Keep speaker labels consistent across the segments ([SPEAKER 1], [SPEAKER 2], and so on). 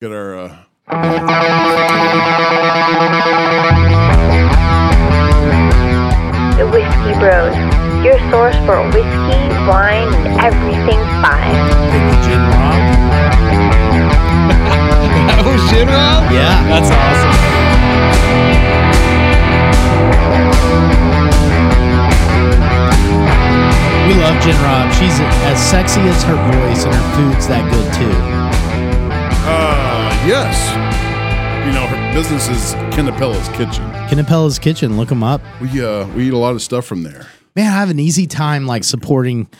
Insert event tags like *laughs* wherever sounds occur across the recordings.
[SPEAKER 1] Get our. Uh,
[SPEAKER 2] The Whiskey Bros, your source for whiskey, wine, and everything fine.
[SPEAKER 3] That was Shinwell?
[SPEAKER 4] Yeah. *laughs*
[SPEAKER 3] That's awesome.
[SPEAKER 4] We love Jen Rob. She's as sexy as her voice, and her food's that good too.
[SPEAKER 1] uh, yes. You know, her business is Kennepella's Kitchen.
[SPEAKER 4] Kennepella's Kitchen, look them up.
[SPEAKER 1] We uh, we eat a lot of stuff from there.
[SPEAKER 4] Man, I have an easy time like supporting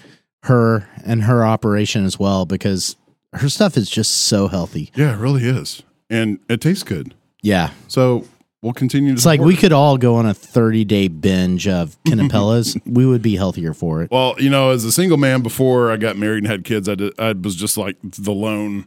[SPEAKER 4] her and her operation as well because her stuff is just so healthy.
[SPEAKER 1] Yeah, it really is, and it tastes good.
[SPEAKER 4] Yeah.
[SPEAKER 1] So we'll continue. To
[SPEAKER 4] It's like
[SPEAKER 1] support
[SPEAKER 4] we
[SPEAKER 1] it.
[SPEAKER 4] could all go on a 30 day binge of
[SPEAKER 1] *laughs*
[SPEAKER 4] Kennepella's. we would be healthier for it.
[SPEAKER 1] Well, you know, as a single man before I got married and had kids, I did, I was just like the lone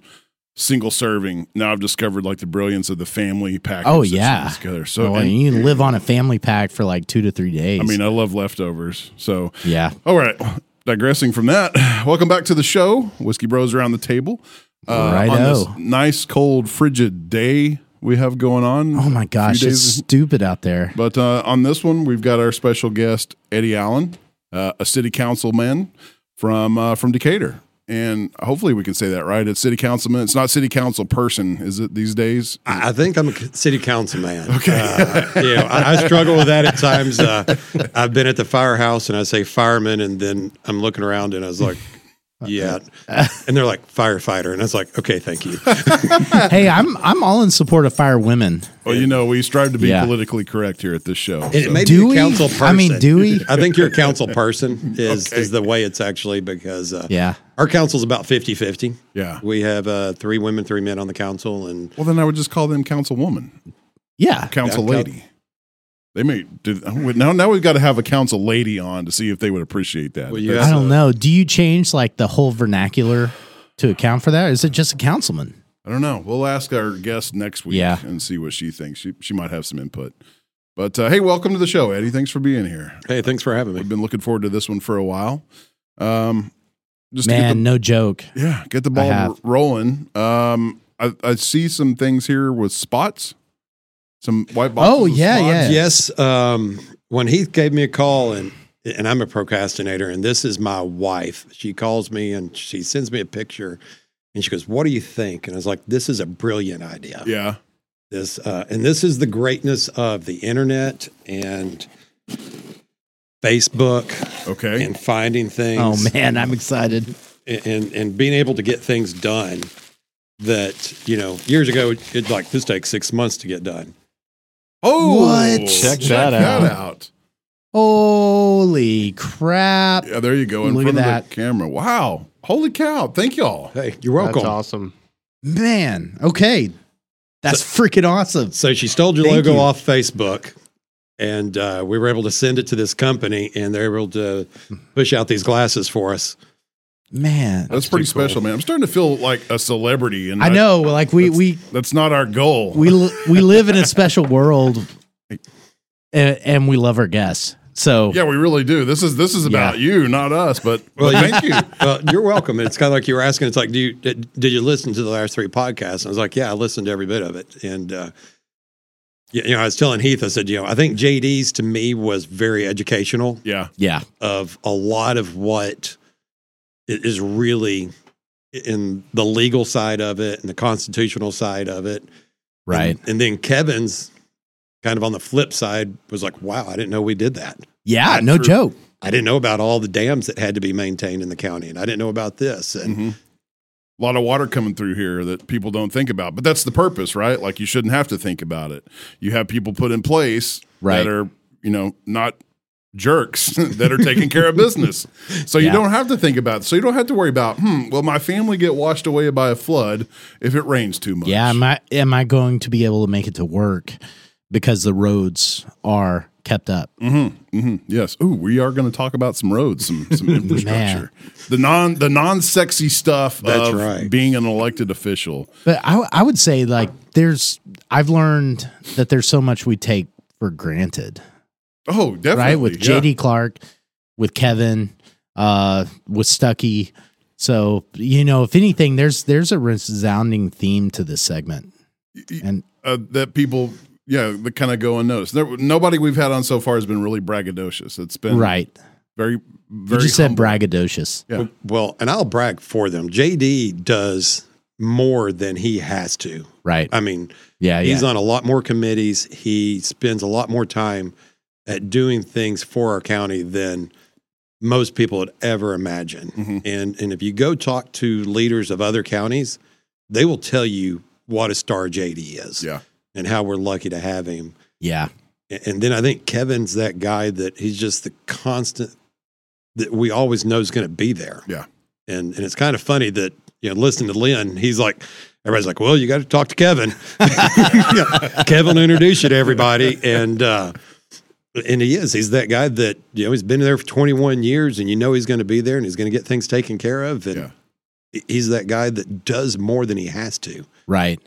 [SPEAKER 1] single serving. Now I've discovered like the brilliance of the family package.
[SPEAKER 4] Oh,
[SPEAKER 1] that she
[SPEAKER 4] yeah.
[SPEAKER 1] puts together. So
[SPEAKER 4] So,
[SPEAKER 1] and-
[SPEAKER 4] you can live on a family pack for like two to three days.
[SPEAKER 1] I mean, uh, I love leftovers. So
[SPEAKER 4] yeah.
[SPEAKER 1] all right, digressing from that. *sighs* Welcome back to the show, Whiskey Bros around the table. Uh, on this
[SPEAKER 4] Righto.
[SPEAKER 1] nice, cold, frigid day we have going on.
[SPEAKER 4] Oh my gosh,
[SPEAKER 1] Few
[SPEAKER 4] it's
[SPEAKER 1] days-
[SPEAKER 4] stupid
[SPEAKER 1] *laughs*
[SPEAKER 4] out there.
[SPEAKER 1] But uh, on this one, we've got our special guest Eddie Allen, uh, a city councilman from uh, from Decatur, and hopefully we can say that right. It's city councilman. It's not city council person, is it these days?
[SPEAKER 5] I I think I'm a c- city council man. Okay. Uh, you know, I, I struggle with that at times. Uh, I've been at the firehouse and I say fireman, and then I'm looking around and I was like, yeah. And they're like, firefighter. And I was like, okay, thank you.
[SPEAKER 4] hey, I'm I'm all in support of fire women.
[SPEAKER 1] Well, you know, we strive to be
[SPEAKER 4] Yeah.
[SPEAKER 1] politically correct here at this show.
[SPEAKER 5] It, it may
[SPEAKER 4] Do
[SPEAKER 5] be
[SPEAKER 4] we?
[SPEAKER 5] a council person.
[SPEAKER 4] I mean, do we?
[SPEAKER 5] *laughs* I think you're a council person is, is the way it's actually because uh,
[SPEAKER 4] Yeah.
[SPEAKER 5] our council's about 50 50.
[SPEAKER 1] Yeah.
[SPEAKER 5] We have uh, three women, three men on the council. And
[SPEAKER 1] Well, then I would just call them councilwoman,
[SPEAKER 4] Yeah.
[SPEAKER 1] council
[SPEAKER 5] Yeah, coun-
[SPEAKER 1] lady. They may do, oh, now. Now we've got to have a council lady on to see if they would appreciate that.
[SPEAKER 5] Well, you
[SPEAKER 4] I
[SPEAKER 5] That's
[SPEAKER 4] don't
[SPEAKER 5] a-
[SPEAKER 4] know. Do you change like the whole vernacular to account for that? Or is it just a councilman?
[SPEAKER 1] I don't know. We'll ask our guest next week
[SPEAKER 4] Yeah.
[SPEAKER 1] and see what she thinks. She she might have some input. But uh, hey, welcome to the show, Eddie. Thanks for being here.
[SPEAKER 5] hey, thanks for having
[SPEAKER 1] We've
[SPEAKER 5] me.
[SPEAKER 1] been looking forward to this one for a while. Um, just to
[SPEAKER 4] Man, no joke.
[SPEAKER 1] get the, yeah, get the ball
[SPEAKER 4] have.
[SPEAKER 1] r- rolling. Um, I, I see some things here with spots, some white boxes.
[SPEAKER 4] Oh,
[SPEAKER 1] with
[SPEAKER 4] yeah,
[SPEAKER 1] spots.
[SPEAKER 4] yeah.
[SPEAKER 5] Yes. Um, when Heath gave me a call, and and I'm a procrastinator, and this is my wife. She calls me and she sends me a picture, and she goes, "What do you think?" And I was like, "This is a brilliant idea.
[SPEAKER 1] yeah.
[SPEAKER 5] This uh, and this is the greatness of the internet and Facebook
[SPEAKER 1] Okay,
[SPEAKER 5] and finding things.
[SPEAKER 4] Oh man, I'm excited.
[SPEAKER 5] and and being able to get things done that you know years ago it like this takes six months to get done.
[SPEAKER 1] Oh,
[SPEAKER 4] What?
[SPEAKER 3] Check that out.
[SPEAKER 4] Holy crap.
[SPEAKER 1] Yeah, there you go in
[SPEAKER 4] Look at
[SPEAKER 1] front of
[SPEAKER 4] that.
[SPEAKER 1] the camera. Wow, holy cow! Thank y'all.
[SPEAKER 5] Hey, you're
[SPEAKER 6] Oh,
[SPEAKER 5] welcome.
[SPEAKER 3] That's awesome.
[SPEAKER 4] Man, okay. That's freaking awesome.
[SPEAKER 5] So she stole your
[SPEAKER 4] Thank
[SPEAKER 5] logo
[SPEAKER 4] you.
[SPEAKER 5] off Facebook, and uh, we were able to send it to this company, and they're able to push out these glasses for us.
[SPEAKER 4] Man.
[SPEAKER 1] That's, pretty special, man. I'm starting to feel like a celebrity, and
[SPEAKER 4] I know, like we
[SPEAKER 1] that's,
[SPEAKER 4] we
[SPEAKER 1] that's not our goal.
[SPEAKER 4] we li- *laughs* we live in a
[SPEAKER 1] *laughs*
[SPEAKER 4] special world and, and we love our guests. So
[SPEAKER 1] yeah, we really do. This is this is about you, not us. But
[SPEAKER 5] Well,
[SPEAKER 1] but
[SPEAKER 5] you-
[SPEAKER 1] thank you.
[SPEAKER 5] *laughs* Well, you're welcome. It's kind of like you were asking. It's like, do you did, did you listen to the last three podcasts? And I was like, yeah, I listened to every bit of it. And uh, you, you know, I was telling Heath, I said, you know, I think JD's to me was very educational
[SPEAKER 1] Yeah,
[SPEAKER 4] yeah.
[SPEAKER 5] of a lot of what i- is really in the legal side of it and the constitutional side of it.
[SPEAKER 4] Right.
[SPEAKER 5] And, and then Kevin's kind of on the flip side was like, wow, I didn't know we did that.
[SPEAKER 4] Yeah,
[SPEAKER 1] That's
[SPEAKER 4] no
[SPEAKER 1] true.
[SPEAKER 4] joke.
[SPEAKER 5] I didn't know about all the dams that had to be maintained in the county. And I didn't know about this. And
[SPEAKER 1] Mhm. a lot of water coming through here that people don't think about. But that's the purpose, right? Like you shouldn't have to think about it. You have people put in place
[SPEAKER 4] Right.
[SPEAKER 1] that are you know not jerks *laughs* that are taking care
[SPEAKER 4] *laughs*
[SPEAKER 1] of business. So you
[SPEAKER 4] Yeah.
[SPEAKER 1] don't have to think about. It. So you don't have to worry about. Hmm. Will my family get washed away by a flood if it rains too much?
[SPEAKER 4] Yeah, am I am I going to be able to make it to work because the roads are kept up?
[SPEAKER 1] Mm-hmm, hmm Yes. Ooh, we are going to talk about some roads, some,
[SPEAKER 4] *laughs*
[SPEAKER 1] some infrastructure, the non the non sexy stuff
[SPEAKER 5] That's
[SPEAKER 1] of
[SPEAKER 5] right.
[SPEAKER 1] being an elected official.
[SPEAKER 4] But I I would say like there's I've learned that there's so much we take for granted,
[SPEAKER 1] Oh, definitely.
[SPEAKER 4] right? With
[SPEAKER 1] yeah.
[SPEAKER 4] JD Clark, with Kevin, uh, with Stucky, So you know, if anything, there's there's a resounding theme to this segment, and
[SPEAKER 1] uh, that people, yeah, that kind of go unnoticed. There, nobody we've had on so far has been really braggadocious. It's been
[SPEAKER 4] right,
[SPEAKER 1] very,
[SPEAKER 4] you
[SPEAKER 1] very.
[SPEAKER 4] just said
[SPEAKER 1] humble.
[SPEAKER 4] braggadocious.
[SPEAKER 1] Yeah.
[SPEAKER 5] Well, and I'll brag for them. JD does more than he has to.
[SPEAKER 4] Right.
[SPEAKER 1] *laughs*
[SPEAKER 5] I mean,
[SPEAKER 4] Yeah. Yeah.
[SPEAKER 5] he's on a lot more committees. He spends a lot more time at doing things for our county than most people would ever imagine.
[SPEAKER 1] Mhm.
[SPEAKER 5] And and if you go talk to leaders of other counties, they will tell you what a star JD is.
[SPEAKER 1] Yeah.
[SPEAKER 5] And how we're lucky to have him.
[SPEAKER 4] yeah.
[SPEAKER 5] A- And then I think Kevin's that guy that he's just the constant that we always know is going to be there.
[SPEAKER 1] Yeah.
[SPEAKER 5] And and it's kind of funny that you know listening to Lynn, he's like everybody's like, well, you got to talk to Kevin. *laughs* Kevin will introduce you to everybody, and uh, and he is. He's that guy that you know he's been there for 21 years, and you know he's going to be there, and he's going to get things taken care of, and he's that guy that does more than he has to.
[SPEAKER 4] Right.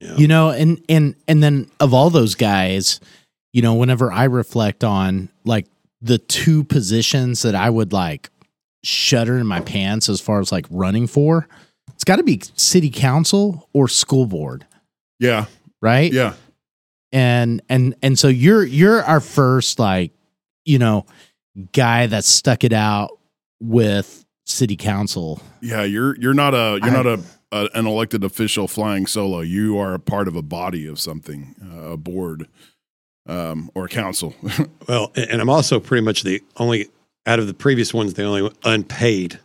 [SPEAKER 5] Yeah.
[SPEAKER 4] You know, and and and then of all those guys, you know, whenever I reflect on like the two positions that I would like shudder in my pants as far as like running for, it's got to be city council or school board,
[SPEAKER 1] Yeah.
[SPEAKER 4] right?
[SPEAKER 1] Yeah.
[SPEAKER 4] and and and so you're you're our first like you know guy that stuck it out with city council
[SPEAKER 1] Yeah. You're you're not a you're
[SPEAKER 4] I-
[SPEAKER 1] not a, a an elected official flying solo. You are a part of a body of something, uh, a board, um, or a council. *laughs*
[SPEAKER 5] Well, and, and I'm also pretty much the only out of the previous ones, the only unpaid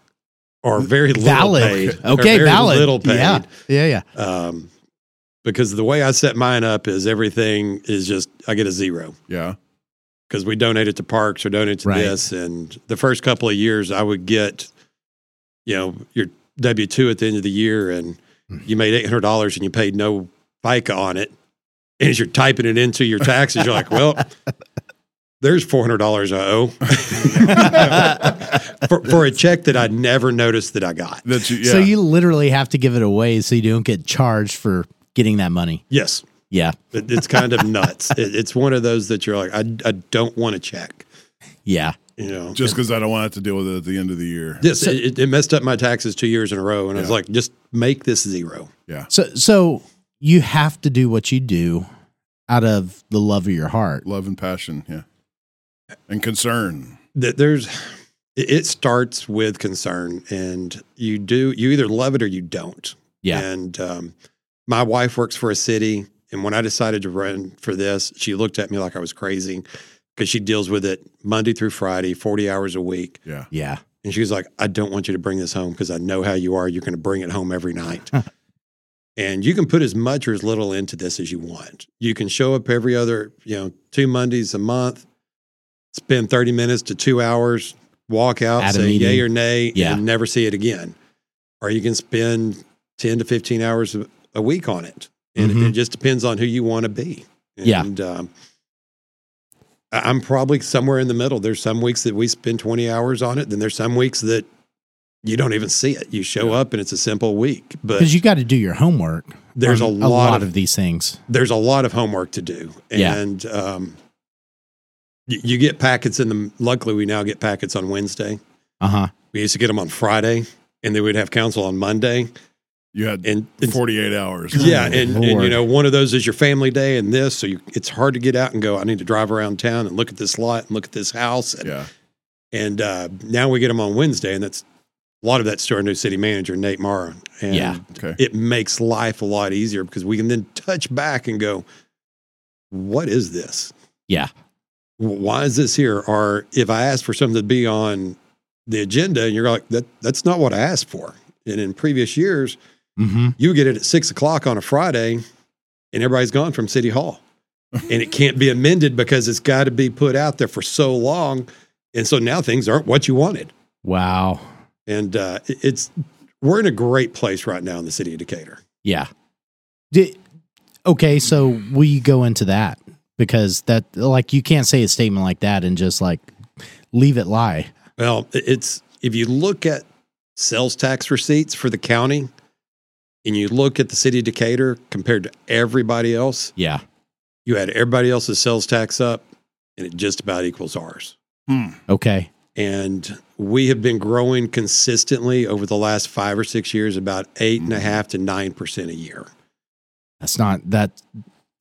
[SPEAKER 5] or very little
[SPEAKER 4] Mm, valid
[SPEAKER 5] paid. or
[SPEAKER 4] okay
[SPEAKER 5] very
[SPEAKER 4] valid
[SPEAKER 5] little paid.
[SPEAKER 4] yeah yeah yeah
[SPEAKER 5] um, because the way I set mine up is everything is just I get a zero
[SPEAKER 1] yeah.
[SPEAKER 5] because we donate it to parks or donate to
[SPEAKER 4] Right.
[SPEAKER 5] this. And the first couple of years, I would get, you know, your W two at the end of the year, and you made eight hundred dollars and you paid no FICA on it. And as you're typing it into your taxes, you're like, well. There's four hundred dollars I owe
[SPEAKER 4] *laughs*
[SPEAKER 5] for, for a check that I never noticed that I got.
[SPEAKER 1] That you. Yeah.
[SPEAKER 4] so you literally have to give it away so you don't get charged for getting that money
[SPEAKER 5] Yes,
[SPEAKER 4] yeah
[SPEAKER 5] It, it's kind of nuts. It, it's one of those that you're like, I, I don't want to check.
[SPEAKER 4] yeah
[SPEAKER 5] You know,
[SPEAKER 1] just because I don't want to have to deal with it at the end of the year.
[SPEAKER 5] this it, it messed up my taxes two years in a row, and I was
[SPEAKER 1] Yeah.
[SPEAKER 5] like, just make this zero.
[SPEAKER 4] so so you have to do what you do out of the love of your heart
[SPEAKER 1] Love and passion. Yeah. And concern.
[SPEAKER 5] That there's, it, it starts with concern, and you do you either love it or you don't.
[SPEAKER 4] Yeah.
[SPEAKER 5] And um, my wife works for a city, and when I decided to run for this, she looked at me like I was crazy because she deals with it Monday through Friday, forty hours a week.
[SPEAKER 1] Yeah.
[SPEAKER 4] yeah
[SPEAKER 5] And she was like, I don't want you to bring this home because I know how you are. You're going to bring it home
[SPEAKER 4] *laughs*
[SPEAKER 5] every night. and you can put as much or as little into this as you want. You can show up every other, you know, two Mondays a month, spend 30 minutes to two hours, walk out,
[SPEAKER 4] At a
[SPEAKER 5] say yay
[SPEAKER 4] meeting.
[SPEAKER 5] or nay,
[SPEAKER 4] Yeah.
[SPEAKER 5] and never see it again. Or you can spend 10 to 15 hours a- a week on it. And
[SPEAKER 4] Mhm.
[SPEAKER 5] it just depends on who you want to be.
[SPEAKER 4] Yeah.
[SPEAKER 5] And, um, I- I'm probably somewhere in the middle. There's some weeks that we spend 20 hours on it, then there's some weeks that you don't even see it. You show up and it's a simple week, but
[SPEAKER 4] because you got to do your homework
[SPEAKER 5] there's a
[SPEAKER 4] on
[SPEAKER 5] lot, of,
[SPEAKER 4] these things
[SPEAKER 5] there's a lot of homework to do,
[SPEAKER 4] Yeah.
[SPEAKER 5] and um, you, you get packets in the. Luckily, we now get packets on Wednesday.
[SPEAKER 4] uh-huh
[SPEAKER 5] We used to get them on Friday, and then we'd have council on Monday,
[SPEAKER 1] You had
[SPEAKER 5] and, and
[SPEAKER 1] 48 hours.
[SPEAKER 5] yeah,
[SPEAKER 4] Good
[SPEAKER 5] and, and you
[SPEAKER 4] Lord.
[SPEAKER 5] know, one of those is your family day, and this, so you, it's hard to get out and go. I need to drive around town and look at this lot and look at this house, and
[SPEAKER 1] Yeah.
[SPEAKER 5] and uh, now we get them on Wednesday, and that's a lot of that's to our new city manager, Nate Mara. And
[SPEAKER 4] Yeah.
[SPEAKER 1] Okay.
[SPEAKER 5] it makes life a lot easier because we can then touch back and go, what is this?
[SPEAKER 4] Yeah.
[SPEAKER 5] W- Why is this here? Or if I ask for something to be on the agenda, and you're like, that that's not what I asked for. And in previous years,
[SPEAKER 4] mm-hmm
[SPEAKER 5] you get it at six o'clock on a Friday, and everybody's gone from City Hall, and it can't be amended because it's got to be put out there for so long, and so now things aren't what you wanted,
[SPEAKER 4] wow
[SPEAKER 5] and uh, it- it's we're in a great place right now in the city of Decatur.
[SPEAKER 4] Yeah. Di- okay, so we go into that because that like you can't say a statement like that and just like leave it lie.
[SPEAKER 5] Well, it- it's if you look at sales tax receipts for the county, and you look at the city of Decatur compared to everybody else,
[SPEAKER 4] Yeah.
[SPEAKER 5] you had everybody else's sales tax up, and it just about equals ours.
[SPEAKER 1] Hmm.
[SPEAKER 4] Okay.
[SPEAKER 5] and we have been growing consistently over the last five or six years about eight and a half to nine percent a year.
[SPEAKER 4] That's not that.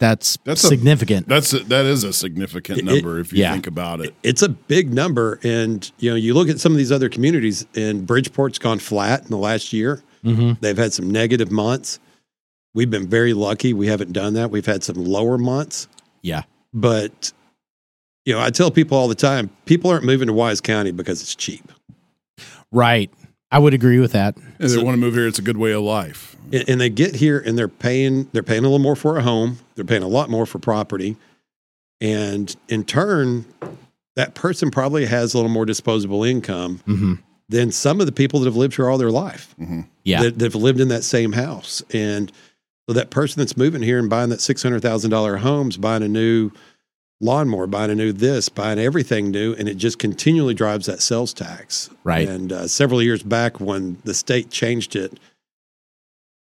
[SPEAKER 4] That's,
[SPEAKER 1] That's a-
[SPEAKER 4] significant.
[SPEAKER 1] That's a, that is a significant
[SPEAKER 5] It-
[SPEAKER 1] number if you
[SPEAKER 4] yeah.
[SPEAKER 1] think about it.
[SPEAKER 5] It's a big number, and you know you look at some of these other communities, and Bridgeport's gone flat in the last year.
[SPEAKER 4] hmm
[SPEAKER 5] They've had some negative months. We've been very lucky. We haven't done that. We've had some lower months.
[SPEAKER 4] Yeah.
[SPEAKER 5] But, you know, I tell people all the time people aren't moving to Wise County because it's cheap.
[SPEAKER 4] Right. I would agree with that.
[SPEAKER 1] If they
[SPEAKER 5] So-
[SPEAKER 1] want to move here, it's a good way of life.
[SPEAKER 5] And, and they get here and they're paying, they're paying a little more for a home, they're paying a lot more for property. And in turn, that person probably has a little more disposable income
[SPEAKER 4] hmm
[SPEAKER 5] than some of the people that have lived here all their life.
[SPEAKER 4] Yeah.
[SPEAKER 5] that, that have lived in that same house. And so that person that's moving here and buying that six hundred thousand dollar homes, buying a new lawnmower, buying a new this, buying everything new, and it just continually drives that sales tax.
[SPEAKER 4] Right.
[SPEAKER 5] And uh, several years back, when the state changed it,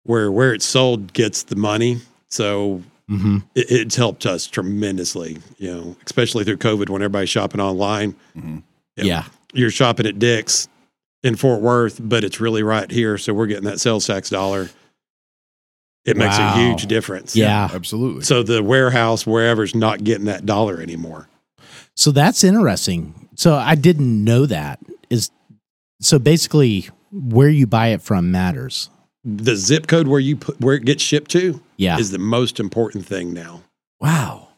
[SPEAKER 5] where where it's sold gets the money, so.
[SPEAKER 4] hmm
[SPEAKER 5] It, it's helped us tremendously, you know, especially through COVID when everybody's shopping online. Yeah.
[SPEAKER 4] yeah.
[SPEAKER 5] You're shopping at Dick's in Fort Worth, but it's really right here. So we're getting that sales tax dollar. It makes
[SPEAKER 4] Wow.
[SPEAKER 5] a huge difference.
[SPEAKER 4] Yeah.
[SPEAKER 1] Absolutely.
[SPEAKER 5] So the warehouse, wherever's not getting that dollar anymore.
[SPEAKER 4] So that's interesting. So I didn't know that. Is so basically where you buy it from matters.
[SPEAKER 5] The zip code where you put where it gets shipped to
[SPEAKER 4] Yeah.
[SPEAKER 5] is the most important thing now.
[SPEAKER 4] wow.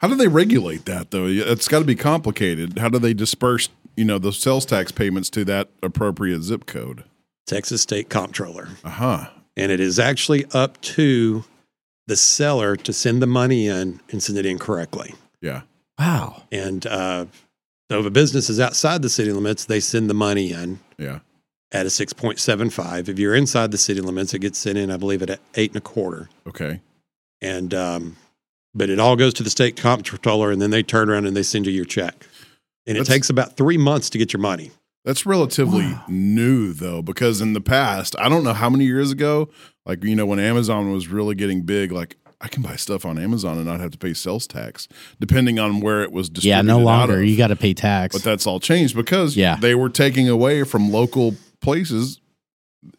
[SPEAKER 1] How do they regulate that though? It's got to be complicated. How do they disperse, you know, the sales tax payments to that appropriate zip code?
[SPEAKER 5] Texas State Comptroller.
[SPEAKER 1] Uh-huh.
[SPEAKER 5] And it is actually up to the seller to send the money in and send it in correctly.
[SPEAKER 1] Yeah.
[SPEAKER 4] Wow.
[SPEAKER 5] And uh, so if a business is outside the city limits, they send the money in.
[SPEAKER 1] Yeah.
[SPEAKER 5] at a 6.75. If you're inside the city limits, it gets sent in, I believe, at a eight and a quarter.
[SPEAKER 1] Okay.
[SPEAKER 5] And, um, but it all goes to the state comptroller and then they turn around and they send you your check. And it
[SPEAKER 1] That's-
[SPEAKER 5] takes about three months to get your money.
[SPEAKER 1] That's relatively
[SPEAKER 4] Wow.
[SPEAKER 1] new though, because in the past, I don't know how many years ago, like you know, when Amazon was really getting big, like I can buy stuff on Amazon and not have to pay sales tax, depending on where it was
[SPEAKER 4] Yeah,
[SPEAKER 1] distributed.
[SPEAKER 4] no
[SPEAKER 1] out
[SPEAKER 4] longer.
[SPEAKER 1] of.
[SPEAKER 4] You got to pay tax.
[SPEAKER 1] But that's all changed because
[SPEAKER 4] Yeah.
[SPEAKER 1] they were taking away from local places.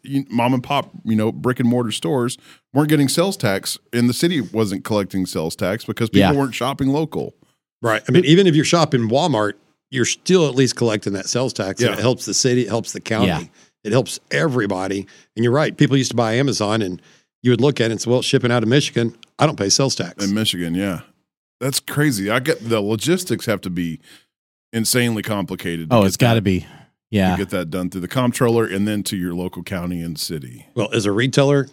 [SPEAKER 1] You- Mom and pop, you know, brick and mortar stores weren't getting sales tax, and the city wasn't collecting sales tax because people
[SPEAKER 4] Yeah.
[SPEAKER 1] weren't shopping local.
[SPEAKER 5] Right. I mean, even if you're shopping Walmart, you're still at least collecting that sales tax.
[SPEAKER 1] Yeah.
[SPEAKER 5] And it helps the city, it helps the county,
[SPEAKER 4] Yeah.
[SPEAKER 5] it helps everybody. And you're right. People used to buy Amazon and you would look at it and say, well, it's shipping out of Michigan, I don't pay sales tax.
[SPEAKER 1] In Michigan, yeah. That's crazy. I get the logistics have to be insanely complicated. to
[SPEAKER 4] oh,
[SPEAKER 1] get
[SPEAKER 4] it's got to
[SPEAKER 1] that-
[SPEAKER 4] be.
[SPEAKER 1] to
[SPEAKER 4] Yeah.
[SPEAKER 1] get that done through the comptroller and then to your local county and city.
[SPEAKER 5] Well, as a retailer,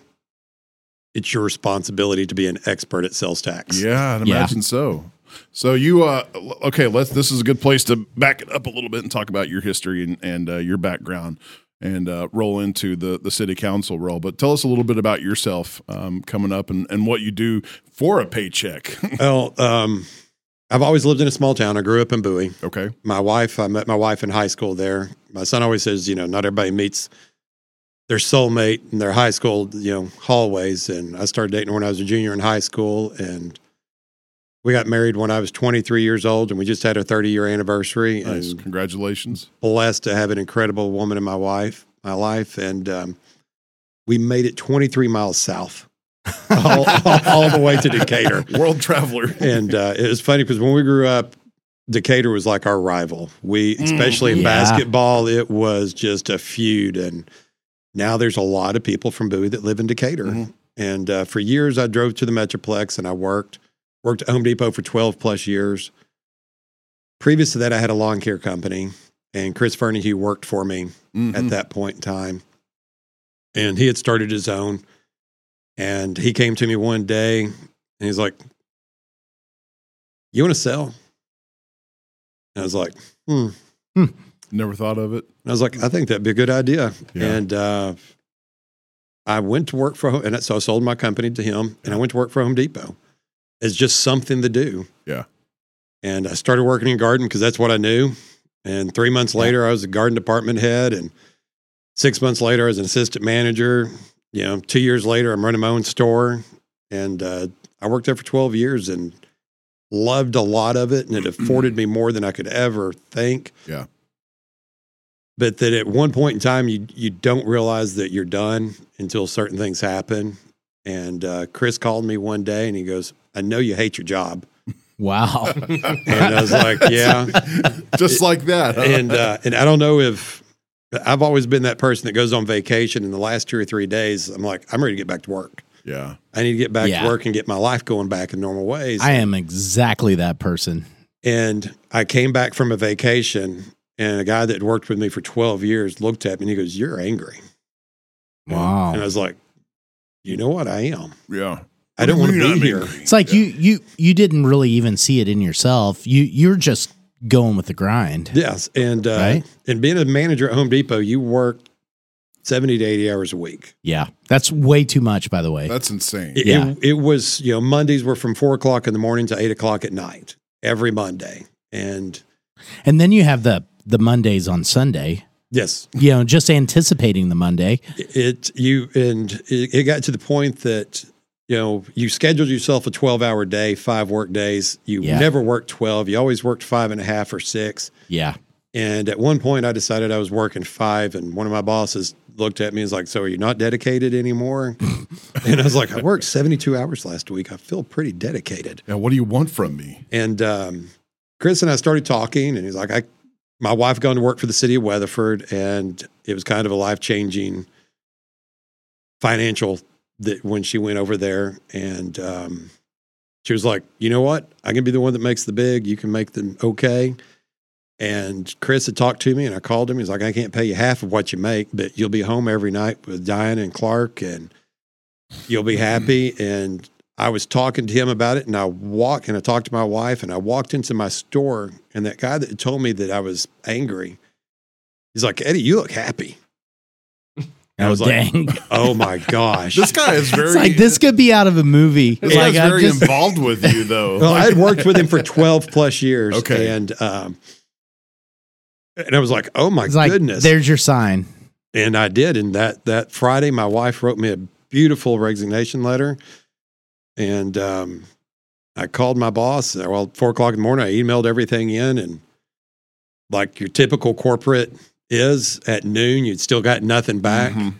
[SPEAKER 5] it's your responsibility to be an expert at sales tax.
[SPEAKER 1] Yeah, I'd
[SPEAKER 4] Yeah.
[SPEAKER 1] imagine so. So you uh l- okay, let's this is a good place to back it up a little bit and talk about your history and, and uh, your background and uh, roll into the the city council role. But tell us a little bit about yourself um, coming up and, and what you do for a paycheck. *laughs*
[SPEAKER 5] Well, um, I've always lived in a small town. I grew up in Bowie.
[SPEAKER 1] okay.
[SPEAKER 5] My wife, I met my wife in high school there. My son always says, you know, not everybody meets their soulmate in their high school, you know, hallways. And I started dating when I was a junior in high school. And we got married when I was 23 years old. And we just had our 30 year anniversary.
[SPEAKER 1] Nice.
[SPEAKER 5] And *laughs*
[SPEAKER 1] Congratulations.
[SPEAKER 5] blessed to have an incredible woman in my wife, my life, and um, we made it 23 miles south, all, all- all the way to Decatur.
[SPEAKER 1] *laughs* World
[SPEAKER 5] *laughs*
[SPEAKER 1] traveler.
[SPEAKER 5] And uh, it was funny because when we grew up, Decatur was like our rival. We, especially in
[SPEAKER 4] yeah.
[SPEAKER 5] basketball, it was just a feud. And now there's a lot of people from Bowie that live in Decatur.
[SPEAKER 1] Mhm.
[SPEAKER 5] And uh, for years, I drove to the Metroplex and I worked worked at Home Depot for 12 plus years. Previous to that, I had a lawn care company, and Chris Fernahue worked for me
[SPEAKER 1] Mhm.
[SPEAKER 5] at that point in time. And he had started his own. And he came to me one day and he's like, You want to sell? And I was like, Hmm. And
[SPEAKER 1] Never thought of it.
[SPEAKER 5] I was like, I think that'd be a good idea.
[SPEAKER 1] Yeah.
[SPEAKER 5] And uh, I went to work for, and so I sold my company to him and I went to work for Home Depot. It's just something to do.
[SPEAKER 1] Yeah.
[SPEAKER 5] And I started working in garden because that's what I knew. And three months later, I was a garden department head. And six months later, I was an assistant manager. You know, two years later, I'm running my own store. And uh, I worked there for 12 years and
[SPEAKER 1] *clears throat*
[SPEAKER 5] loved a lot of it. And it afforded me more than I could ever think.
[SPEAKER 1] Yeah.
[SPEAKER 5] but that at one point in time you you don't realize that you're done until certain things happen. And uh, Chris called me one day and he goes, "I know you hate your job,"
[SPEAKER 4] *laughs*
[SPEAKER 5] *laughs*
[SPEAKER 4] Wow.
[SPEAKER 5] and I
[SPEAKER 4] *laughs*
[SPEAKER 5] was like, "Yeah."
[SPEAKER 1] *laughs* Just like that.
[SPEAKER 4] Uh-huh.
[SPEAKER 1] huh?
[SPEAKER 5] and uh, and I don't know if I've always been that person that goes on vacation. In the last two or three days, I'm like, I'm ready to get back to work.
[SPEAKER 1] *laughs* yeah.
[SPEAKER 5] I need to get back
[SPEAKER 4] Yeah.
[SPEAKER 5] to work and get my life going back in normal ways.
[SPEAKER 4] I am exactly that person.
[SPEAKER 5] And I came back from a vacation, and a guy that worked with me for 12 years looked at me and he goes, You're angry.
[SPEAKER 4] Wow.
[SPEAKER 5] And I was like, You know what? I am.
[SPEAKER 1] Yeah.
[SPEAKER 5] I don't want to be here.
[SPEAKER 4] It's like you you you didn't really even see it in yourself. You you're just going with the grind.
[SPEAKER 5] *laughs* Yes. And, uh,
[SPEAKER 4] Right.
[SPEAKER 5] and being a manager at Home Depot, you work 70 to 80 hours a week.
[SPEAKER 4] Yeah. That's way too much, by the way.
[SPEAKER 1] That's insane.
[SPEAKER 5] It,
[SPEAKER 4] Yeah.
[SPEAKER 5] it, it was, you know, Mondays were from four o'clock in the morning to eight o'clock at night every Monday. And
[SPEAKER 4] And then you have the the Mondays on Sunday.
[SPEAKER 5] yes,
[SPEAKER 4] You know, just anticipating the Monday.
[SPEAKER 5] it you and it, it got to the point that you know you scheduled yourself a 12 hour day five work days you
[SPEAKER 4] Yeah.
[SPEAKER 5] never worked 12 you always worked five and a half or six
[SPEAKER 4] Yeah.
[SPEAKER 5] and at one point i decided i was working five and one of my bosses looked at me and was like so are you not dedicated anymore *laughs* and i was like i worked 72 hours last week i feel pretty dedicated
[SPEAKER 1] Yeah, what do you want from
[SPEAKER 5] *laughs*
[SPEAKER 1] me?
[SPEAKER 5] and um, Chris and I started talking, and he's like, "I, my wife going to work for the city of Weatherford, and it was kind of a life changing financial that when she went over there, and um, she was like, you know what, I can be the one that makes the big, you can make them okay." And Chris had talked to me, and I called him. He's like, "I can't pay you half of what you make, but you'll be home every night with Diana and Clark, and you'll be happy." And I was talking to him about it and I walked and I talked to my wife and I walked into my store and that guy that told me that I was angry, he's like, Eddie, you look happy. I
[SPEAKER 4] Oh
[SPEAKER 5] was like- *laughs*
[SPEAKER 4] dang.
[SPEAKER 5] Oh
[SPEAKER 1] *laughs*
[SPEAKER 5] my gosh.
[SPEAKER 1] This guy is very
[SPEAKER 4] it's like this could be out of a movie.
[SPEAKER 1] This guy's
[SPEAKER 4] Like I
[SPEAKER 1] very
[SPEAKER 4] just
[SPEAKER 1] involved with you though.
[SPEAKER 5] *laughs* well, I had worked with
[SPEAKER 1] *laughs*
[SPEAKER 5] him for 12 plus years.
[SPEAKER 1] Okay.
[SPEAKER 5] And, um, and I was like, oh
[SPEAKER 4] *laughs*
[SPEAKER 5] my
[SPEAKER 4] it's like
[SPEAKER 5] goodness.
[SPEAKER 4] there's your sign. *laughs*
[SPEAKER 5] and I did. And that, that Friday, my wife wrote me a beautiful resignation letter. And um, I called my boss. uh, Well, four o'clock in the morning, I emailed everything in. And like your typical corporate is at noon, you'd still got nothing back.
[SPEAKER 1] Mhm.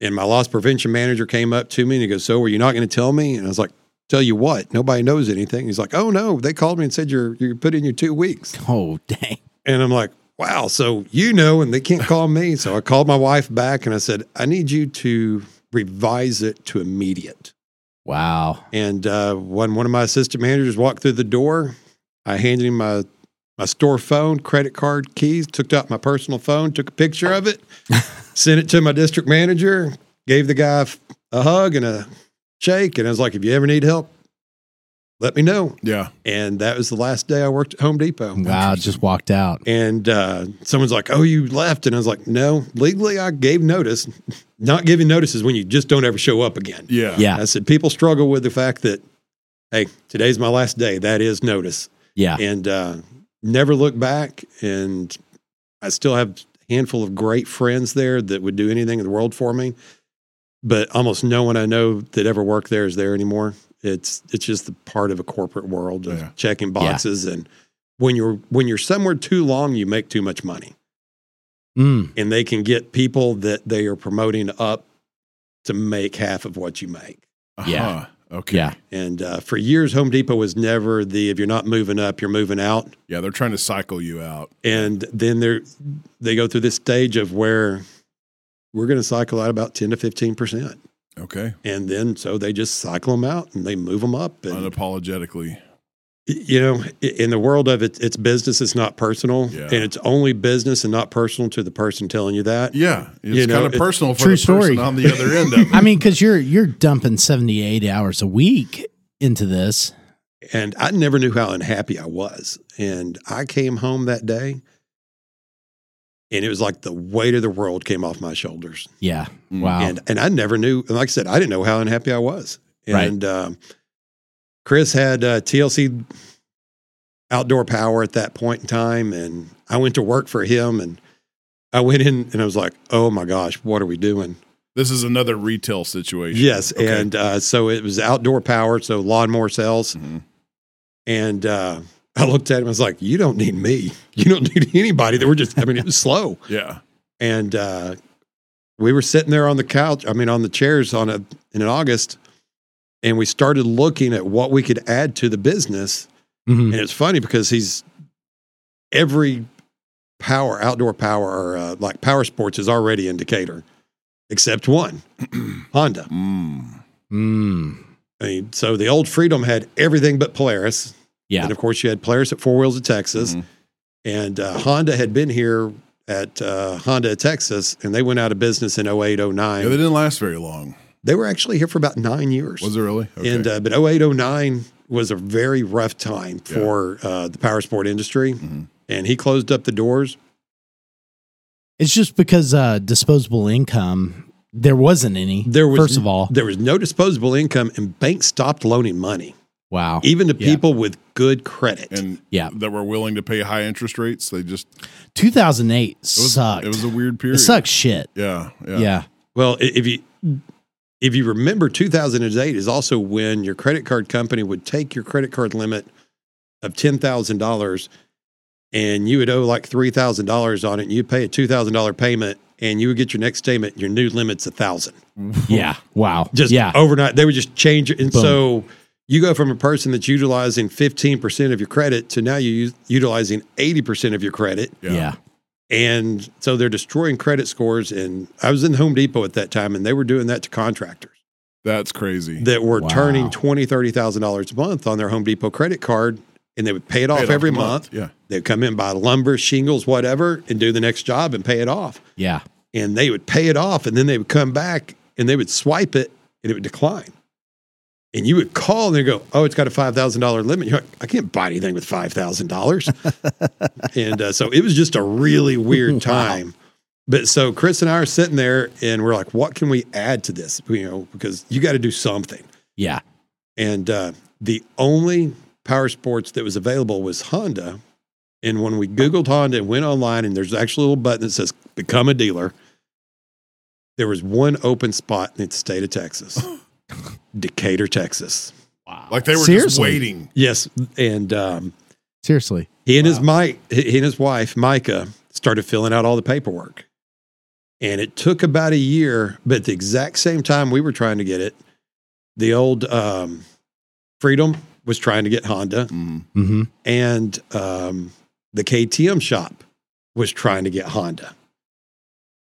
[SPEAKER 5] And my loss prevention manager came up to me and he goes, So, were you not going to tell me? And I was like, Tell you what, nobody knows anything. He's like, Oh, no, they called me and said you're, you're put in your two weeks.
[SPEAKER 4] Oh dang.
[SPEAKER 5] And I'm like, wow, so you know, and they can't call me. So I called my wife back and I said, I need you to revise it to immediate.
[SPEAKER 4] Wow.
[SPEAKER 5] And uh, when one of my assistant managers walked through the door, I handed him my, my store phone, credit card keys, took out my personal phone, took a picture of it, sent it to my district manager, gave the guy f- a hug and a shake. And I was like, if you ever need help, let me know.
[SPEAKER 1] yeah.
[SPEAKER 5] And that was the last day I worked at Home Depot.
[SPEAKER 4] Wow, just walked out.
[SPEAKER 5] And uh, someone's like, "Oh, you left," and I was like, "No, legally, I gave notice. *laughs* Not giving notice is when you just don't ever show up again."
[SPEAKER 1] Yeah.
[SPEAKER 4] Yeah.
[SPEAKER 5] I said people struggle with the fact that, hey, today's my last day. That is notice,
[SPEAKER 4] Yeah.
[SPEAKER 5] and uh, never look back. And I still have a handful of great friends there that would do anything in the world for me, but almost no one I know that ever worked there is there anymore. It's it's just the part of a corporate world of
[SPEAKER 1] Yeah.
[SPEAKER 5] checking boxes and when you're when you're somewhere too long, you make too much money,
[SPEAKER 4] Mm.
[SPEAKER 5] and they can get people that they are promoting up to make half of what you make.
[SPEAKER 4] Yeah.
[SPEAKER 1] Uh-huh. Okay.
[SPEAKER 4] Yeah.
[SPEAKER 5] And uh, for years, Home Depot was never the if you're not moving up, you're moving out.
[SPEAKER 1] Yeah, they're trying to cycle you out.
[SPEAKER 5] And then they they go through this stage of where we're going to cycle out about ten to fifteen percent,
[SPEAKER 1] Okay.
[SPEAKER 5] and then so they just cycle them out and they move them up. And
[SPEAKER 1] Unapologetically.
[SPEAKER 5] you know, i- in the world of it, it's business, it's not personal,
[SPEAKER 1] Yeah.
[SPEAKER 5] and it's only business and not personal to the person telling you that.
[SPEAKER 1] Yeah. It's
[SPEAKER 5] You know,
[SPEAKER 1] kind of
[SPEAKER 5] it-
[SPEAKER 1] personal for
[SPEAKER 4] True
[SPEAKER 1] the person
[SPEAKER 4] story.
[SPEAKER 1] on the other
[SPEAKER 4] *laughs*
[SPEAKER 1] end of it.
[SPEAKER 4] I mean, because you're you're dumping seventy eight hours a week into this.
[SPEAKER 5] And I never knew how unhappy I was. And I came home that day, and it was like the weight of the world came off my shoulders.
[SPEAKER 4] Yeah.
[SPEAKER 1] Mm.
[SPEAKER 4] Wow.
[SPEAKER 5] and and I never knew. and Like I said, I didn't know how unhappy I was.
[SPEAKER 4] Right.
[SPEAKER 5] And um, Chris had uh, TLC outdoor power at that point in time, and I went to work for him. And I went in, and I was like, "Oh my gosh, what are we doing?"
[SPEAKER 1] This is another retail situation.
[SPEAKER 5] Yes,
[SPEAKER 1] Okay.
[SPEAKER 5] and uh, so it was outdoor power, so lawnmower sales.
[SPEAKER 1] Mhm.
[SPEAKER 5] And uh, *laughs* I looked at him, I was like, "You don't need me. You don't need anybody." That were just. I mean, it was slow.
[SPEAKER 1] Yeah.
[SPEAKER 5] and uh, we were sitting there on the couch. I mean, on the chairs on a in August, and we started looking at what we could add to the business.
[SPEAKER 4] Mhm.
[SPEAKER 5] And it's funny because he's every power outdoor power or uh, like power sports is already in Decatur, except one Honda.
[SPEAKER 1] Mm.
[SPEAKER 4] Mm.
[SPEAKER 5] I mean, so the old Freedom had everything but Polaris.
[SPEAKER 4] Yeah.
[SPEAKER 5] And of course, you had Polaris at Four Wheels of Texas,
[SPEAKER 1] Mhm.
[SPEAKER 5] and uh, Honda had been here at uh, Honda of Texas, and they went out of business in 08, 09.
[SPEAKER 1] Yeah, they
[SPEAKER 5] they,
[SPEAKER 1] didn't last very long.
[SPEAKER 5] were actually here for about nine years.
[SPEAKER 1] Was it really?
[SPEAKER 5] And uh, but 08, 09 was a very rough time
[SPEAKER 1] Yeah.
[SPEAKER 5] for uh, the power sport industry,
[SPEAKER 1] Mhm.
[SPEAKER 5] and he closed up the doors.
[SPEAKER 4] It's just because uh, disposable income there wasn't any.
[SPEAKER 5] There was
[SPEAKER 4] first of all,
[SPEAKER 5] There was no disposable income, and banks stopped loaning money,
[SPEAKER 4] wow.
[SPEAKER 5] even to
[SPEAKER 4] Yeah.
[SPEAKER 5] people with good credit.
[SPEAKER 1] and
[SPEAKER 4] Yeah.
[SPEAKER 1] that were willing to pay high interest rates. They just it
[SPEAKER 4] 2008
[SPEAKER 1] was,
[SPEAKER 4] sucked.
[SPEAKER 1] It was a weird period.
[SPEAKER 4] It sucked shit.
[SPEAKER 1] Yeah, yeah.
[SPEAKER 4] Yeah.
[SPEAKER 1] *laughs*
[SPEAKER 5] Well, i- if you if you remember, 2008 is also when your credit card company would take your credit card limit of ten thousand dollars, and you would owe like three thousand dollars on it, and you pay a two thousand dollar payment, and you would get your next statement. Your new limit's a thousand.
[SPEAKER 4] Yeah. Wow.
[SPEAKER 5] Just
[SPEAKER 4] yeah.
[SPEAKER 5] overnight, they would just change it, and
[SPEAKER 4] Boom.
[SPEAKER 5] so you go from a person that's utilizing fifteen percent of your credit to now you utilizing eighty percent of your credit.
[SPEAKER 4] yeah.
[SPEAKER 5] And so they're destroying credit scores. And I was in Home Depot at that time, and they were doing that to contractors
[SPEAKER 1] That's crazy.
[SPEAKER 5] that were
[SPEAKER 4] Wow.
[SPEAKER 5] turning $20,000, $30,000 a month on their Home Depot credit card. And they would pay it off
[SPEAKER 1] Paid
[SPEAKER 5] every
[SPEAKER 1] a
[SPEAKER 5] month.
[SPEAKER 1] Yeah.
[SPEAKER 5] They'd come in, buy lumber, shingles, whatever, and do the next job and pay it off.
[SPEAKER 4] Yeah.
[SPEAKER 5] And they would pay it off. And then they would come back and they would swipe it and it would decline. And you would call and they go, Oh, it's got a $5,000 limit. You're like, I can't buy anything with $5,000. and uh, so it was just a really
[SPEAKER 4] Wow.
[SPEAKER 5] weird time. But so Chris and I are sitting there and we're like, What can we add to this? You know, because you got to do something.
[SPEAKER 4] Yeah.
[SPEAKER 5] And uh, the only power sports that was available was Honda. And when we Googled Honda and went online, and there's actually a little button that says become a dealer, there was one open spot in the state of Texas Decatur, Texas.
[SPEAKER 4] Wow.
[SPEAKER 1] Like they were just
[SPEAKER 4] Seriously.
[SPEAKER 1] waiting.
[SPEAKER 5] Yes. And um,
[SPEAKER 4] Seriously.
[SPEAKER 5] he and his Mike, he and his wife Micah started filling out all the paperwork, and it took about a year. But at the exact same time we were trying to get it, the old um, Freedom was trying to get Honda,
[SPEAKER 1] Mm.
[SPEAKER 4] Mm-hmm.
[SPEAKER 5] and um, the KTM shop was trying to get Honda.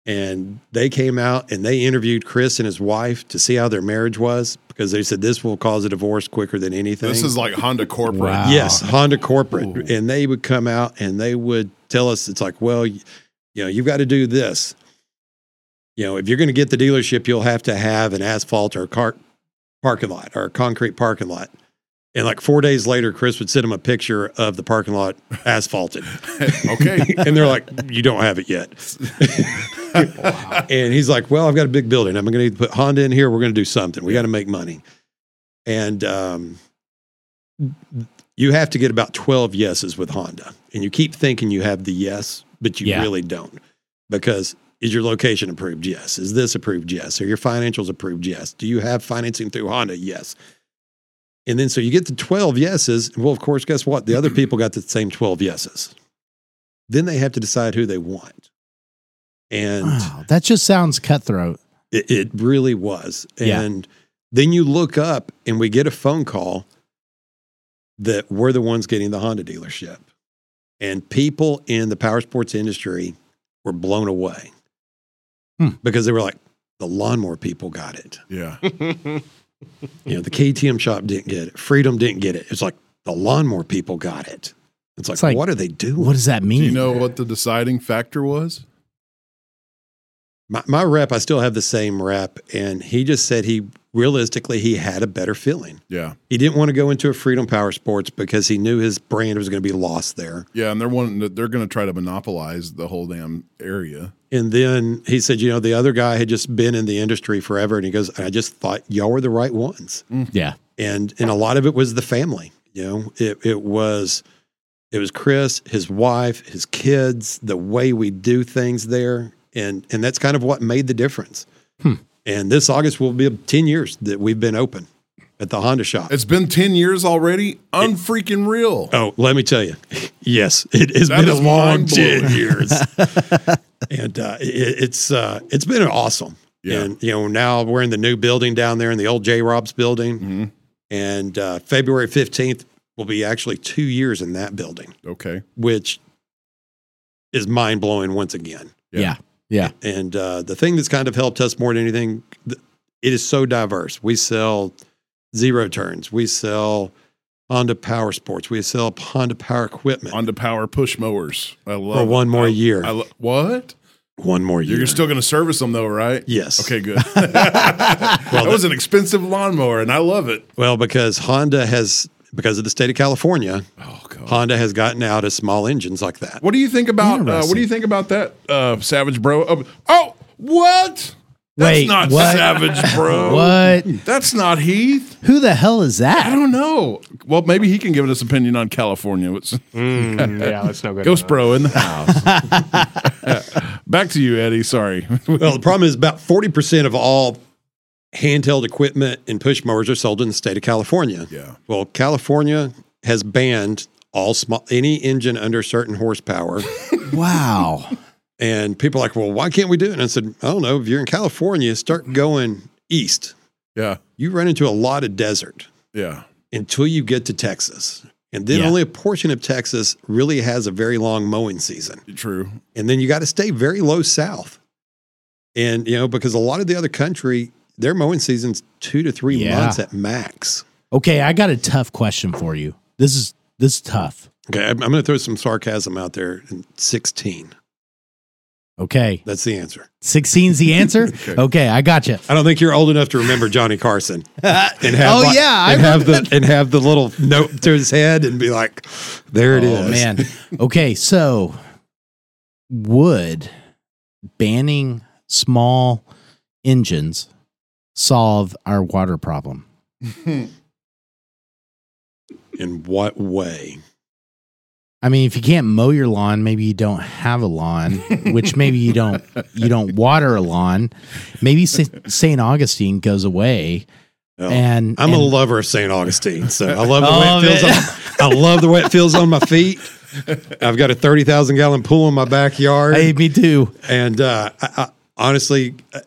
[SPEAKER 5] And they came out and they interviewed Chris and his wife to see how their marriage was because they said this will cause a divorce quicker than anything.
[SPEAKER 1] This is like Honda Corporate.
[SPEAKER 4] Wow.
[SPEAKER 5] Yes, Uh, Honda corporate,
[SPEAKER 1] Ooh.
[SPEAKER 5] and they would come out and they would tell us it's like, well, you you know, you've got to do this. You know, if you're going to get the dealership, you'll have to have an asphalt or a car parking lot or a concrete parking lot. And like four days later, Chris would send them a picture of the parking lot asphalted,
[SPEAKER 1] *laughs* okay.
[SPEAKER 5] and they're like, "You don't have it yet." *laughs* And he's like, "Well, I've got a big building. I'm going to put Honda in here. We're going to do something. We got to make money." And um, you have to get about twelve yeses with Honda, and you keep thinking you have the yes, but you
[SPEAKER 4] Yeah.
[SPEAKER 5] really don't, because is your location approved? Yes. Is this approved? Yes. Are your financials approved? Yes. Do you have financing through Honda? Yes. And then so you get the 12 yeses. and Well, of course, guess what? The other people got the same 12 yeses. Then they have to decide who they want. And
[SPEAKER 4] Wow. That just sounds cutthroat.
[SPEAKER 5] it, it really was.
[SPEAKER 4] Yeah.
[SPEAKER 5] And then you look up and we get a phone call that we're the ones getting the Honda dealership. And people in the power sports industry were blown away
[SPEAKER 4] Hmm.
[SPEAKER 5] because they were like, the lawnmower people got it.
[SPEAKER 1] yeah.
[SPEAKER 5] You know, the KTM shop didn't get it. Freedom didn't get it. It's like the lawnmower people got it. It's like,
[SPEAKER 4] It's like,
[SPEAKER 5] what are they doing?
[SPEAKER 4] What does that
[SPEAKER 1] Do
[SPEAKER 4] mean?
[SPEAKER 1] you know what the deciding factor was?
[SPEAKER 5] my, my rep, I still have the same rep. And he just said he realistically, he had a better feeling.
[SPEAKER 1] Yeah.
[SPEAKER 5] He didn't want to go into a Freedom Power Sports because he knew his brand was going to be lost there.
[SPEAKER 1] Yeah, and they're wanting to, they're going to try to monopolize the whole damn area.
[SPEAKER 5] And then he said, you know, the other guy had just been in the industry forever. And he goes, I just thought y'all were the right ones.
[SPEAKER 4] yeah.
[SPEAKER 5] And and a lot of it was the family. You know, it it was it was Chris, his wife, his kids, the way we do things there. And and that's kind of what made the difference.
[SPEAKER 4] Hmm.
[SPEAKER 5] And this August will be 10 years that we've been open at the Honda shop.
[SPEAKER 1] It's been 10 years already. Unfreaking real.
[SPEAKER 5] Oh, let me tell you. *laughs* Yes, it has
[SPEAKER 1] That
[SPEAKER 5] been a
[SPEAKER 1] is
[SPEAKER 5] long
[SPEAKER 1] *laughs* mind-blowing.
[SPEAKER 5] 10 years. and uh, it, it's uh, it's been awesome.
[SPEAKER 1] Yeah.
[SPEAKER 5] And you know now we're in the new building down there in the old J. Robs building,
[SPEAKER 1] Mhm.
[SPEAKER 5] and uh, February fifteenth will be actually two years in that building,
[SPEAKER 1] Okay.
[SPEAKER 5] which is mind blowing once again.
[SPEAKER 1] Yeah.
[SPEAKER 4] Yeah. Yeah.
[SPEAKER 5] And uh, the thing that's kind of helped us more than anything, th- it is so diverse. We sell zero turns. We sell Honda Power Sports. We sell Honda Power Equipment
[SPEAKER 1] On to power push mowers. I love
[SPEAKER 5] for one
[SPEAKER 1] it.
[SPEAKER 5] more
[SPEAKER 1] I-
[SPEAKER 5] year.
[SPEAKER 1] I lo- what?
[SPEAKER 5] one more year.
[SPEAKER 1] You're still going to service them though, right?
[SPEAKER 5] yes.
[SPEAKER 1] Okay,
[SPEAKER 5] *laughs*
[SPEAKER 1] good. that
[SPEAKER 5] the-
[SPEAKER 1] was an expensive lawnmower, and I love it.
[SPEAKER 5] Well, because Honda has, because of the state of California,
[SPEAKER 1] Oh God.
[SPEAKER 5] Honda has gotten out of small engines like that.
[SPEAKER 1] What do you think about uh, what do you think about that uh, Savage Bro? Oh, oh, what? That's
[SPEAKER 4] Wait,
[SPEAKER 1] not
[SPEAKER 4] what? *laughs*
[SPEAKER 1] Savage Bro.
[SPEAKER 4] What?
[SPEAKER 1] That's not Heath.
[SPEAKER 4] Who the hell is
[SPEAKER 1] Oh. I
[SPEAKER 4] that?
[SPEAKER 1] don't know. Well, maybe he can give us opinion on California. It's
[SPEAKER 6] Mm, yeah, that's no good.
[SPEAKER 1] Ghost Bro in the house. *laughs* Back to you, Eddie. Sorry. *laughs*
[SPEAKER 5] Well, the problem is about 40% of all handheld equipment and push mowers are sold in the state of California.
[SPEAKER 1] yeah.
[SPEAKER 5] Well, California has banned all small any engine under a certain horsepower.
[SPEAKER 4] Wow.
[SPEAKER 5] and people are like, well, why can't we do it? And I said, I don't know. If you're in California, start going east.
[SPEAKER 1] Yeah.
[SPEAKER 5] You run into a lot of desert
[SPEAKER 1] Yeah.
[SPEAKER 5] until you get to Texas. And then
[SPEAKER 4] Yeah.
[SPEAKER 5] only a portion of Texas really has a very long mowing season.
[SPEAKER 1] True.
[SPEAKER 5] And then you got to stay very low south. And, you know, because a lot of the other country, their mowing season's two to three
[SPEAKER 4] Yeah.
[SPEAKER 5] months at max.
[SPEAKER 4] Okay, I got a tough question for you. This is this is tough.
[SPEAKER 5] Okay. I'm, I'm going to throw some sarcasm out there in 16.
[SPEAKER 4] Okay.
[SPEAKER 5] That's the answer.
[SPEAKER 4] 16's the
[SPEAKER 5] *laughs*
[SPEAKER 4] answer? okay. I got you.
[SPEAKER 5] I don't think you're old enough to remember Johnny Carson *laughs* and have
[SPEAKER 4] oh
[SPEAKER 5] like-
[SPEAKER 4] yeah, I
[SPEAKER 5] and have the and have the little note to his head and be like, "There it is."
[SPEAKER 4] Oh, man. Okay, so would banning small engines solve our water problem?
[SPEAKER 5] In what way?
[SPEAKER 4] I mean, if you can't mow your lawn, maybe you don't have a lawn, which maybe you don't you don't water a lawn. Maybe St. Augustine goes away
[SPEAKER 5] No.
[SPEAKER 4] and
[SPEAKER 5] I'm a
[SPEAKER 4] and-
[SPEAKER 5] lover of St. Augustine, so I love
[SPEAKER 4] *laughs*
[SPEAKER 5] the
[SPEAKER 4] Oh,
[SPEAKER 5] way it feels.
[SPEAKER 4] man.
[SPEAKER 5] On, I love the way it feels on my feet. I've got a thirty thousand gallon pool in my backyard,
[SPEAKER 4] Hey, me too.
[SPEAKER 5] and uh, I, I, honestly, uh,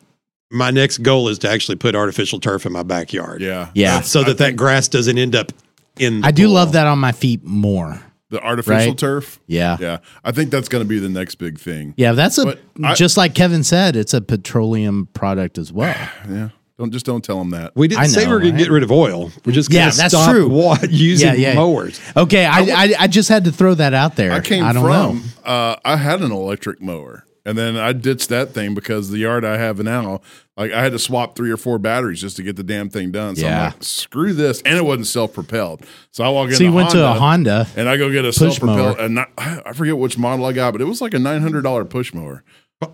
[SPEAKER 5] my next goal is to actually put artificial turf in my backyard. Uh,
[SPEAKER 1] Yeah.
[SPEAKER 4] Yeah.
[SPEAKER 5] so that that grass doesn't end up in. the
[SPEAKER 4] I do
[SPEAKER 5] pool.
[SPEAKER 4] love that on my feet more.
[SPEAKER 1] The artificial
[SPEAKER 4] Right.
[SPEAKER 1] turf.
[SPEAKER 4] Yeah.
[SPEAKER 1] Yeah. I think that's going to be the next big thing.
[SPEAKER 4] Yeah, that's a
[SPEAKER 1] But I-
[SPEAKER 4] just like Kevin said, it's a petroleum product as
[SPEAKER 1] *sighs*
[SPEAKER 4] well.
[SPEAKER 1] Yeah. Don't just don't tell them that.
[SPEAKER 5] We didn't
[SPEAKER 4] I
[SPEAKER 5] say
[SPEAKER 4] know,
[SPEAKER 5] we are going
[SPEAKER 4] right?
[SPEAKER 5] to get rid of oil. We're just going to
[SPEAKER 4] Yeah, that's
[SPEAKER 5] stop that's
[SPEAKER 4] true.
[SPEAKER 5] using
[SPEAKER 4] Yeah, yeah.
[SPEAKER 5] mowers.
[SPEAKER 4] Okay, I, I I just had to throw that out there.
[SPEAKER 1] I came
[SPEAKER 4] I don't
[SPEAKER 1] from.
[SPEAKER 4] know.
[SPEAKER 1] Uh, I had an electric mower, and then I ditched that thing because the yard I have now, like I had to swap three or four batteries just to get the damn thing done. So
[SPEAKER 4] Yeah.
[SPEAKER 1] I'm like, screw this, and it wasn't self propelled. So I walk in.
[SPEAKER 4] So you went to a Honda.
[SPEAKER 1] and I go get a
[SPEAKER 4] push
[SPEAKER 1] self propelled,
[SPEAKER 4] mower.
[SPEAKER 1] and not, I forget which model I got, but it was like a nine hundred dollar push mower.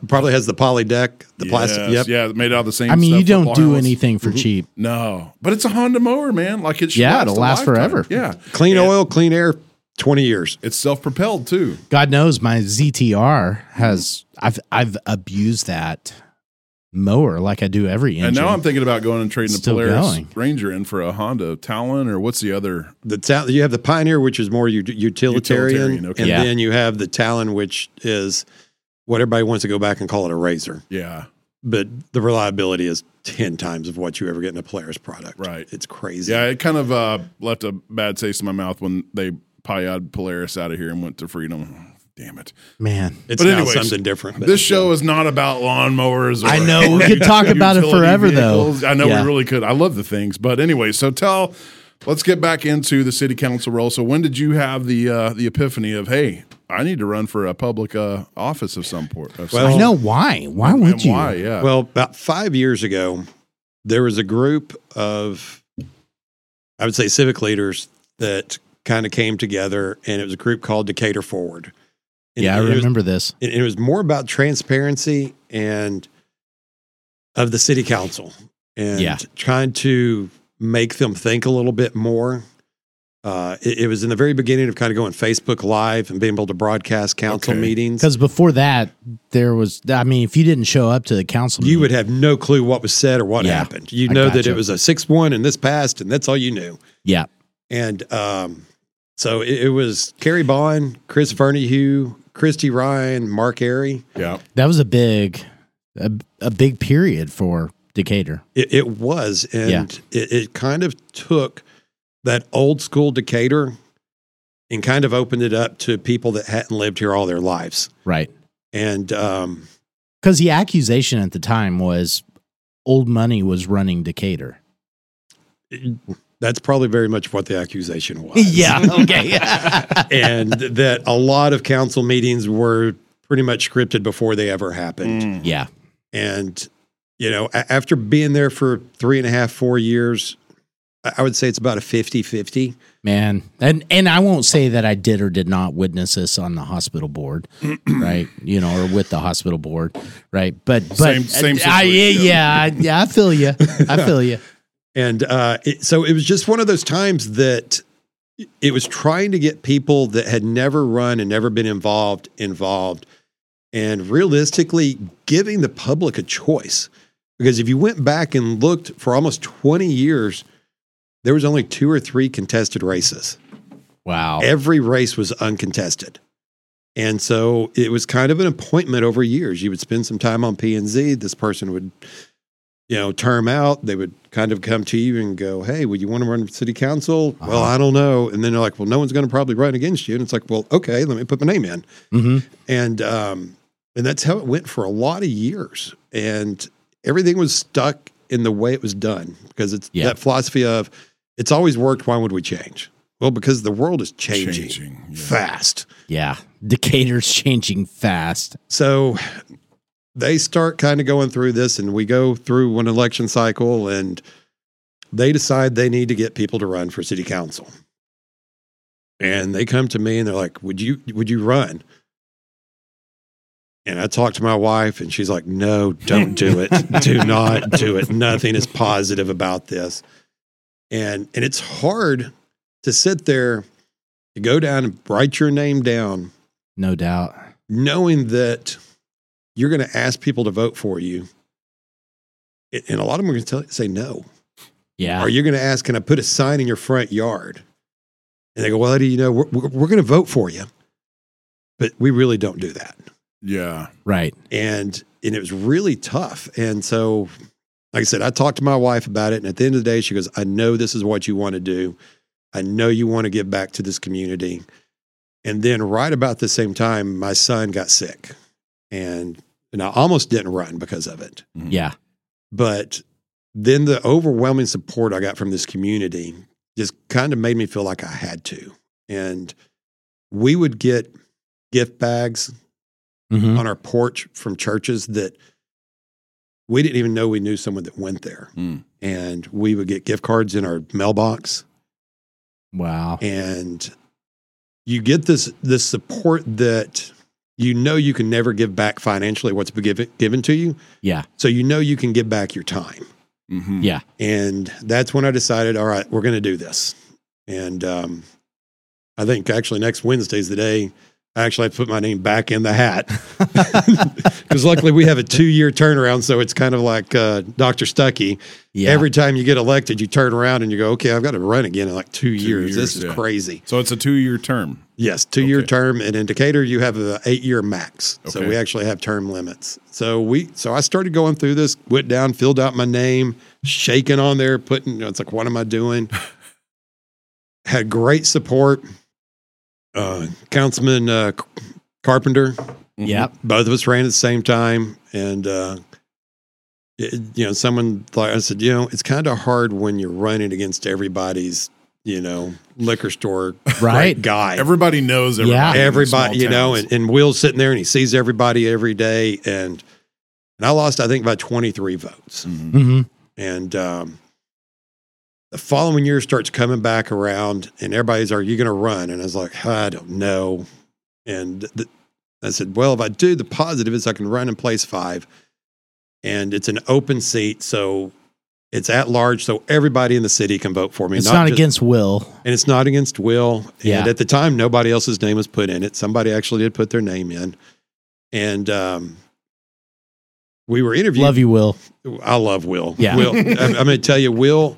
[SPEAKER 5] Probably has the poly deck, the plastic.
[SPEAKER 1] Yes,
[SPEAKER 5] Yep.
[SPEAKER 1] yeah, made out of the same.
[SPEAKER 4] I
[SPEAKER 1] stuff
[SPEAKER 4] mean,
[SPEAKER 1] Mm-hmm.
[SPEAKER 4] you don't
[SPEAKER 1] football
[SPEAKER 4] do
[SPEAKER 1] helmets.
[SPEAKER 4] anything for cheap.
[SPEAKER 1] No, but it's a Honda mower, man. Like it should
[SPEAKER 4] Yeah,
[SPEAKER 1] last
[SPEAKER 4] it'll
[SPEAKER 1] a
[SPEAKER 4] last
[SPEAKER 1] lifetime.
[SPEAKER 4] forever.
[SPEAKER 1] Yeah,
[SPEAKER 5] Clean oil, clean air, 20 years.
[SPEAKER 1] it's self propelled too.
[SPEAKER 4] God knows my ZTR has. I've I've abused that mower like I do every engine.
[SPEAKER 1] And now I'm thinking about going and trading a
[SPEAKER 4] Still
[SPEAKER 1] Polaris
[SPEAKER 4] going.
[SPEAKER 1] Ranger in for a Honda Talon or what's the other?
[SPEAKER 5] The ta- you have the Pioneer, which is more ut- utilitarian.
[SPEAKER 1] Utilitarian, okay.
[SPEAKER 5] And
[SPEAKER 4] Yeah.
[SPEAKER 5] then you have the Talon, which is what everybody wants to go back and call it a razor.
[SPEAKER 1] Yeah,
[SPEAKER 5] But the reliability is 10 times of what you ever get in a Polaris product.
[SPEAKER 1] Right.
[SPEAKER 5] It's crazy.
[SPEAKER 1] yeah. It kind of uh, left a bad taste in my mouth when they pioneered Polaris out of here and went to Freedom. Damn it! *laughs*
[SPEAKER 4] man.
[SPEAKER 5] It's
[SPEAKER 1] But
[SPEAKER 5] now
[SPEAKER 1] anyways,
[SPEAKER 5] something different. but-
[SPEAKER 1] This show is not about lawnmowers. Or
[SPEAKER 4] I
[SPEAKER 1] *laughs*
[SPEAKER 4] know we could talk about it
[SPEAKER 1] utility
[SPEAKER 4] forever though.
[SPEAKER 1] vehicles. I know
[SPEAKER 4] Yeah.
[SPEAKER 1] we really could. I love the things, but anyway. So tell. Let's get back into the city council role. So when did you have the uh, the epiphany of hey, I need to run for a public uh, office of some port? Of
[SPEAKER 5] Well,
[SPEAKER 1] some
[SPEAKER 4] I know why. Why would
[SPEAKER 1] and
[SPEAKER 4] you?
[SPEAKER 1] Why? Yeah.
[SPEAKER 5] Well, about five years ago, there was a group of, I would say, civic leaders that kind of came together, and it was a group called Decatur Forward. And
[SPEAKER 4] Yeah, I
[SPEAKER 5] it was-
[SPEAKER 4] remember this.
[SPEAKER 5] and it was more about transparency and of the city council and
[SPEAKER 4] Yeah.
[SPEAKER 5] trying to make them think a little bit more. Uh, it, it was in the very beginning of kind of going Facebook Live and being able to broadcast council
[SPEAKER 1] Okay.
[SPEAKER 5] meetings.
[SPEAKER 4] Because before that, there was. I mean, if you didn't show up to the council,
[SPEAKER 5] you
[SPEAKER 4] meeting-
[SPEAKER 5] would have no clue what was said or what
[SPEAKER 4] Yeah,
[SPEAKER 5] happened. You
[SPEAKER 4] I
[SPEAKER 5] know that
[SPEAKER 4] gotcha.
[SPEAKER 5] it was a six one and this passed, and that's all you knew.
[SPEAKER 4] Yeah.
[SPEAKER 5] And um, so it, it was Kerry Bond, Chris Vernehue, Christy Ryan, Mark Airy.
[SPEAKER 1] Yeah.
[SPEAKER 4] That was a big, a, a big period for Decatur.
[SPEAKER 5] It, it was, and
[SPEAKER 4] Yeah.
[SPEAKER 5] it, it kind of took that old school Decatur and kind of opened it up to people that hadn't lived here all their lives.
[SPEAKER 4] Right.
[SPEAKER 5] And um,
[SPEAKER 4] Because the accusation at the time was old money was running Decatur.
[SPEAKER 5] that's probably very much what the accusation was.
[SPEAKER 4] *laughs* Okay.
[SPEAKER 5] and that a lot of council meetings were pretty much scripted before they ever happened.
[SPEAKER 1] Mm.
[SPEAKER 4] yeah.
[SPEAKER 5] And, you know, a- after being there for three and a half, four years, I- I would say it's about a 50 50.
[SPEAKER 4] Man. And and I won't say that I did or did not witness this on the hospital board, right? You know, or with the hospital board, right? But but
[SPEAKER 1] Same- same
[SPEAKER 4] I,
[SPEAKER 1] situation.
[SPEAKER 4] yeah, I, yeah, I feel you. I feel you.
[SPEAKER 5] And uh, it, so it was just one of those times that it was trying to get people that had never run and never been involved involved and realistically giving the public a choice. Because if you went back and looked for almost 20 years, there was only two or three contested races.
[SPEAKER 4] Wow.
[SPEAKER 5] Every race was uncontested. And so it was kind of an appointment over years. You would spend some time on P and Z. This person would, you know, term out. They would kind of come to you and go, Hey, would you want to run for city council? Well, I don't know. And then they're like, Well, no one's going to probably run against you. And it's like, Well, okay, let me put my name in.
[SPEAKER 4] hmm
[SPEAKER 5] And um, and that's how it went for a lot of years. And everything was stuck in the way it was done because it's
[SPEAKER 4] Yeah.
[SPEAKER 5] that philosophy of it's always worked. Why would we change? Well, because the world is changing,
[SPEAKER 1] Changing, yeah.
[SPEAKER 5] fast.
[SPEAKER 4] Yeah. Decatur's changing fast.
[SPEAKER 5] So they start kind of going through this, and we go through one election cycle, and they decide they need to get people to run for city council. And they come to me and they're like, "Would you would you run?" And I talked to my wife, and she's like, "No, don't do it. do not do it. Nothing is positive about this." And and it's hard to sit there, to go down and write your name down
[SPEAKER 4] No doubt.
[SPEAKER 5] knowing that you're going to ask people to vote for you, a- and a lot of them are going to tell, say no.
[SPEAKER 4] Yeah.
[SPEAKER 5] Or you're going to ask, "Can I put a sign in your front yard?" And they go, "Well, Eddie, you know, we're, we're, we're going to vote for you, but we really don't do that."
[SPEAKER 1] Yeah.
[SPEAKER 4] right.
[SPEAKER 5] And and it was really tough. And so, like I said, I talked to my wife about it, and at the end of the day, she goes, "I know this is what you want to do. I know you want to give back to this community." And then right about the same time, my son got sick and and I almost didn't run because of it.
[SPEAKER 4] Yeah.
[SPEAKER 5] But then the overwhelming support I got from this community just kind of made me feel like I had to. And we would get gift bags
[SPEAKER 4] hmm
[SPEAKER 5] on our porch from churches that we didn't even know we knew someone that went there.
[SPEAKER 1] Mm.
[SPEAKER 5] And we would get gift cards in our mailbox
[SPEAKER 4] Wow.
[SPEAKER 5] and you get this this support that you know you can never give back financially what's been given given to you
[SPEAKER 4] Yeah.
[SPEAKER 5] so you know you can give back your time
[SPEAKER 1] Mhm.
[SPEAKER 4] Yeah.
[SPEAKER 5] and that's when i decided all right we're going to do this and um, i think actually next wednesday's the day I actually put my name back in the hat *laughs* because luckily we have a two-year turnaround so it's kind of like uh, dr stuckey
[SPEAKER 4] Yeah.
[SPEAKER 5] every time you get elected you turn around and you go okay i've got to run again in like two, years.
[SPEAKER 1] years,
[SPEAKER 5] this is
[SPEAKER 1] yeah.
[SPEAKER 5] crazy
[SPEAKER 1] So it's a two year term.
[SPEAKER 5] Yes, two year
[SPEAKER 1] Okay. term.
[SPEAKER 5] term, and in Decatur you have an eight year max. So
[SPEAKER 1] Okay.
[SPEAKER 5] we actually have term limits. So we, so I started going through this, went down, filled out my name, shaking on there, putting. You know, it's like, what am I
[SPEAKER 1] *laughs*
[SPEAKER 5] doing? Had great support. Uh, Councilman uh, Carpenter,
[SPEAKER 1] Mm-hmm.
[SPEAKER 4] Yep.
[SPEAKER 5] both of us ran at the same time, and uh, it, you know, someone thought I said, you know, it's kind of hard when you're running against everybody's, you know, liquor store
[SPEAKER 4] *laughs* Right.
[SPEAKER 5] guy
[SPEAKER 1] Everybody knows everybody.
[SPEAKER 4] Yeah.
[SPEAKER 1] in these
[SPEAKER 5] everybody,
[SPEAKER 1] small
[SPEAKER 5] you know,
[SPEAKER 1] towns.
[SPEAKER 5] and, and Will's sitting there and he sees everybody every day. And, and I lost, I think, by 23 votes.
[SPEAKER 1] Mhm.
[SPEAKER 4] hmm
[SPEAKER 5] And um, the following year starts coming back around, and everybody's, Are you going to run? And I was like, I don't know. And th- I said, Well, if I do, the positive is I can run in place five. And it's an open seat. So it's at large. So everybody in the city can vote for me.
[SPEAKER 4] It's not
[SPEAKER 5] just-
[SPEAKER 4] against will.
[SPEAKER 5] and it's not against will.
[SPEAKER 4] Yeah.
[SPEAKER 5] And at the time, nobody else's name was put in it. Somebody actually did put their name in. And um, we were interviewed.
[SPEAKER 4] Love you, Will.
[SPEAKER 5] I love Will.
[SPEAKER 4] Yeah. *laughs*
[SPEAKER 5] Will, I'm, I'm going to tell you, Will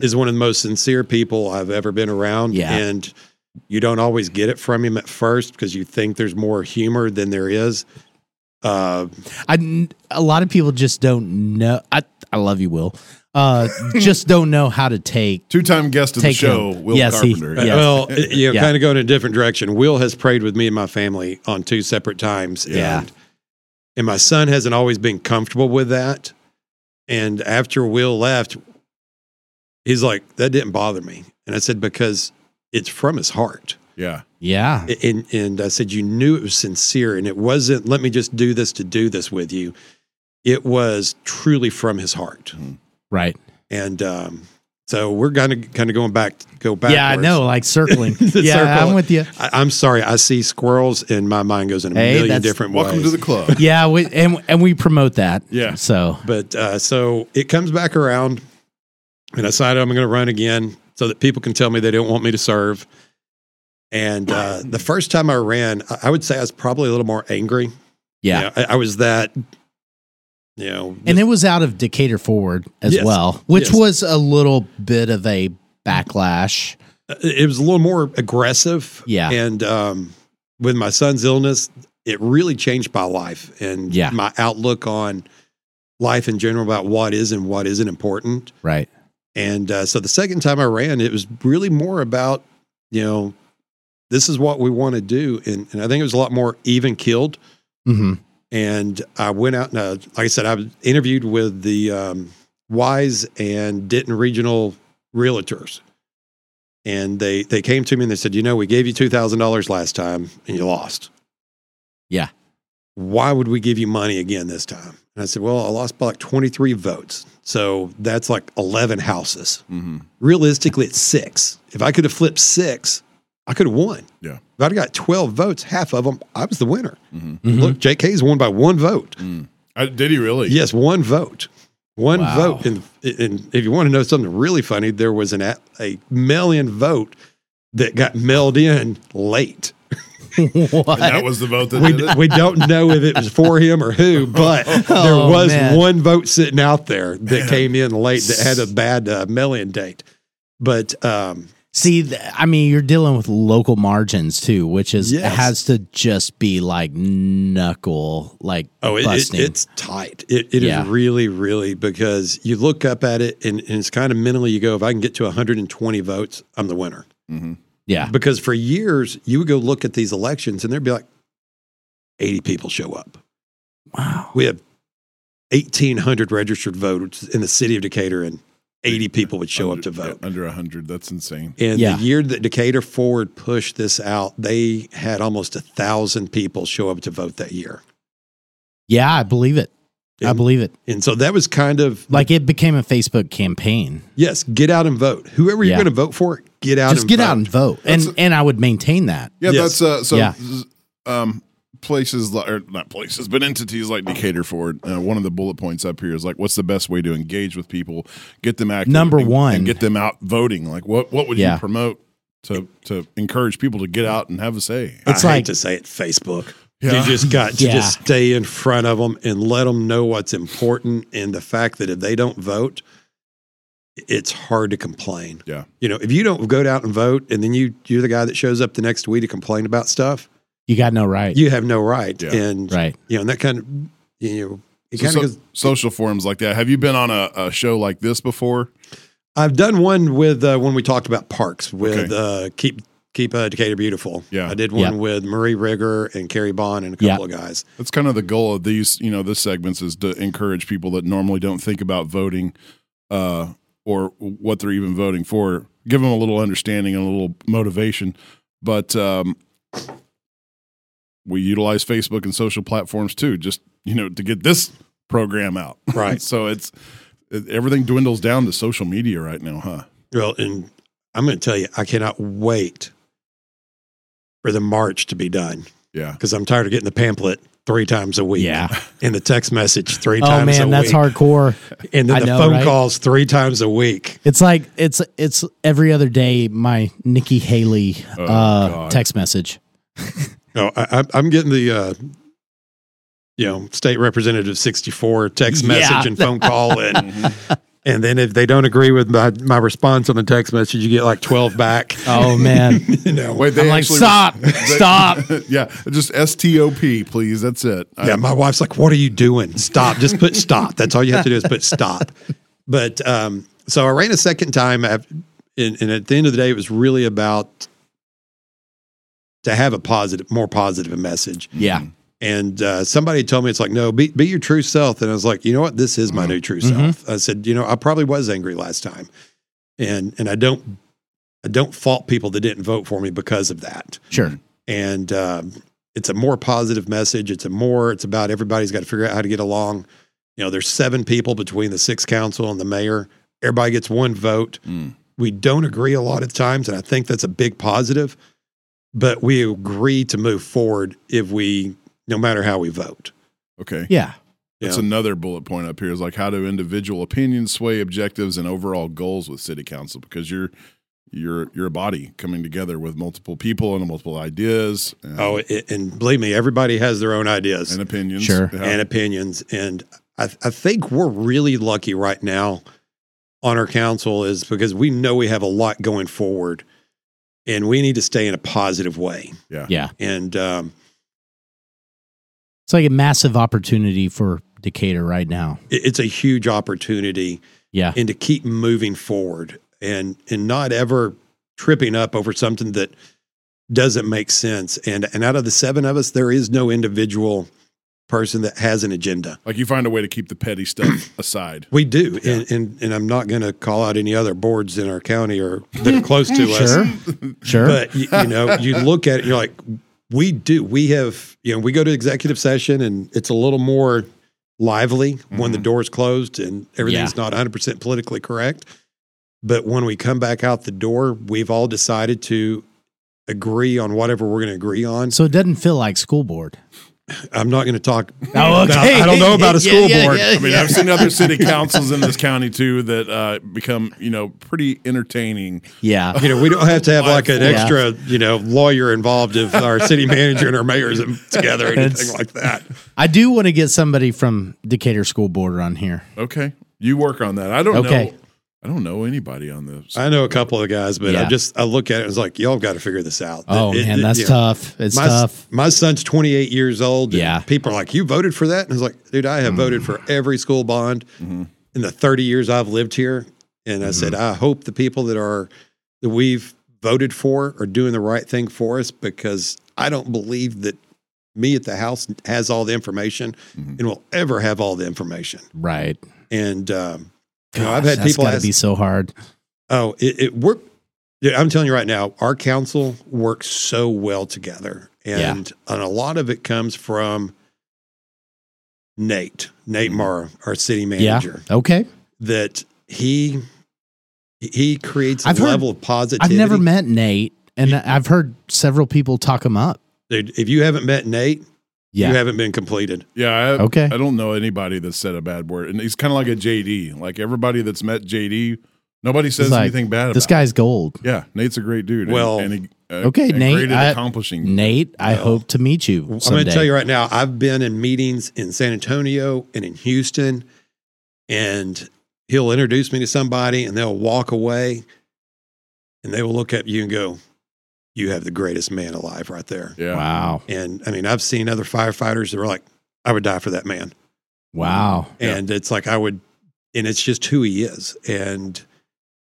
[SPEAKER 5] is one of the most sincere people I've ever been around.
[SPEAKER 4] Yeah.
[SPEAKER 5] And you don't always get it from him at first because you think there's more humor than there is. Uh,
[SPEAKER 4] I a lot of people just don't know. I I love you, Will.
[SPEAKER 5] *laughs*
[SPEAKER 4] Uh, just don't know how to take.
[SPEAKER 1] Two-time guest of the
[SPEAKER 4] Take
[SPEAKER 1] show,
[SPEAKER 4] him.
[SPEAKER 1] Will
[SPEAKER 4] Yes, he-
[SPEAKER 1] Carpenter.
[SPEAKER 4] yeah. Yes. Uh,
[SPEAKER 5] Well, you know,
[SPEAKER 4] Yeah.
[SPEAKER 5] kind of going in a different direction. Will has prayed with me and my family on two separate times.
[SPEAKER 4] Yeah.
[SPEAKER 5] And, and my son hasn't always been comfortable with that. And after Will left, he's like, that didn't bother me. And I said, because it's from his heart.
[SPEAKER 1] Yeah.
[SPEAKER 4] Yeah,
[SPEAKER 5] And, and I said, you knew it was sincere. And it wasn't, let me just do this to do this with you. It was truly from his heart.
[SPEAKER 4] Mm. right.
[SPEAKER 5] And, um, so we're kind of kind of going back go back.
[SPEAKER 4] Yeah, I know. Like
[SPEAKER 5] *laughs*
[SPEAKER 4] circling. yeah,
[SPEAKER 5] The circle.
[SPEAKER 4] I'm with you.
[SPEAKER 5] I, I'm sorry. I see squirrels, and my mind goes in a
[SPEAKER 4] Hey,
[SPEAKER 5] million
[SPEAKER 4] that's-
[SPEAKER 5] different
[SPEAKER 1] Welcome
[SPEAKER 5] ways.
[SPEAKER 1] to the
[SPEAKER 5] *laughs*
[SPEAKER 1] club.
[SPEAKER 4] Yeah, we, and and we promote that.
[SPEAKER 1] Yeah.
[SPEAKER 4] So
[SPEAKER 5] but uh, so it comes back around, and I decided I'm going to run again so that people can tell me they don't want me to serve. And uh, the first time I ran, I- I would say I was probably a little more angry.
[SPEAKER 4] yeah,
[SPEAKER 5] You know, I, I was that, you know,
[SPEAKER 4] and it was out of Decatur Forward as
[SPEAKER 5] Yes.
[SPEAKER 4] well, which
[SPEAKER 5] Yes.
[SPEAKER 4] was a little bit of a backlash.
[SPEAKER 5] it was a little more aggressive.
[SPEAKER 4] Yeah.
[SPEAKER 5] And um, with my son's illness, it really changed my life and
[SPEAKER 4] Yeah.
[SPEAKER 5] my outlook on life in general about what is and what isn't important.
[SPEAKER 4] Right.
[SPEAKER 5] And uh, so the second time I ran, it was really more about, you know, this is what we want to do. And, and I think it was a lot more even killed.
[SPEAKER 4] hmm
[SPEAKER 5] Mm-hmm.
[SPEAKER 4] *laughs*
[SPEAKER 5] And I went out and, uh, like I said, I was interviewed with the um, Wise and Denton Regional Realtors. And they, they came to me and they said, you know, we gave you $2,000 last time and you lost.
[SPEAKER 4] Yeah.
[SPEAKER 5] Why would we give you money again this time? And I said, well, I lost by like 23 votes. So that's like 11 houses
[SPEAKER 1] hmm
[SPEAKER 5] realistically it's six. If I could have flipped six, I could have won.
[SPEAKER 1] Yeah.
[SPEAKER 5] If I'd have got 12 votes, half of them, I was the winner.
[SPEAKER 4] Mhm.
[SPEAKER 5] Look, JK's won by one vote.
[SPEAKER 1] I, did he really?
[SPEAKER 5] Yes, one vote. One
[SPEAKER 4] Wow.
[SPEAKER 5] vote. And, and if you want to know something really funny, there was an a, a mail in vote that got mailed in late.
[SPEAKER 1] And that was the vote that
[SPEAKER 5] We,
[SPEAKER 1] did it?
[SPEAKER 5] we don't know if it was for him or who, but there
[SPEAKER 4] *laughs* Oh,
[SPEAKER 5] was
[SPEAKER 4] man.
[SPEAKER 5] one vote sitting out there that came in late that had
[SPEAKER 4] *laughs*
[SPEAKER 5] a bad uh, mail in date. But um,
[SPEAKER 4] See, th- I mean, you're dealing with local margins too, which is it
[SPEAKER 5] Yes.
[SPEAKER 4] has to just be like knuckle, like
[SPEAKER 5] Oh, it, it,
[SPEAKER 4] busting.
[SPEAKER 5] it's tight. It, it is
[SPEAKER 4] Yeah.
[SPEAKER 5] really, really because you look up at it and, and it's kind of mentally you go, if I can get to 120 votes, I'm the winner.
[SPEAKER 1] Mm-hmm.
[SPEAKER 4] yeah,
[SPEAKER 5] Because for years, you would go look at these elections and there'd be like 80 people show up.
[SPEAKER 4] wow,
[SPEAKER 5] We have 1,800 registered voters in the city of Decatur and 80 people would show up to vote.
[SPEAKER 1] Under 100. That's insane.
[SPEAKER 5] And
[SPEAKER 4] Yeah.
[SPEAKER 5] the year that Decatur Forward pushed this out, they had almost a thousand people show up to vote that year.
[SPEAKER 4] yeah, I believe it. I
[SPEAKER 5] And-
[SPEAKER 4] believe it.
[SPEAKER 5] And so that was kind of
[SPEAKER 4] Like it became a Facebook campaign.
[SPEAKER 5] Yes, get out and vote. Whoever you're
[SPEAKER 4] Yeah.
[SPEAKER 5] going to vote for, get out.
[SPEAKER 4] just
[SPEAKER 5] and
[SPEAKER 4] get
[SPEAKER 5] vote.
[SPEAKER 4] out and vote, and and I would maintain that.
[SPEAKER 1] Yeah,
[SPEAKER 5] Yes.
[SPEAKER 1] that's uh, so.
[SPEAKER 4] Yeah.
[SPEAKER 1] z- Um, places li- or not places, but entities like Decatur Ford. Uh, one of the bullet points up here is like, what's the best way to engage with people, get them active,
[SPEAKER 4] Number
[SPEAKER 1] and-
[SPEAKER 4] one.
[SPEAKER 1] and get them out voting. Like, what what would
[SPEAKER 4] Yeah.
[SPEAKER 1] you promote to to encourage people to get out and have a say?
[SPEAKER 4] It's
[SPEAKER 5] I
[SPEAKER 4] like
[SPEAKER 5] hate to say it, Facebook.
[SPEAKER 1] Yeah.
[SPEAKER 5] You just got to
[SPEAKER 4] Yeah.
[SPEAKER 5] just stay in front of them and let them know what's important. And the fact that if they don't vote, it's hard to complain.
[SPEAKER 1] Yeah.
[SPEAKER 5] You know, if you don't go out and vote, and then you you're the guy that shows up the next week to complain about stuff,
[SPEAKER 4] you got no right,
[SPEAKER 5] you have no right.
[SPEAKER 1] Yeah.
[SPEAKER 5] And
[SPEAKER 4] right?
[SPEAKER 5] you know, and that kind of you know, it
[SPEAKER 1] So,
[SPEAKER 5] kind of
[SPEAKER 1] so-
[SPEAKER 5] goes.
[SPEAKER 1] social forums like that. Have you been on a, a show like this before?
[SPEAKER 5] I've done one with uh, when we talked about parks with uh, keep keep uh, Decatur beautiful.
[SPEAKER 1] Yeah.
[SPEAKER 5] I did one
[SPEAKER 4] Yeah.
[SPEAKER 5] with Marie Rigger and Carrie Bond and a
[SPEAKER 4] Yeah.
[SPEAKER 5] couple of guys.
[SPEAKER 1] That's kind of the goal of these, you know, this segments is to encourage people that normally don't think about voting uh, or what they're even voting for, give them a little understanding and a little motivation. But um, we utilize Facebook and social platforms too, just, you know, to get this program out. *laughs*
[SPEAKER 5] Right.
[SPEAKER 1] so it's it, everything dwindles down to social media right now, huh?
[SPEAKER 5] *laughs* Well, and I'm going to tell you, I cannot wait for the march to be done
[SPEAKER 1] Yeah.
[SPEAKER 5] because I'm tired of getting the pamphlet three times a week.
[SPEAKER 4] Yeah.
[SPEAKER 5] And the text message three
[SPEAKER 4] Oh
[SPEAKER 5] times
[SPEAKER 4] man,
[SPEAKER 5] a
[SPEAKER 4] that's
[SPEAKER 5] week.
[SPEAKER 4] hardcore.
[SPEAKER 5] And then
[SPEAKER 4] I
[SPEAKER 5] the
[SPEAKER 4] know,
[SPEAKER 5] phone
[SPEAKER 4] right?
[SPEAKER 5] calls three times a week.
[SPEAKER 4] It's like it's it's every other day. My Nikki Haley
[SPEAKER 1] Oh,
[SPEAKER 4] uh,
[SPEAKER 1] God.
[SPEAKER 4] text message.
[SPEAKER 5] No, I, I, I'm getting the, uh, you know, state representative 64 text
[SPEAKER 4] Yeah.
[SPEAKER 5] message and phone call. And And then if they don't agree with my, my response on the text message, you get like 12 back.
[SPEAKER 4] Oh man.
[SPEAKER 5] *laughs* you know,
[SPEAKER 1] Wait, they
[SPEAKER 4] I'm like,
[SPEAKER 1] actually-
[SPEAKER 4] stop,
[SPEAKER 1] *laughs*
[SPEAKER 4] stop.
[SPEAKER 1] yeah, just S T O P, please. That's it. I-
[SPEAKER 5] yeah, my wife's like, "What are you doing? Stop! Just put stop. That's all you have to do is put stop." But um, so I ran a second time, af- and, and at the end of the day, it was really about to have a positive, more positive message.
[SPEAKER 4] Yeah.
[SPEAKER 5] And uh, somebody told me it's like, no, be, be your true self. And I was like, you know what? This is my new true self. I said, you know, I probably was angry last time, and and I don't, I don't fault people that didn't vote for me because of that
[SPEAKER 4] Sure.
[SPEAKER 5] and um, it's a more positive message. It's a more. It's about everybody's got to figure out how to get along. You know, there's seven people between the six council and the mayor. Everybody gets one vote.
[SPEAKER 1] Mm.
[SPEAKER 5] We don't agree a lot of times, and I think that's a big positive. But we agree to move forward if we, no matter how we vote.
[SPEAKER 1] Okay.
[SPEAKER 4] Yeah.
[SPEAKER 1] That's
[SPEAKER 5] Yeah.
[SPEAKER 1] another bullet point up here is like how do individual opinions sway objectives and overall goals with city council because you're you're you're a body coming together with multiple people and multiple ideas and,
[SPEAKER 5] Oh, it, and believe me, everybody has their own ideas.
[SPEAKER 1] and opinions.
[SPEAKER 4] Sure.
[SPEAKER 1] Yeah.
[SPEAKER 5] and opinions. And I, I think we're really lucky right now on our council is because we know we have a lot going forward and we need to stay in a positive way.
[SPEAKER 4] Yeah.
[SPEAKER 5] And um,
[SPEAKER 4] It's like a massive opportunity for Decatur right now.
[SPEAKER 5] it, it's a huge opportunity
[SPEAKER 4] Yeah.
[SPEAKER 5] and to keep moving forward and, and not ever tripping up over something that doesn't make sense. And, and out of the seven of us, there is no individual person that has an agenda.
[SPEAKER 1] like you find a way to keep the petty
[SPEAKER 4] *clears throat*
[SPEAKER 1] stuff aside.
[SPEAKER 5] We do, and, and and I'm not going to call out any other boards in our county or that are close to
[SPEAKER 4] *laughs* Sure.
[SPEAKER 5] us. *laughs*
[SPEAKER 4] Sure.
[SPEAKER 5] But you, you know, you look at it, you're like, we do. We have, you know, we go to executive session, and it's a little more lively when
[SPEAKER 4] Mm-hmm.
[SPEAKER 5] the door's closed and everything's not 100 percent politically correct. But when we come back out the door, we've all decided to agree on whatever we're going to agree on.
[SPEAKER 4] so it doesn't feel like school
[SPEAKER 5] *laughs*
[SPEAKER 4] board.
[SPEAKER 5] I'm not going to talk.
[SPEAKER 4] Oh,
[SPEAKER 5] about- I don't know about a
[SPEAKER 4] *laughs* Yeah,
[SPEAKER 5] school
[SPEAKER 4] yeah,
[SPEAKER 5] board.
[SPEAKER 4] yeah,
[SPEAKER 1] I mean,
[SPEAKER 4] yeah.
[SPEAKER 1] I've seen other city councils in this county too that uh, become, you know, pretty entertaining.
[SPEAKER 4] *laughs* yeah.
[SPEAKER 5] you know, we don't have to have like
[SPEAKER 4] *laughs*
[SPEAKER 5] an
[SPEAKER 1] Yeah.
[SPEAKER 5] extra, you know, lawyer involved if our city manager and our mayors in- together or anything
[SPEAKER 4] It's-
[SPEAKER 5] like that.
[SPEAKER 4] I do want to get somebody from Decatur School Board on here.
[SPEAKER 1] Okay. You work on that. I don't
[SPEAKER 4] Okay.
[SPEAKER 1] know. I don't know anybody on this.
[SPEAKER 5] I know a couple of guys, but I
[SPEAKER 4] Yeah.
[SPEAKER 5] just I look at it and it's like, y'all got to figure this out.
[SPEAKER 4] Oh
[SPEAKER 5] It- it-
[SPEAKER 4] man, that's
[SPEAKER 5] you know,
[SPEAKER 4] tough. It's
[SPEAKER 5] My,
[SPEAKER 4] tough.
[SPEAKER 5] my son's 28 years old. and
[SPEAKER 4] Yeah.
[SPEAKER 5] People are like, you voted for that? And I was like, dude, I have voted for every school bond
[SPEAKER 1] Mm-hmm.
[SPEAKER 5] in the 30 years I've lived here. And I said, I hope the people that are, that we've voted for are doing the right thing for us because I don't believe that me at the house has all the information and will ever have all the information.
[SPEAKER 4] Right.
[SPEAKER 5] And, um, you know,
[SPEAKER 4] Gosh,
[SPEAKER 5] I've had
[SPEAKER 4] that's
[SPEAKER 5] people
[SPEAKER 4] gotta
[SPEAKER 5] ask,
[SPEAKER 4] be so hard.
[SPEAKER 5] Oh, it, it work. dude, I'm telling you right now, our council works so well together, and and a lot of it comes from Nate, Nate Mara, our city manager,
[SPEAKER 4] Mm-hmm. Yeah. Okay.
[SPEAKER 5] that he he creates a
[SPEAKER 4] I've heard-
[SPEAKER 5] level of
[SPEAKER 4] I've
[SPEAKER 5] positivity.
[SPEAKER 4] never met Nate, and I've heard several people talk him up.
[SPEAKER 5] Dude, if you haven't met Nate,
[SPEAKER 4] Yeah.
[SPEAKER 5] you haven't been completed.
[SPEAKER 1] Yeah. I,
[SPEAKER 4] Okay.
[SPEAKER 1] *laughs* I don't know anybody that said a bad word. And he's kind of like a JD. Like everybody that's met JD, nobody says
[SPEAKER 4] like,
[SPEAKER 1] anything bad about
[SPEAKER 4] this guy's gold.
[SPEAKER 1] him. Yeah. Nate's a great dude. and-
[SPEAKER 5] Well-
[SPEAKER 1] and, he, uh,
[SPEAKER 4] Okay,
[SPEAKER 1] and
[SPEAKER 4] Nate,
[SPEAKER 1] Great
[SPEAKER 4] I-
[SPEAKER 1] at accomplishing.
[SPEAKER 4] Nate, I hope to meet you.
[SPEAKER 5] I'm
[SPEAKER 4] Someday.
[SPEAKER 5] going to tell you right now, I've been in meetings in San Antonio and in Houston, and he'll introduce me to somebody and they'll walk away and they will look at you and go, You have the greatest man alive right there.
[SPEAKER 1] yeah.
[SPEAKER 4] Wow.
[SPEAKER 5] And I mean, I've seen other firefighters that were like, I would die for that man.
[SPEAKER 4] Wow.
[SPEAKER 1] Yeah.
[SPEAKER 5] And it's like, I would, and it's just who he is. And,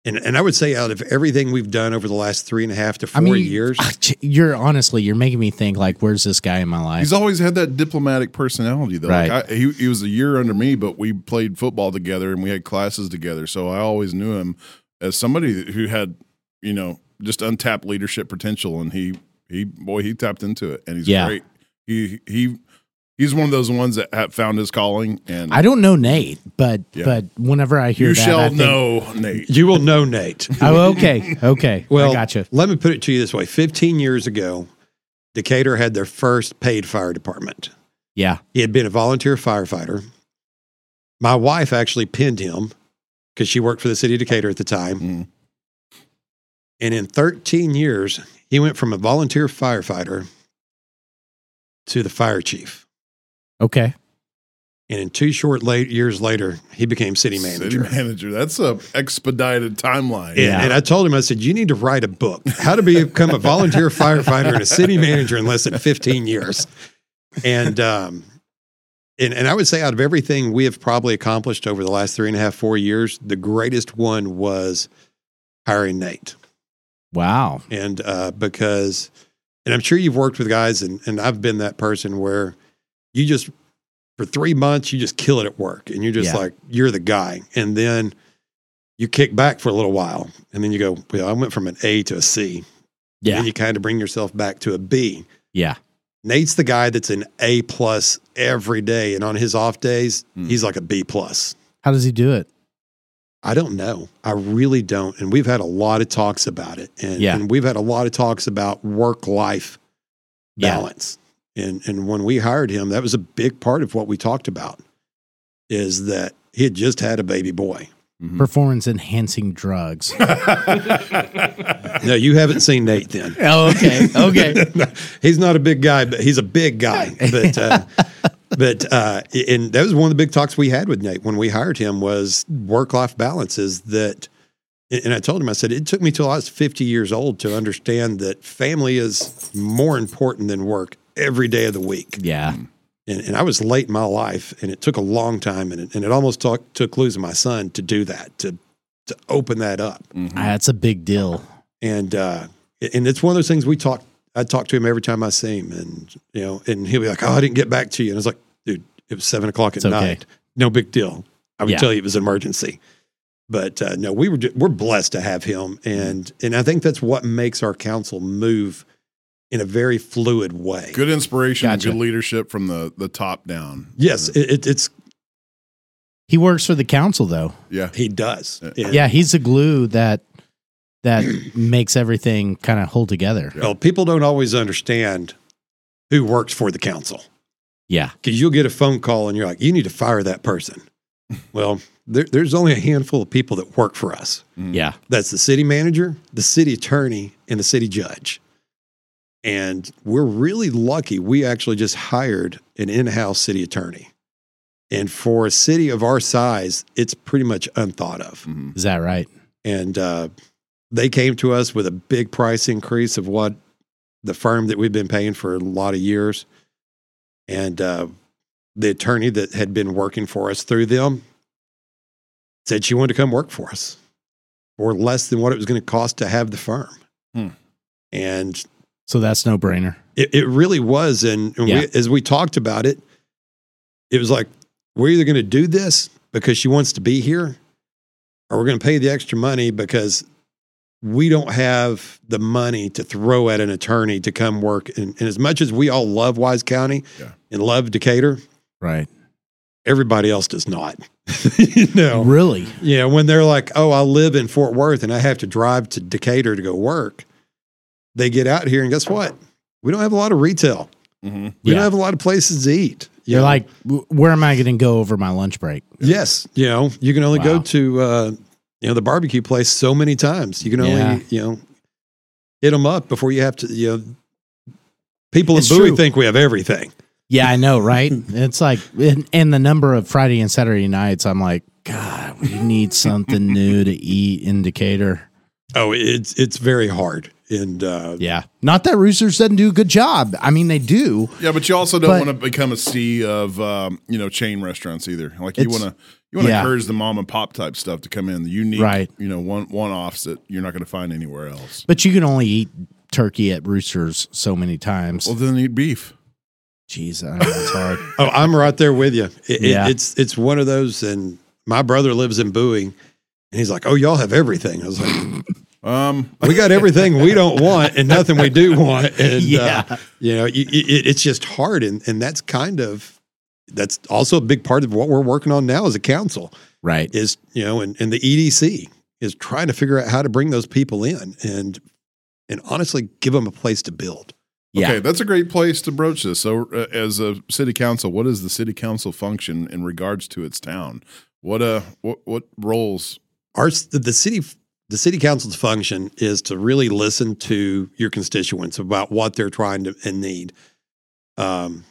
[SPEAKER 5] and, and I would say out of everything we've done over the last three and a half to four
[SPEAKER 4] I mean, *laughs* ah,
[SPEAKER 5] years,
[SPEAKER 4] You're honestly, you're making me think. Like, where's this guy in my life?
[SPEAKER 1] He's always had that diplomatic personality, though. Like, I, he, he was a year under me, but we played football together and we had classes together. So I always knew him as somebody who had, you know, just untapped leadership potential. And he, he, boy, he tapped into it, and he's
[SPEAKER 4] Yeah.
[SPEAKER 1] great. He, he, he's one of those ones that have found his calling. And
[SPEAKER 4] I don't know Nate, but
[SPEAKER 1] Yeah.
[SPEAKER 4] but whenever I hear
[SPEAKER 1] you
[SPEAKER 4] that,
[SPEAKER 1] shall
[SPEAKER 4] I think-
[SPEAKER 1] know, Nate.
[SPEAKER 5] you will know Nate.
[SPEAKER 4] Oh, okay, okay.
[SPEAKER 5] Well,
[SPEAKER 4] I gotcha.
[SPEAKER 5] Let me put it to you this way: 15 years ago, Decatur had their first paid fire department.
[SPEAKER 4] Yeah,
[SPEAKER 5] He had been a volunteer firefighter. My wife actually pinned him because she worked for the city of Decatur at the time.
[SPEAKER 1] Mhm.
[SPEAKER 5] And in 13 years, he went from a volunteer firefighter to the fire chief.
[SPEAKER 4] okay.
[SPEAKER 5] And in two short late years later, he became city manager.
[SPEAKER 1] City manager. That's a expedited timeline. *laughs*
[SPEAKER 4] *laughs*
[SPEAKER 5] And, and I told him, I said, you need to write a book, how to become a volunteer *laughs* firefighter and a city manager in less than 15 years. And, um, and, and I would say out of everything we have probably accomplished over the last three and a half, four years, the greatest one was hiring Nate.
[SPEAKER 4] Wow.
[SPEAKER 5] And uh, because, and I'm sure you've worked with guys, and, and I've been that person where you just, for three months, you just kill it at work and you're just
[SPEAKER 4] Yeah.
[SPEAKER 5] like, you're the guy. And then you kick back for a little while. And then you go, well, I went from an A to a C.
[SPEAKER 4] Yeah.
[SPEAKER 5] And you kind of bring yourself back to a B.
[SPEAKER 4] Yeah.
[SPEAKER 5] Nate's the guy that's an A plus every day. And on his off days,
[SPEAKER 1] Hmm.
[SPEAKER 5] he's like a B plus.
[SPEAKER 4] How does he do it?
[SPEAKER 5] I don't know. I really don't. And we've had a lot of talks about it. And,
[SPEAKER 4] Yeah.
[SPEAKER 5] and we've had a lot of talks about work life
[SPEAKER 4] Yeah.
[SPEAKER 5] balance. And and when we hired him, that was a big part of what we talked about is that he had just had a baby boy.
[SPEAKER 1] Mhm.
[SPEAKER 4] Hmm. Performance enhancing drugs.
[SPEAKER 5] No, you haven't seen Nate then.
[SPEAKER 4] *laughs* oh, okay.
[SPEAKER 5] *laughs*
[SPEAKER 4] Okay.
[SPEAKER 5] he's not a big guy, but he's a big guy. But uh, but uh, and that was one of the big talks we had with Nate when we hired him was work life balances that. And I told him, I said, it took me till I was 50 years old to understand that family is more important than work every day of the week.
[SPEAKER 4] *laughs* Yeah.
[SPEAKER 5] And, and I was late in my life, and it took a long time, and it, and it almost took, took losing my son to do that, to to open that up
[SPEAKER 1] Mhm.
[SPEAKER 4] That's a big deal.
[SPEAKER 5] and uh, and it's one of those things we talk. I talk to him every time I see him, and you know, and he'll be like, "Oh, I didn't get back to you," and I was like, "Dude, it was seven o'clock at
[SPEAKER 4] It's okay.
[SPEAKER 5] night. No big deal. I would
[SPEAKER 4] Yeah.
[SPEAKER 5] tell you it was an emergency." But uh, no, we were ju- we're blessed to have him, and and I think that's what makes our council move in a very fluid way.
[SPEAKER 1] Good inspiration, and
[SPEAKER 4] Gotcha.
[SPEAKER 1] good leadership from the the top down.
[SPEAKER 5] Yes, it, it, it's
[SPEAKER 4] He works for the council though.
[SPEAKER 1] Yeah.
[SPEAKER 5] he does. And-
[SPEAKER 4] Yeah, he's the glue that *clears throat* that makes everything kind of hold together.
[SPEAKER 5] Well, people don't always understand who works for the council.
[SPEAKER 4] Yeah.
[SPEAKER 5] because you'll get a phone call and you're like, you need to fire that person. well, there, there's only a handful of people that work for us.
[SPEAKER 4] Yeah.
[SPEAKER 5] That's the city manager, the city attorney, and the city judge. And we're really lucky. We actually just hired an in house city attorney. And for a city of our size, it's pretty much unthought of.
[SPEAKER 1] Mhm.
[SPEAKER 4] Is that right?
[SPEAKER 5] And uh, they came to us with a big price increase of what the firm that we've been paying for a lot of years. And uh, the attorney that had been working for us through them said she wanted to come work for us for less than what it was going to cost to have the firm.
[SPEAKER 1] Hmm.
[SPEAKER 5] And
[SPEAKER 4] So that's no brainer.
[SPEAKER 5] it, it really was. And, and
[SPEAKER 4] Yeah.
[SPEAKER 5] we, as we talked about it, it was like, we're either going to do this because she wants to be here, or we're going to pay the extra money because we don't have the money to throw at an attorney to come work. And, and as much as we all love Wise County
[SPEAKER 1] Yeah.
[SPEAKER 5] and love Decatur,
[SPEAKER 4] Right.
[SPEAKER 5] everybody else does not. *laughs* you know,
[SPEAKER 4] Really?
[SPEAKER 5] yeah, when they're like, "Oh, I live in Fort Worth and I have to drive to Decatur to go work," they get out here and guess what? We don't have a lot of retail.
[SPEAKER 1] Mhm.
[SPEAKER 5] We
[SPEAKER 4] Yeah.
[SPEAKER 5] don't have a lot of places to eat. You
[SPEAKER 4] You're
[SPEAKER 5] know?
[SPEAKER 4] like, "W- where am I going to go over my lunch break?
[SPEAKER 5] yes, you know, you can only go
[SPEAKER 4] Wow.
[SPEAKER 5] to uh, you know the barbecue place so many times. You can only
[SPEAKER 4] Yeah.
[SPEAKER 5] you know hit them up before you have to. You know, people
[SPEAKER 4] It's
[SPEAKER 5] in Bowie
[SPEAKER 4] true.
[SPEAKER 5] think we have everything.
[SPEAKER 4] Yeah, I know, right? It's like, and, and the number of Friday and Saturday nights, I'm like, God, we need something new to eat. Indicator.
[SPEAKER 5] Oh, it's it's very hard, and uh,
[SPEAKER 4] Yeah. Not that Roosters doesn't do a good job. I mean, they do.
[SPEAKER 1] Yeah, but you also don't
[SPEAKER 4] But-
[SPEAKER 1] want to become a sea of um, you know chain restaurants either. Like you
[SPEAKER 4] It's-
[SPEAKER 1] want to you want to
[SPEAKER 4] yeah.
[SPEAKER 1] encourage the mom and pop type stuff to come in, the unique,
[SPEAKER 4] Right.
[SPEAKER 1] you know, one one offs that you're not going to find anywhere else.
[SPEAKER 4] But you can only eat turkey at Roosters so many times.
[SPEAKER 1] Well, then eat beef.
[SPEAKER 4] Jeez, I don't know, it's hard.
[SPEAKER 5] Oh, I'm right there with you. It,
[SPEAKER 4] Yeah.
[SPEAKER 5] it, it's it's one of those. And my brother lives in Bowie, and he's like, "Oh, y'all have everything." I was like,
[SPEAKER 1] Um,
[SPEAKER 5] "We got everything we don't want, and nothing we do want."
[SPEAKER 4] *laughs*
[SPEAKER 5] And
[SPEAKER 4] Yeah.
[SPEAKER 5] uh, you know, you, you- it, it's just hard, and and that's kind of that's also a big part of what we're working on now as a council
[SPEAKER 4] Right.
[SPEAKER 5] is you know, and and the EDC is trying to figure out how to bring those people in and and honestly give them a place to build.
[SPEAKER 4] Yeah.
[SPEAKER 1] Okay, that's a great place to broach this. So, uh, as a city council, what is the city council function in regards to its town? What uh, what what roles?
[SPEAKER 5] our the, the city the city council's function is to really listen to your constituents about what they're trying to and need. Um,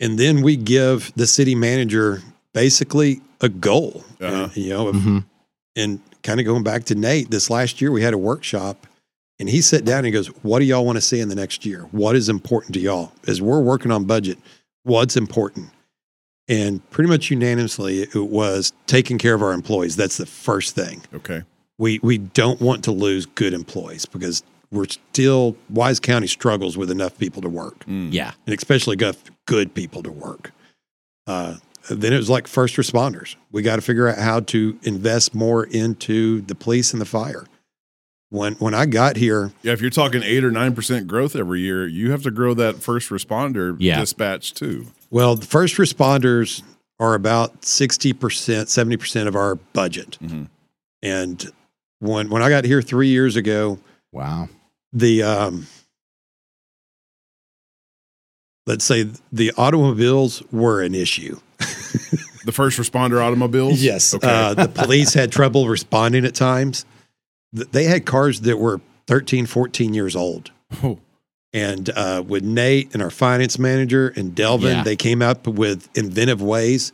[SPEAKER 5] and then we give the city manager basically a goal.
[SPEAKER 1] Uh-huh.
[SPEAKER 5] And, you know, if-
[SPEAKER 4] Mhm.
[SPEAKER 5] and kind of going back to Nate, this last year we had a workshop and he sat down and he goes, What do y'all want to see in the next year? What is important to y'all? As we're working on budget, what's important? And pretty much unanimously, it was taking care of our employees. That's the first thing
[SPEAKER 1] Okay.
[SPEAKER 5] we we don't want to lose good employees because we're still Wise County struggles with enough people to work,
[SPEAKER 1] Mm.
[SPEAKER 4] Yeah.
[SPEAKER 5] and especially got good people to work. Uh, then it was like first responders. We got to figure out how to invest more into the police and the fire. When when I got here,
[SPEAKER 1] Yeah, if you're talking eight or nine percent growth every year, you have to grow that first responder
[SPEAKER 4] Yeah.
[SPEAKER 1] dispatch too.
[SPEAKER 5] well, the first responders are about sixty percent, seventy percent of our budget.
[SPEAKER 1] Mhm.
[SPEAKER 5] And when when I got here three years ago,
[SPEAKER 4] Wow.
[SPEAKER 5] the um let's say the automobiles were an issue
[SPEAKER 1] The first responder automobiles. Okay.
[SPEAKER 5] uh, the police had trouble responding at times Th- they had cars that were 13 14 years old
[SPEAKER 1] Oh.
[SPEAKER 5] and uh, with nate and our finance manager and delvin
[SPEAKER 4] Yeah.
[SPEAKER 5] they came up with inventive ways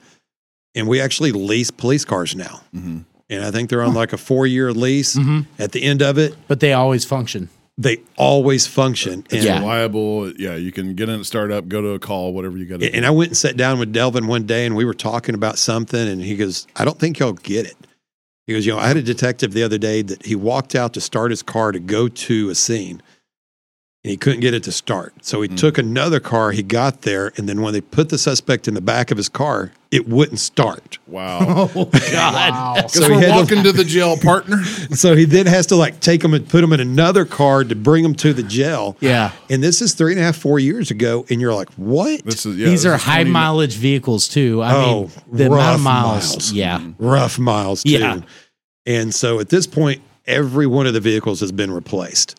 [SPEAKER 5] and we actually lease police cars now
[SPEAKER 1] Mhm.
[SPEAKER 5] and i think they're on like a four year lease
[SPEAKER 4] Mhm.
[SPEAKER 5] at the end of it
[SPEAKER 4] But they always function.
[SPEAKER 5] they always function and
[SPEAKER 1] It's
[SPEAKER 4] Yeah.
[SPEAKER 1] reliable. Yeah, you can get in a startup, go to a call, whatever you got to.
[SPEAKER 5] And and I went and sat down with Delvin one day and we were talking about something and he goes, I don't think y'all get it. He goes, you know, I had a detective the other day that he walked out to start his car to go to a scene and he couldn't get it to start. So he took another car, he got there, and then when they put the suspect in the back of his car, it wouldn't start. *laughs*
[SPEAKER 1] wow.
[SPEAKER 4] Oh God.
[SPEAKER 6] Wow.
[SPEAKER 1] Because
[SPEAKER 5] So he
[SPEAKER 1] we're
[SPEAKER 5] had to-
[SPEAKER 1] walking to the jail, partner.
[SPEAKER 5] *laughs* So he then has to like take him and put him in another car to bring him to the jail.
[SPEAKER 4] *laughs* Yeah.
[SPEAKER 5] And this is three and a half, four years ago. And you're like, what?
[SPEAKER 1] This is yeah,
[SPEAKER 4] These
[SPEAKER 1] this
[SPEAKER 4] are
[SPEAKER 1] is
[SPEAKER 4] high
[SPEAKER 1] 20
[SPEAKER 4] mileage vehicles too. I
[SPEAKER 5] Oh,
[SPEAKER 4] mean, the amount
[SPEAKER 5] rough
[SPEAKER 4] of miles.
[SPEAKER 5] miles.
[SPEAKER 4] Yeah.
[SPEAKER 5] rough miles too.
[SPEAKER 4] Yeah.
[SPEAKER 5] And so at this point, every one of the vehicles has been replaced.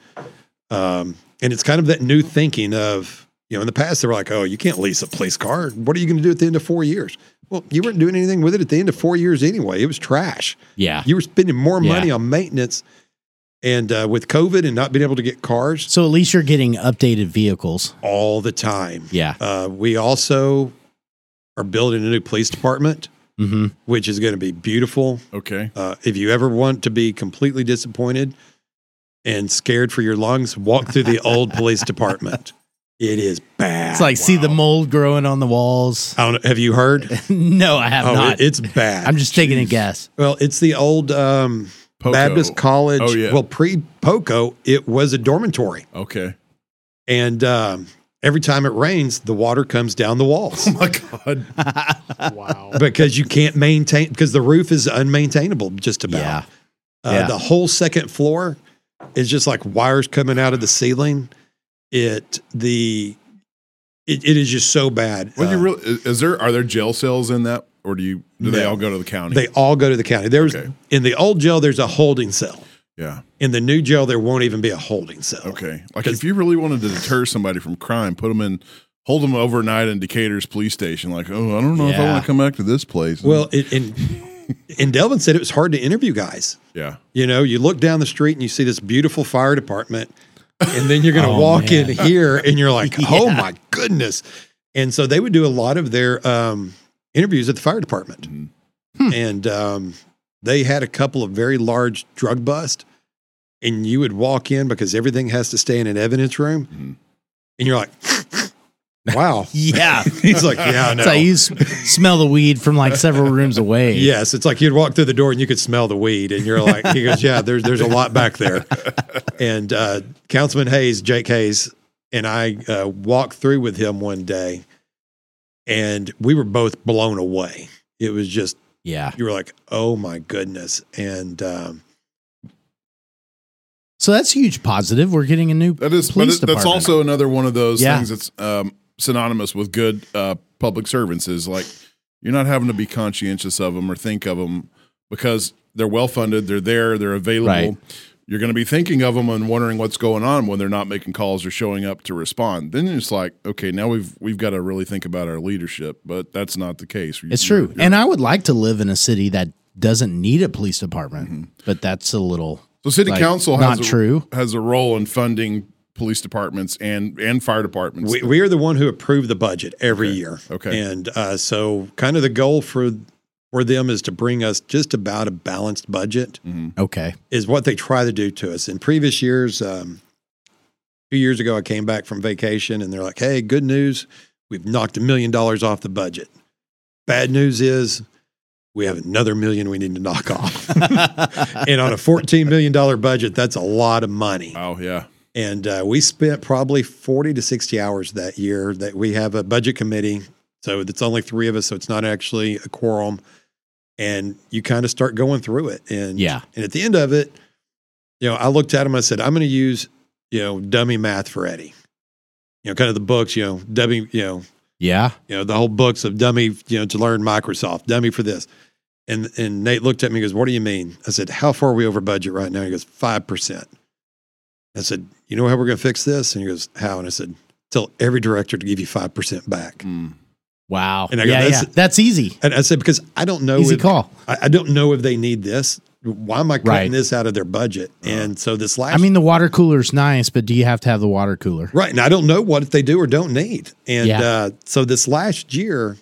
[SPEAKER 5] Um, and it's kind of that new thinking of, you know, in the past they were like, oh, you can't lease a police car. What are you going to do at the end of four years? Well, you weren't doing anything with it at the end of four years anyway. It was trash.
[SPEAKER 4] Yeah.
[SPEAKER 5] You were spending more
[SPEAKER 4] Yeah.
[SPEAKER 5] money on maintenance. And uh, with COVID and not being able to get cars
[SPEAKER 4] So at least you're getting updated vehicles.
[SPEAKER 5] all the time,
[SPEAKER 4] Yeah.
[SPEAKER 5] uh, we also are building a new police department,
[SPEAKER 4] Mm-hmm.
[SPEAKER 5] which is going to be beautiful.
[SPEAKER 1] Okay.
[SPEAKER 5] Uh, if you ever want to be completely disappointed and scared for your lungs, walk through the
[SPEAKER 4] *laughs*
[SPEAKER 5] old police department. It is bad.
[SPEAKER 4] It's like see the mold growing on the walls.
[SPEAKER 5] I don't know, have you heard?
[SPEAKER 4] *laughs* no, I have
[SPEAKER 5] oh,
[SPEAKER 4] not.
[SPEAKER 5] it- it's bad.
[SPEAKER 4] I'm just taking a *laughs* guess.
[SPEAKER 5] well, it's the old um,
[SPEAKER 1] Poco.
[SPEAKER 5] Baptist College.
[SPEAKER 1] Oh, yeah.
[SPEAKER 5] Well, pre Poco, it was a dormitory,
[SPEAKER 1] Okay.
[SPEAKER 5] and um, every time it rains, the water comes down the walls
[SPEAKER 1] My God.
[SPEAKER 6] *laughs*
[SPEAKER 5] *laughs*
[SPEAKER 6] wow.
[SPEAKER 5] because you can't maintain because the roof is unmaintainable. Just about.
[SPEAKER 4] Yeah.
[SPEAKER 5] Uh,
[SPEAKER 4] Yeah.
[SPEAKER 5] The whole second floor is just like wires coming out of the ceiling. It the it, it is just so bad.
[SPEAKER 1] Well, you
[SPEAKER 5] Uh,
[SPEAKER 1] really is is there are there jail cells in that, or do you do they
[SPEAKER 5] No.
[SPEAKER 1] all go to the county?
[SPEAKER 5] they all go to the county. There's
[SPEAKER 1] Okay.
[SPEAKER 5] in the old jail. There's a holding cell.
[SPEAKER 1] yeah.
[SPEAKER 5] In the new jail, there won't even be a holding cell.
[SPEAKER 1] Okay. Like
[SPEAKER 5] 'Cause-
[SPEAKER 1] if you really wanted to deter somebody from crime, put them in, hold them overnight in Decatur's police station. Like, oh, I don't know if I
[SPEAKER 4] Yeah.
[SPEAKER 1] want to come back to this place.
[SPEAKER 5] Well, it, and and Delvin said it was hard to interview guys.
[SPEAKER 1] yeah.
[SPEAKER 5] You know, you look down the street and you see this beautiful fire department, and then you're going to
[SPEAKER 4] Oh,
[SPEAKER 5] walk
[SPEAKER 4] man.
[SPEAKER 5] in here and you're
[SPEAKER 4] *laughs*
[SPEAKER 5] like, oh my goodness. And so they would do a lot of their um, interviews at the fire department.
[SPEAKER 4] Mm-hmm.
[SPEAKER 1] Mhm.
[SPEAKER 5] And um, they had a couple of very large drug busts, and you would walk in because everything has to stay in an evidence room.
[SPEAKER 4] Mm-hmm.
[SPEAKER 1] Mhm.
[SPEAKER 5] And you're like, *laughs*
[SPEAKER 4] *laughs*
[SPEAKER 5] wow.
[SPEAKER 4] Yeah.
[SPEAKER 5] He's like, yeah, I know.
[SPEAKER 4] So you s- smell the weed from like several rooms away.
[SPEAKER 5] *laughs* Yes, it's like you'd walk through the door and you could smell the weed, and you're like, he goes, yeah, there's there's a lot
[SPEAKER 1] *laughs*
[SPEAKER 5] back there. And uh, Councilman Hayes, Jake Hayes, and I uh, walked through with him one day, and we were both blown away. It was just
[SPEAKER 4] Yeah.
[SPEAKER 5] you were like, oh my goodness, and um,
[SPEAKER 4] So that's a huge positive. We're getting a new
[SPEAKER 1] That is,
[SPEAKER 4] police
[SPEAKER 1] but it, that's
[SPEAKER 4] department.
[SPEAKER 1] also another one of those
[SPEAKER 4] Yeah.
[SPEAKER 1] things that's um, synonymous with good uh, public servants is like you're not having to be conscientious of them or think of them because they're well funded, they're there, they're available.
[SPEAKER 4] Right.
[SPEAKER 1] You're going to be thinking of them and wondering what's going on when they're not making calls or showing up to respond. Then it's like, okay, now we've we've got to really think about our leadership, but that's not the case. You-
[SPEAKER 4] It's
[SPEAKER 1] you're-
[SPEAKER 4] true. And I would like to live in a city that doesn't need a police department, but that's a little
[SPEAKER 1] Mm-hmm. So city
[SPEAKER 4] like,
[SPEAKER 1] council has
[SPEAKER 4] not
[SPEAKER 1] a,
[SPEAKER 4] true.
[SPEAKER 1] has a role in funding police departments and and fire departments.
[SPEAKER 5] We, we are the one who approved the budget every year.
[SPEAKER 1] Okay.
[SPEAKER 5] And uh, so, kind of the goal for for them is to bring us just about a balanced budget.
[SPEAKER 1] Mm-hmm.
[SPEAKER 4] Okay.
[SPEAKER 5] Is what they try to do to us. In previous years, um, two years ago, I came back from vacation and they're like, "Hey, good news, we've knocked a million dollars off the budget. Bad news is." We have another million we need to knock off. *laughs* and on a $14 million budget, that's a lot of money
[SPEAKER 1] oh yeah,
[SPEAKER 5] and uh, we spent probably 40 to 60 hours that year that we have a budget committee so it's only three of us so it's not actually a quorum and you kind of start going through it
[SPEAKER 4] *laughs*
[SPEAKER 5] and
[SPEAKER 4] Yeah.
[SPEAKER 5] and at the end of it you know i looked at him i said i'm going to use you know dummy math for eddie you know kind of the books you know dummy you know
[SPEAKER 4] Yeah.
[SPEAKER 5] you know the whole books of dummy you know to learn microsoft dummy for this and and nate looked at me and goes what do you mean i said how far are we over budget right now he goes 5% i said you know how we're going to fix this and he goes how and i said tell every director to give you 5% back
[SPEAKER 1] Mm.
[SPEAKER 4] Wow.
[SPEAKER 5] And I go,
[SPEAKER 4] yeah,
[SPEAKER 5] that's-
[SPEAKER 4] yeah. That's easy.
[SPEAKER 5] and i said because i don't know
[SPEAKER 4] Easy
[SPEAKER 5] if,
[SPEAKER 4] call.
[SPEAKER 5] I, I don't know if they need this why am i cutting
[SPEAKER 4] Right. Uh-huh.
[SPEAKER 5] this out of their budget and so this last
[SPEAKER 4] I mean, the water cooler's nice, but do you have to have the water cooler?
[SPEAKER 5] Right. And I don't know what they do or don't need. And
[SPEAKER 4] Yeah.
[SPEAKER 5] uh, so this last year,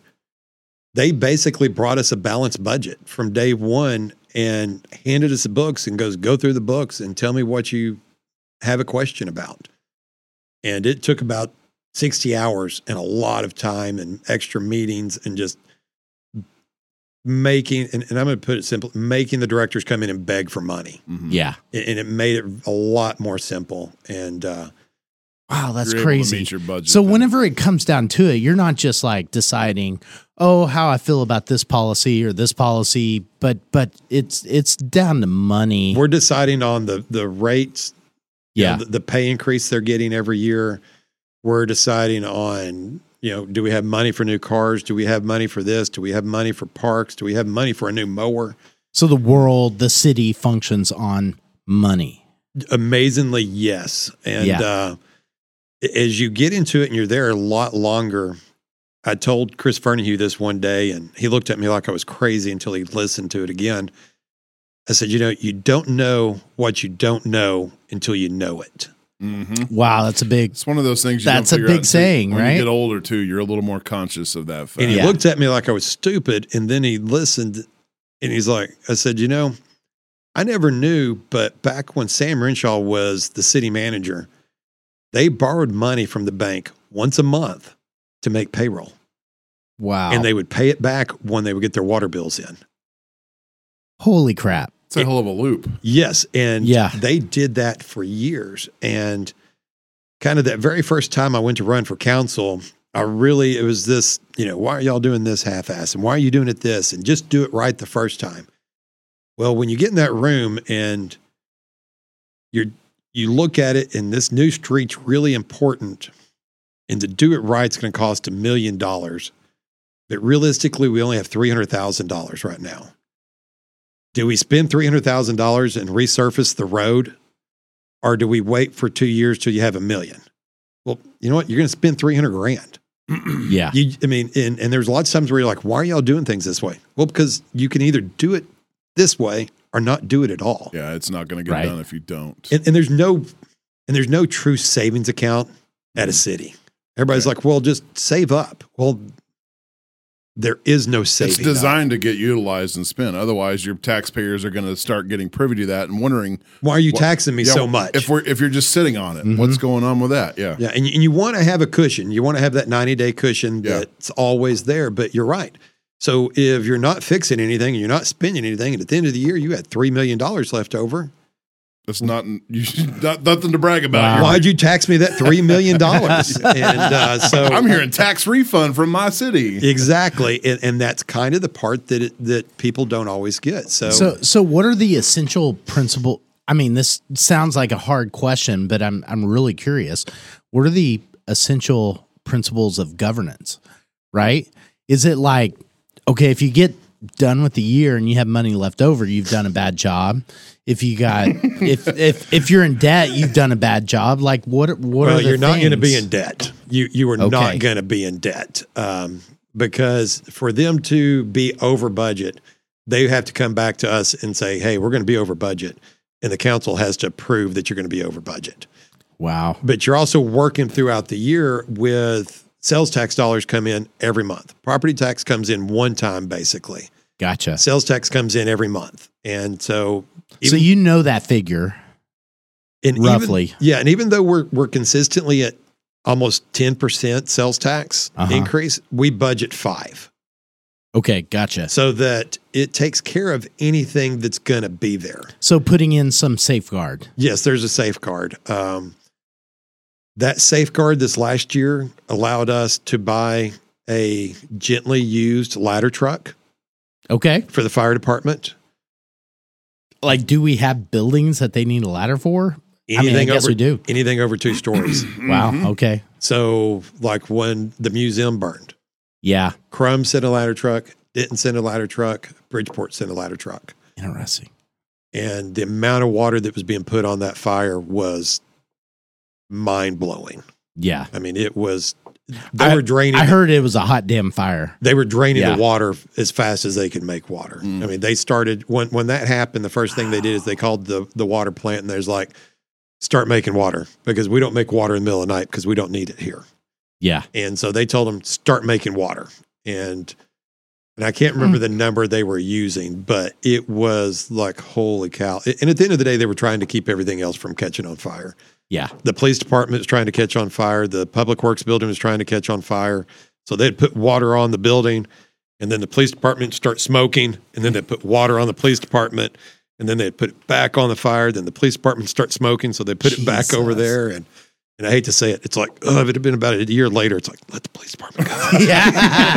[SPEAKER 5] they basically brought us a balanced budget from day one and handed us the books and goes, go through the books and tell me what you have a question about. And it took about 60 hours and a lot of time and extra meetings and just making, and, and I'm going to put it simple, making the directors come in and beg for money.
[SPEAKER 1] Mhm.
[SPEAKER 4] Yeah.
[SPEAKER 5] And and it made it a lot more simple. And, uh,
[SPEAKER 4] Wow, that's
[SPEAKER 1] You're able to
[SPEAKER 4] crazy.
[SPEAKER 1] meet your budget.
[SPEAKER 4] So whenever it comes down to it, you're not just like deciding, oh, how I feel about this policy or this policy, but but it's it's down to money.
[SPEAKER 5] We're deciding on the the rates, you know,
[SPEAKER 4] yeah.
[SPEAKER 5] the, the pay increase they're getting every year. We're deciding on, you know, do we have money for new cars? Do we have money for this? Do we have money for parks? Do we have money for a new mower?
[SPEAKER 4] So the world, the city functions on money.
[SPEAKER 5] Amazingly, yes. And
[SPEAKER 4] Yeah.
[SPEAKER 5] uh, as you get into it and you're there a lot longer, I told Chris Fernahue this one day, and he looked at me like I was crazy until he listened to it again. I said, You know, you don't know what you don't know until you know it.
[SPEAKER 1] Mhm.
[SPEAKER 4] Wow, that's a big
[SPEAKER 1] it's one of those things. You
[SPEAKER 4] That's
[SPEAKER 1] don't
[SPEAKER 4] a
[SPEAKER 1] figure
[SPEAKER 4] big
[SPEAKER 1] out until-
[SPEAKER 4] saying,
[SPEAKER 1] when
[SPEAKER 4] right?
[SPEAKER 1] You get older too. You're a little more conscious of that fact.
[SPEAKER 5] And he
[SPEAKER 4] Yeah.
[SPEAKER 5] looked at me like I was stupid. And then he listened and he's like, I said, you know, I never knew, but back when Sam Renshaw was the city manager, they borrowed money from the bank once a month to make payroll.
[SPEAKER 4] wow.
[SPEAKER 5] And they would pay it back when they would get their water bills in.
[SPEAKER 4] Holy crap.
[SPEAKER 1] It's a hell of a loop.
[SPEAKER 5] Yes. And
[SPEAKER 4] Yeah.
[SPEAKER 5] they did that for years. And kind of that very first time I went to run for council, I really, it was this, you know, why are y'all doing this half ass? And why are you doing it this? And just do it right the first time. Well, when you get in that room and you're, you look at it and this new street's really important and to do it right's going to cost a million dollars. But realistically, we only have $300,000 right now. Do we spend three hundred thousand dollars and resurface the road, or do we wait for two years till you have a million? Well, you know what? You're going to spend three hundred grand.
[SPEAKER 4] Yeah.
[SPEAKER 5] You, I mean, and, and there's lots of times where you're like, why are y'all doing things this way? Well, because you can either do it this way or not do it at all.
[SPEAKER 1] Yeah, it's not going to get
[SPEAKER 4] Right.
[SPEAKER 1] done if you don't.
[SPEAKER 5] And, and there's no, and there's no true savings account at
[SPEAKER 1] Mm-hmm.
[SPEAKER 5] a city. Everybody's like, well, just save up. Well, there is no saving.
[SPEAKER 1] it's
[SPEAKER 5] up.
[SPEAKER 1] designed to get utilized and spent. Otherwise, your taxpayers are going to start getting privy to that and wondering
[SPEAKER 5] Why are you
[SPEAKER 1] Wha-
[SPEAKER 5] taxing me
[SPEAKER 1] yeah,
[SPEAKER 5] so much?
[SPEAKER 1] if we're if you're just sitting on it.
[SPEAKER 4] Mhm.
[SPEAKER 1] What's going on with that? Yeah.
[SPEAKER 5] Yeah, and, and you want to have a cushion. You want to have that 90 day cushion
[SPEAKER 1] Yeah.
[SPEAKER 5] that's always there, but you're right. So if you're not fixing anything and you're not spending anything, and at the end of the year, you had $3 million left over,
[SPEAKER 1] That's not you *laughs* should- not nothing to brag about. You're-
[SPEAKER 5] why'd you tax me that $3 million?
[SPEAKER 1] *laughs*
[SPEAKER 5] and uh, so
[SPEAKER 1] I'm
[SPEAKER 4] *laughs*
[SPEAKER 1] hearing tax refund from my city.
[SPEAKER 5] Exactly. And, and that's kind of the part that it, that people don't always get. So,
[SPEAKER 4] So so what are the essential principle I mean, this sounds like a hard question, but I'm I'm really curious. What are the essential principles of governance? Right? Is it like okay, if you get done with the year and you have money left over, you've done a bad job. If you
[SPEAKER 5] *laughs*
[SPEAKER 4] got if if if you're in debt, you've done a bad job. Like what what
[SPEAKER 5] well,
[SPEAKER 4] are the
[SPEAKER 5] you're not going to be
[SPEAKER 4] things?
[SPEAKER 5] in debt. You, you are
[SPEAKER 4] Okay.
[SPEAKER 5] not going to be in debt um, because for them to be over budget, they have to come back to us and say, "Hey, we're going to be over budget," and the council has to approve that you're going to be over budget.
[SPEAKER 4] Wow.
[SPEAKER 5] but you're also working throughout the year with sales tax dollars come in every month. Property tax comes in one time basically.
[SPEAKER 4] Gotcha.
[SPEAKER 5] Sales tax comes in every month. And so
[SPEAKER 4] so
[SPEAKER 5] even-
[SPEAKER 4] you know that figure.
[SPEAKER 5] and even-
[SPEAKER 4] roughly.
[SPEAKER 5] yeah, and even though we're we're consistently at almost 10% sales tax
[SPEAKER 4] Uh-huh.
[SPEAKER 5] increase, we budget 5
[SPEAKER 4] Okay, gotcha.
[SPEAKER 5] so that it takes care of anything that's going to be there.
[SPEAKER 4] So putting in some safeguard.
[SPEAKER 5] Yes, there's a safeguard. Um, that safeguard this last year allowed us to buy a gently used ladder truck
[SPEAKER 4] Okay.
[SPEAKER 5] for the fire department.
[SPEAKER 4] Like, do we have buildings that they need a ladder for? I mean,
[SPEAKER 5] Anything
[SPEAKER 4] I guess
[SPEAKER 5] over Mm-hmm.
[SPEAKER 4] we do.
[SPEAKER 5] anything over two stories. *clears throat*
[SPEAKER 1] Mhm.
[SPEAKER 4] Wow. Oh. Okay.
[SPEAKER 5] so, like when the museum burned,
[SPEAKER 4] Yeah.
[SPEAKER 5] Crum sent a ladder truck, Denton sent a ladder truck, Bridgeport sent a ladder truck,
[SPEAKER 4] Interesting.
[SPEAKER 5] and the amount of water that was being put on that fire was mind blowing.
[SPEAKER 4] Yeah.
[SPEAKER 5] I mean, it was. They were draining.
[SPEAKER 4] I heard it was a hot damn fire.
[SPEAKER 5] they were draining
[SPEAKER 4] Yeah.
[SPEAKER 5] the water as fast as they could make water.
[SPEAKER 1] Mm.
[SPEAKER 5] I mean, they started when when that happened. The first thing they did is they called the the water plant and there's like, start making water because we don't make water in the middle of the night because we don't need it here. *laughs*
[SPEAKER 4] Yeah.
[SPEAKER 5] And so they told them start making water and and I can't
[SPEAKER 4] Mm.
[SPEAKER 5] remember the number they were using, but it was like holy cow. And at the end of the day, they were trying to keep everything else from catching on fire
[SPEAKER 4] Yeah.
[SPEAKER 5] the police department was trying to catch on fire. The public works building was trying to catch on fire. So they'd put water on the building and then the police department start smoking and then they put water on the police department and then they'd put it back on the fire. Then the police department start smoking. So they put it back over
[SPEAKER 4] Jesus.
[SPEAKER 5] there. And, and I hate to say it, it's like, oh, if it had been about a year later, it's like, let the police department go. *laughs*
[SPEAKER 4] Yeah.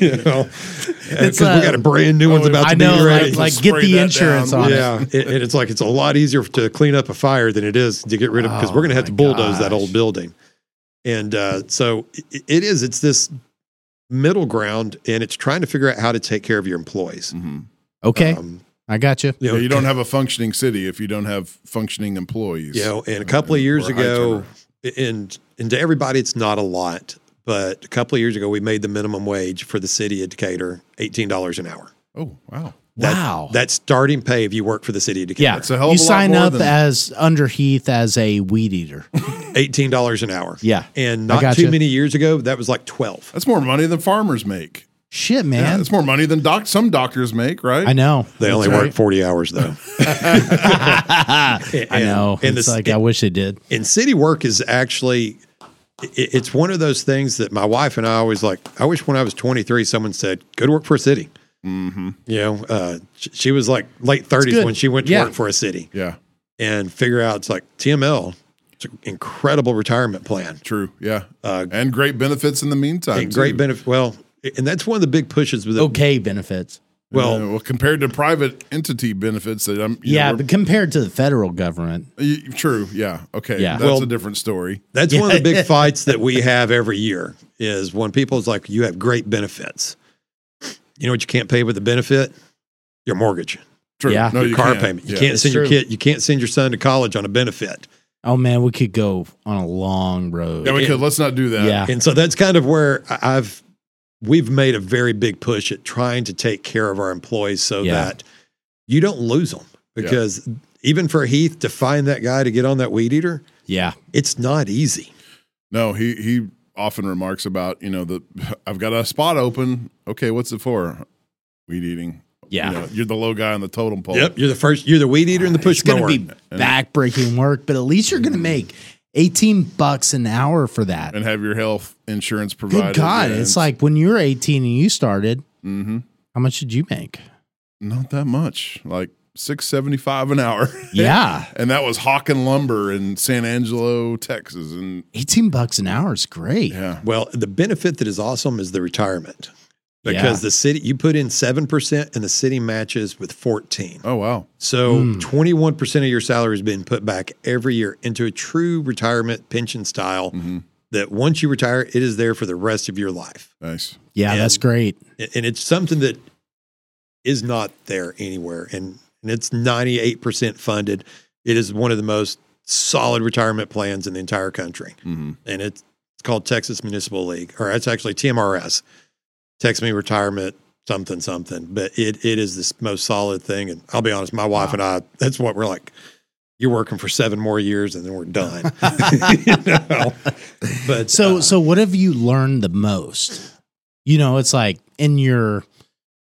[SPEAKER 5] you know, because
[SPEAKER 4] It's,
[SPEAKER 5] we
[SPEAKER 4] uh,
[SPEAKER 5] got a brand new one's about to
[SPEAKER 4] I know.
[SPEAKER 5] be ready.
[SPEAKER 4] Like, like
[SPEAKER 1] Spray
[SPEAKER 4] get the
[SPEAKER 1] that
[SPEAKER 4] insurance
[SPEAKER 1] down.
[SPEAKER 4] on it.
[SPEAKER 5] yeah, it, and it's like it's a lot easier to clean up a fire than it is to get rid of because we're going to have
[SPEAKER 4] Oh,
[SPEAKER 5] to bulldoze
[SPEAKER 4] my
[SPEAKER 5] that old
[SPEAKER 4] gosh.
[SPEAKER 5] building. And uh, so it, it is. It's this middle ground, and it's trying to figure out how to take care of your employees.
[SPEAKER 1] Mhm.
[SPEAKER 4] Okay.
[SPEAKER 5] Um,
[SPEAKER 4] I got you.
[SPEAKER 5] you know,
[SPEAKER 1] Yeah, you don't have a functioning city if you don't have functioning employees.
[SPEAKER 5] You know, and a couple of years
[SPEAKER 1] Or high
[SPEAKER 5] ago,
[SPEAKER 1] turnover.
[SPEAKER 5] and and to everybody, it's not a lot, but a couple of years ago, we made the minimum wage for the city of Decatur eighteen dollars an hour.
[SPEAKER 1] Oh wow,
[SPEAKER 5] That-
[SPEAKER 4] wow.
[SPEAKER 5] That starting pay if you work for the city of
[SPEAKER 4] yeah.
[SPEAKER 5] Decatur,
[SPEAKER 1] That's a hell of a
[SPEAKER 4] you
[SPEAKER 1] lot
[SPEAKER 4] sign
[SPEAKER 1] more
[SPEAKER 4] up
[SPEAKER 1] than-
[SPEAKER 4] as under Heath as a weed
[SPEAKER 5] *laughs*
[SPEAKER 4] eater.
[SPEAKER 5] eighteen dollars an hour.
[SPEAKER 4] Yeah.
[SPEAKER 5] And
[SPEAKER 4] I
[SPEAKER 5] not
[SPEAKER 4] gotcha.
[SPEAKER 5] too many years ago, that was like 12.
[SPEAKER 1] that's more money than farmers make.
[SPEAKER 4] Shit,
[SPEAKER 1] Yeah,
[SPEAKER 4] man.
[SPEAKER 1] that's more money than doc some doctors make, right?
[SPEAKER 4] I know.
[SPEAKER 5] They only work 40 hours though.
[SPEAKER 4] *laughs*
[SPEAKER 5] *laughs*
[SPEAKER 4] I know.
[SPEAKER 5] and
[SPEAKER 4] it's
[SPEAKER 5] the-
[SPEAKER 4] like I wish they did.
[SPEAKER 5] And city work is actually, i- it's one of those things that my wife and I always like, I wish when I was 23, someone said, go to work for a city. Mm-hmm. You know, uh, sh- she was like late 30s
[SPEAKER 4] good.
[SPEAKER 5] when she went to
[SPEAKER 4] Yeah.
[SPEAKER 5] work for a city
[SPEAKER 1] Yeah,
[SPEAKER 5] and figure out it's like TML, it's an incredible retirement plan.
[SPEAKER 1] true. Yeah,
[SPEAKER 5] Uh,
[SPEAKER 1] and great benefits in the meantime.
[SPEAKER 5] and great
[SPEAKER 1] too.
[SPEAKER 5] benefit. Well, and that's one of the big pushes with
[SPEAKER 4] Okay, benefits.
[SPEAKER 5] Well,
[SPEAKER 1] Uh, well, compared to private entity benefits that I'm. you
[SPEAKER 4] Yeah,
[SPEAKER 1] know,
[SPEAKER 4] but compared to the federal government,
[SPEAKER 1] we're- y- true. Yeah. Okay.
[SPEAKER 4] Yeah.
[SPEAKER 1] That's
[SPEAKER 5] Well-
[SPEAKER 1] a different story.
[SPEAKER 5] That's one of
[SPEAKER 4] *laughs*
[SPEAKER 5] the big fights that we have every year is when people's like, you have great benefits. You know what you can't pay with a benefit? Your mortgage,
[SPEAKER 1] True.
[SPEAKER 4] Yeah.
[SPEAKER 1] No,
[SPEAKER 5] your
[SPEAKER 1] you
[SPEAKER 5] car
[SPEAKER 1] can't.
[SPEAKER 5] payment. You
[SPEAKER 1] Yeah.
[SPEAKER 5] can't
[SPEAKER 4] It's
[SPEAKER 5] send your
[SPEAKER 4] true.
[SPEAKER 5] kid, you can't send your son to college on a benefit.
[SPEAKER 4] oh man, we could go on a long road.
[SPEAKER 1] Yeah, we could. Let's not do that.
[SPEAKER 4] Yeah.
[SPEAKER 5] And so that's kind of where I- I've we've made a very big push at trying to take care of our employees so
[SPEAKER 4] Yeah.
[SPEAKER 5] that you don't lose them because even for Heath to find that guy to get on that weed eater,
[SPEAKER 4] yeah.
[SPEAKER 5] it's not easy.
[SPEAKER 1] No, he he often remarks about you know the *laughs* I've got a spot open. Okay, what's it for? Weed eating.
[SPEAKER 4] Yeah.
[SPEAKER 1] You know, you're the low guy on the totem pole.
[SPEAKER 5] Yep, you're the first, you're the weed eater and the push
[SPEAKER 4] it's going
[SPEAKER 5] mower.
[SPEAKER 4] to be backbreaking work, but at least you're going to make 18 bucks an hour for that.
[SPEAKER 1] And have your health insurance provided.
[SPEAKER 4] Good God.
[SPEAKER 1] Yeah,
[SPEAKER 4] It's like when you were 18 and you started,
[SPEAKER 1] Mhm.
[SPEAKER 4] how much did you make?
[SPEAKER 1] not that much. Like six seventy five an hour. *laughs*
[SPEAKER 4] Yeah.
[SPEAKER 1] and that was Hawking Lumber in San Angelo, Texas. And
[SPEAKER 4] 18 bucks an hour is great.
[SPEAKER 1] yeah,
[SPEAKER 5] Well, the benefit that is awesome is the retirement because
[SPEAKER 4] Yeah.
[SPEAKER 5] the city you put in 7% and the city matches with 14.
[SPEAKER 1] oh wow,
[SPEAKER 5] So
[SPEAKER 4] Mm.
[SPEAKER 5] 21% of your salary is being put back every year into a true retirement pension style
[SPEAKER 1] Mhm.
[SPEAKER 5] that once you retire, it is there for the rest of your life.
[SPEAKER 1] nice.
[SPEAKER 4] Yeah,
[SPEAKER 5] And-
[SPEAKER 4] that's great.
[SPEAKER 5] A- And it's something that is not there anywhere. And, and it's 98% funded. It is one of the most solid retirement plans in the entire country
[SPEAKER 1] hmm
[SPEAKER 5] and it's, it's called Texas Municipal League, or it's actually TMRS, Text Me Retirement something something. But it it is this most solid thing, and I'll be honest, my wife and I, that's what we're like. you're working for seven more years and then we're done. *laughs* You know? But
[SPEAKER 4] So
[SPEAKER 5] uh,
[SPEAKER 4] so what have you learned the most? You know, it's like in your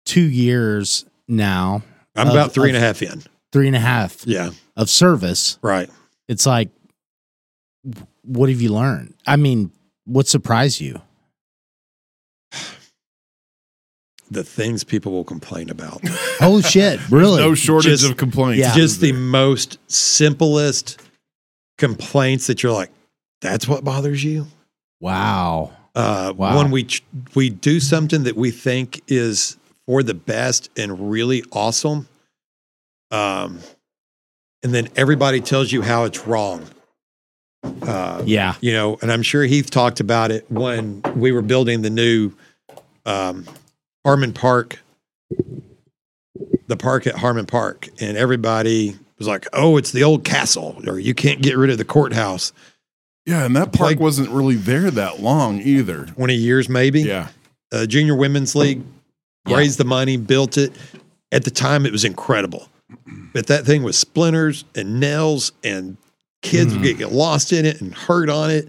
[SPEAKER 4] two years now,
[SPEAKER 5] I'm
[SPEAKER 4] of-
[SPEAKER 5] about three and a
[SPEAKER 4] of-
[SPEAKER 5] half in.
[SPEAKER 4] three and a half
[SPEAKER 5] Yeah.
[SPEAKER 4] of service,
[SPEAKER 5] Right.
[SPEAKER 4] it's like what have you learned? I mean, what surprised you?
[SPEAKER 5] The things people will complain about.
[SPEAKER 4] Oh shit, really?
[SPEAKER 1] No shortage
[SPEAKER 5] Just-
[SPEAKER 1] of complaints.
[SPEAKER 4] Yeah.
[SPEAKER 5] Just the most simplest complaints that you're like, that's what bothers you.
[SPEAKER 4] wow.
[SPEAKER 5] Uh,
[SPEAKER 4] Wow.
[SPEAKER 5] When we ch- we do something that we think is for the best and really awesome, um, and then everybody tells you how it's wrong. Uh,
[SPEAKER 4] Yeah.
[SPEAKER 5] you know, and I'm sure Heath talked about it when we were building the new um, Harmon Park, the park at Harmon Park, and everybody was like, "Oh, it's the old castle," or "You can't get rid of the courthouse."
[SPEAKER 1] Yeah, and that park
[SPEAKER 5] Like-
[SPEAKER 1] wasn't really there that long either.
[SPEAKER 5] Twenty years, maybe.
[SPEAKER 1] Yeah.
[SPEAKER 5] uh, junior women's league, raised the money, built it. At the time, it was incredible, but that thing was splinters and nails, and kids would get, get lost in it and hurt on it.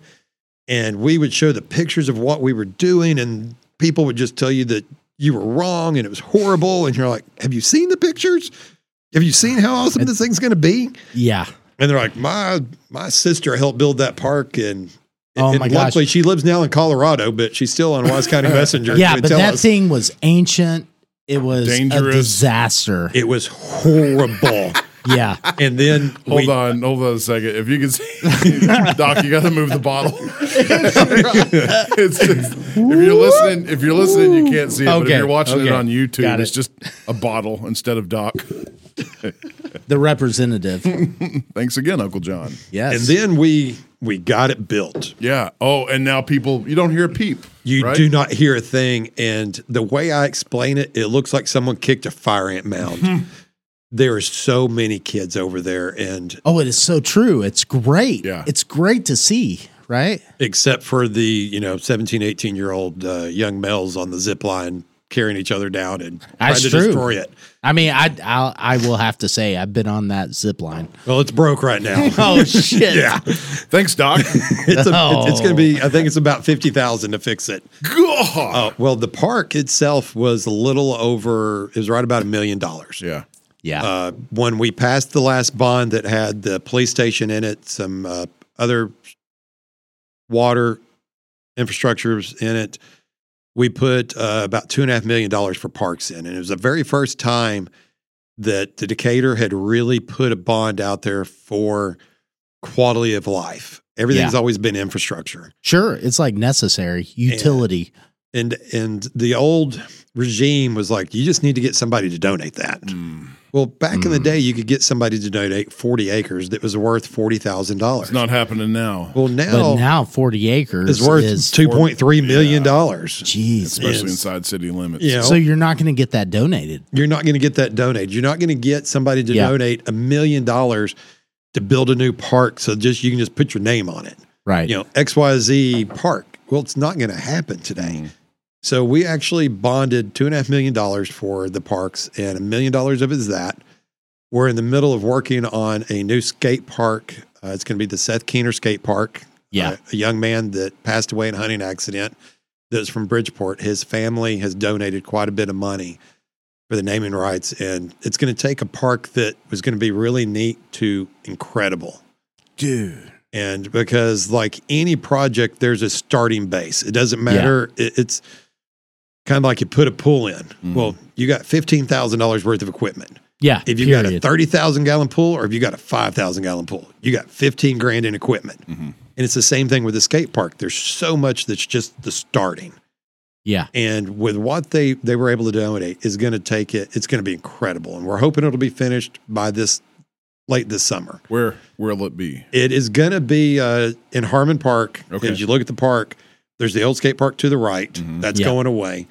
[SPEAKER 5] And we would show the pictures of what we were doing, and people would just tell you that you were wrong and it was horrible. And you're like, "Have you seen the pictures? Have you seen how awesome this thing's going to be?"
[SPEAKER 4] Yeah.
[SPEAKER 5] And they're like, my my sister helped build that park, and,
[SPEAKER 4] Oh
[SPEAKER 5] and
[SPEAKER 4] my gosh.
[SPEAKER 5] luckily she lives now in Colorado, but she's still on Wise
[SPEAKER 4] *laughs*
[SPEAKER 5] County Messenger.
[SPEAKER 4] Yeah,
[SPEAKER 5] to
[SPEAKER 4] but
[SPEAKER 5] tell
[SPEAKER 4] that
[SPEAKER 5] us.
[SPEAKER 4] thing was ancient. It was a
[SPEAKER 1] Dangerous.
[SPEAKER 5] *laughs*
[SPEAKER 4] disaster.
[SPEAKER 5] it was horrible.
[SPEAKER 4] yeah. *laughs*
[SPEAKER 5] and then
[SPEAKER 1] Hold
[SPEAKER 5] we,
[SPEAKER 1] on, hold on a second. If you can see, Doc, you got to move the
[SPEAKER 4] *laughs*
[SPEAKER 1] bottle. *laughs* It's- it's- if you're listening, if you're listening, you can't see it. But if
[SPEAKER 4] Okay,
[SPEAKER 1] you're watching it
[SPEAKER 4] okay.
[SPEAKER 1] on YouTube,
[SPEAKER 4] Got
[SPEAKER 1] it's
[SPEAKER 4] it.
[SPEAKER 1] just a bottle instead of Doc.
[SPEAKER 4] The representative.
[SPEAKER 1] Thanks again, Uncle John.
[SPEAKER 4] Yes.
[SPEAKER 5] and then we we got it built.
[SPEAKER 1] Yeah. Oh, and now people, you don't hear a peep.
[SPEAKER 5] You
[SPEAKER 1] right?
[SPEAKER 5] do not hear a thing. And the way I explain it, it looks like someone kicked a fire ant
[SPEAKER 4] Hmm.
[SPEAKER 5] mound. there are so many kids over there, and
[SPEAKER 4] Oh, it is so true. It's great.
[SPEAKER 1] Yeah.
[SPEAKER 4] It's great to see, right?
[SPEAKER 5] except for the you know 17 18 year old uh, young males on the zip line carrying each other down and trying
[SPEAKER 4] That's
[SPEAKER 5] to
[SPEAKER 4] true.
[SPEAKER 5] destroy it
[SPEAKER 4] I mean, I I'll, I will have to say I've been on that zip line.
[SPEAKER 5] well it's broke right now
[SPEAKER 4] *laughs* Oh shit.
[SPEAKER 5] yeah
[SPEAKER 1] Thanks,
[SPEAKER 4] *laughs*
[SPEAKER 1] Doc.
[SPEAKER 5] it's, a, it's, it's gonna
[SPEAKER 4] Oh.
[SPEAKER 5] be i think it's about 50000 to fix it
[SPEAKER 1] God.
[SPEAKER 5] uh, well the park itself was a little over it was right about a million dollars
[SPEAKER 1] Yeah.
[SPEAKER 4] Yeah.
[SPEAKER 5] uh, when we passed the last bond that had the police station in it, some uh, other water infrastructures in it, we put uh, about two and a half million dollars for parks in, and it was the very first time that the Decatur had really put a bond out there for quality of life. Everything's always been infrastructure
[SPEAKER 4] sure. It's like necessary utility.
[SPEAKER 5] and and the old regime was like you just need to get somebody to donate that
[SPEAKER 1] Hmm.
[SPEAKER 5] well back in the day you could get somebody to donate 40 acres that was worth
[SPEAKER 1] It's
[SPEAKER 5] $40000
[SPEAKER 1] not happening now,
[SPEAKER 5] well
[SPEAKER 4] but
[SPEAKER 5] now,
[SPEAKER 4] now 40 acres
[SPEAKER 5] it's worth
[SPEAKER 4] is
[SPEAKER 5] $2.3 million dollars
[SPEAKER 4] Jeez.
[SPEAKER 1] especially
[SPEAKER 5] is-
[SPEAKER 1] inside city limits.
[SPEAKER 5] you know
[SPEAKER 4] So you're not going to get that donated.
[SPEAKER 5] you're not going to get that donated you're not going to get somebody to
[SPEAKER 4] Yeah.
[SPEAKER 5] donate a million dollars to build a new park so just you can just put your name on it
[SPEAKER 4] Right.
[SPEAKER 5] you know xyz park well it's not going to happen today so we actually bonded two and a half million dollars for the parks and a million dollars of it is that we're in the middle of working on a new skate park uh, it's going to be the seth keener skate park
[SPEAKER 4] Yeah.
[SPEAKER 5] Uh, a young man that passed away in a hunting accident that's from bridgeport his family has donated quite a bit of money for the naming rights and it's going to take a park that was going to be really neat to incredible
[SPEAKER 4] Dude.
[SPEAKER 5] and because like any project there's a starting base it doesn't matter it, it's kind of like you put a pool in well you got $15000 worth of equipment
[SPEAKER 4] Yeah.
[SPEAKER 5] if you got a
[SPEAKER 4] period.
[SPEAKER 5] 30000 gallon pool or if you got a 5000 gallon pool you got 15 grand in equipment and it's the same thing with the skate park there's so much that's just the starting
[SPEAKER 4] yeah.
[SPEAKER 5] and with what they they were able to donate is going to take it it's going to be incredible and we're hoping it'll be finished by this late this summer
[SPEAKER 1] Where where'll it be?
[SPEAKER 5] it is going to be uh, in Harmon Park.
[SPEAKER 1] Okay.
[SPEAKER 5] As you look at the park, there's the old skate park to the right. That's
[SPEAKER 4] Yeah.
[SPEAKER 5] going away.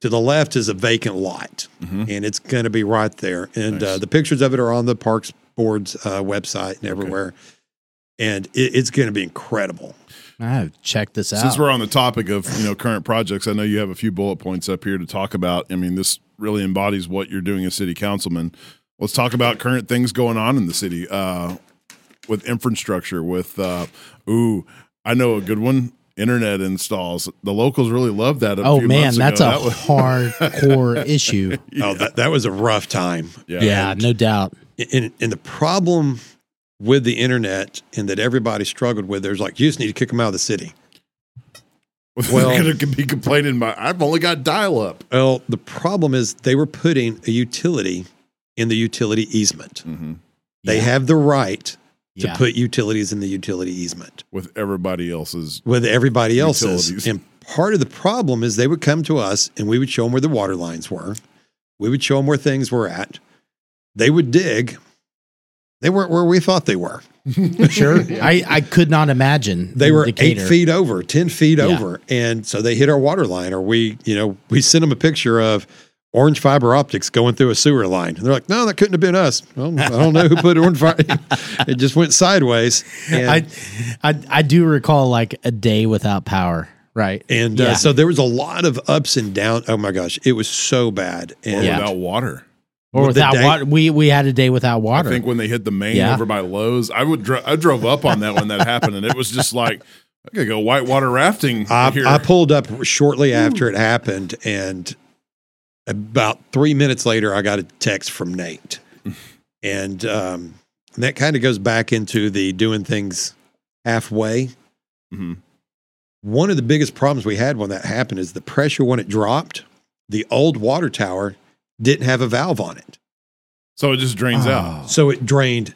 [SPEAKER 5] To the left is a vacant lot, and it's going to be right there. And uh, the pictures of it are on the parks board's uh, website and everywhere. And it, it's going to be incredible.
[SPEAKER 4] I've checked this out.
[SPEAKER 1] Since we're on the topic of you know current projects, I know you have a few bullet points up here to talk about. I mean, this really embodies what you're doing as city councilman. Let's talk about current things going on in the city. Uh, with infrastructure with uh ooh i know a good one internet installs the locals really love that a
[SPEAKER 4] oh
[SPEAKER 1] few months
[SPEAKER 4] man, that's
[SPEAKER 1] ago. *laughs*
[SPEAKER 4] a hardcore issue.
[SPEAKER 5] Oh, that, that was a rough time.
[SPEAKER 1] yeah,
[SPEAKER 4] Yeah, no doubt.
[SPEAKER 5] And, and the problem with the internet and that everybody struggled with, there's like, you just need to kick them out of the city.
[SPEAKER 1] well *laughs*
[SPEAKER 5] Well-
[SPEAKER 1] gonna be complaining my i've only got dial up
[SPEAKER 5] Well, the problem is they were putting a utility in the utility easement. They
[SPEAKER 4] Yeah.
[SPEAKER 5] have the right to
[SPEAKER 4] Yeah.
[SPEAKER 5] put utilities in the utility easement
[SPEAKER 1] with everybody else's
[SPEAKER 5] with everybody else's.
[SPEAKER 1] Utilities.
[SPEAKER 5] And part of the problem is they would come to us and we would show them where the water lines were. We would show them where things were at. They would dig. They weren't where we thought they were.
[SPEAKER 4] *laughs*
[SPEAKER 5] *laughs*
[SPEAKER 4] sure. I, I could not imagine.
[SPEAKER 5] They
[SPEAKER 4] in
[SPEAKER 5] were
[SPEAKER 4] Decatur.
[SPEAKER 5] eight feet over, 10 feet
[SPEAKER 4] Yeah.
[SPEAKER 5] over. And so they hit our water line, or we, you know, we sent them a picture of orange fiber optics going through a sewer line. And they're like, no, that couldn't have been us. Well, I don't know who put orange fiber. *laughs* it just went sideways. And,
[SPEAKER 4] I, I I do recall like a day without power. Right.
[SPEAKER 5] and
[SPEAKER 4] Yeah.
[SPEAKER 5] uh, so there was a lot of ups and downs. Oh my gosh, it was so bad.
[SPEAKER 1] or
[SPEAKER 5] And
[SPEAKER 4] Yeah.
[SPEAKER 1] without water
[SPEAKER 4] or
[SPEAKER 5] with the
[SPEAKER 4] without
[SPEAKER 5] day-
[SPEAKER 4] water, we we had a day without water.
[SPEAKER 1] I think when they hit the main
[SPEAKER 4] Yeah.
[SPEAKER 1] over by Lowe's, I would dr- I drove up on that when that happened, and it was just like I gotta go whitewater rafting
[SPEAKER 5] I,
[SPEAKER 1] here.
[SPEAKER 5] I pulled up shortly after it happened, and about three minutes later, I got a text from Nate, and um, that kind of goes back into the doing things halfway.
[SPEAKER 1] Mhm.
[SPEAKER 5] One of the biggest problems we had when that happened is the pressure when it dropped. The old water tower didn't have a valve on it,
[SPEAKER 1] so it just drains
[SPEAKER 5] Oh.
[SPEAKER 1] out.
[SPEAKER 5] so it drained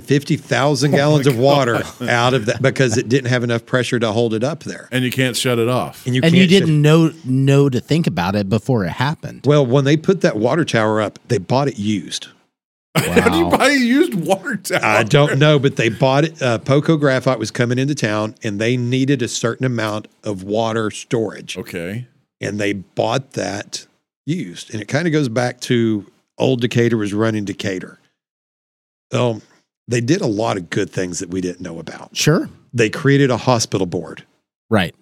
[SPEAKER 5] 250,000 gallons of water out of that because it didn't have enough pressure to hold it up there.
[SPEAKER 1] And you can't shut it off. *laughs*
[SPEAKER 5] you
[SPEAKER 4] and you
[SPEAKER 5] can't shut-
[SPEAKER 4] didn't know know to think about it before it happened.
[SPEAKER 5] Well, when they put that water tower up, they bought it used.
[SPEAKER 1] How do you
[SPEAKER 4] Wow.
[SPEAKER 1] buy a used water tower?
[SPEAKER 5] I don't know, but they bought it. Uh, Poco Graphite was coming into town and they needed a certain amount of water storage.
[SPEAKER 1] Okay.
[SPEAKER 5] And they bought that used. And it kind of goes back to old Decatur was running Decatur. Um, they did a lot of good things that we didn't know about.
[SPEAKER 4] Sure.
[SPEAKER 5] They created a hospital board
[SPEAKER 4] Right.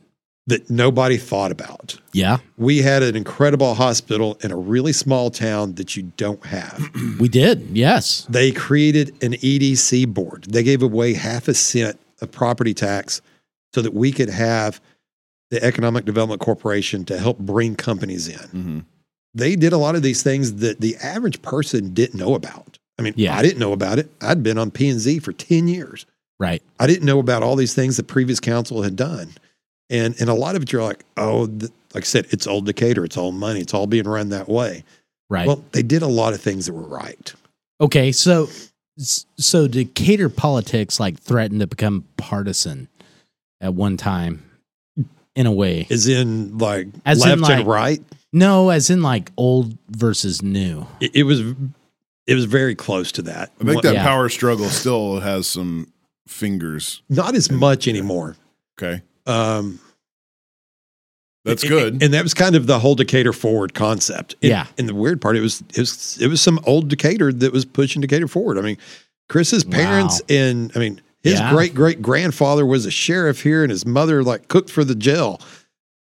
[SPEAKER 5] that nobody thought about.
[SPEAKER 4] Yeah.
[SPEAKER 5] We had an incredible hospital in a really small town that you don't have.
[SPEAKER 4] We did. Yes.
[SPEAKER 5] They created an EDC board. They gave away half a cent of property tax so that we could have the Economic Development Corporation to help bring companies in.
[SPEAKER 1] Mhm.
[SPEAKER 5] They did a lot of these things that the average person didn't know about. I mean,
[SPEAKER 4] Yeah.
[SPEAKER 5] I didn't know about it. I'd been on P&Z for 10 years.
[SPEAKER 4] Right.
[SPEAKER 5] I didn't know about all these things the previous council had done. And and a lot of it you're like, "Oh, th- like I said, it's old Decatur, it's all money, it's all being run that way."
[SPEAKER 4] Right.
[SPEAKER 5] Well, they did a lot of things that were right.
[SPEAKER 4] okay. So so Decatur politics like threatened to become partisan at one time, in a way.
[SPEAKER 5] Is in like
[SPEAKER 4] As in,
[SPEAKER 5] left
[SPEAKER 4] like-
[SPEAKER 5] and right.
[SPEAKER 4] no, as in like old versus new.
[SPEAKER 5] It, it was it was very close to that.
[SPEAKER 1] I think that
[SPEAKER 4] Yeah.
[SPEAKER 1] power struggle still has some fingers.
[SPEAKER 5] not as much anymore.
[SPEAKER 1] Okay.
[SPEAKER 5] Um,
[SPEAKER 1] That's
[SPEAKER 5] and- *laughs*
[SPEAKER 1] good.
[SPEAKER 5] and that was kind of the whole Decatur forward concept. And-
[SPEAKER 4] Yeah.
[SPEAKER 5] and the weird part it was it was it was some old Decatur that was pushing Decatur forward. I mean, Chris's parents
[SPEAKER 4] Wow.
[SPEAKER 5] and I mean his
[SPEAKER 4] Yeah.
[SPEAKER 5] great great grandfather was a sheriff here, and his mother like cooked for the jail.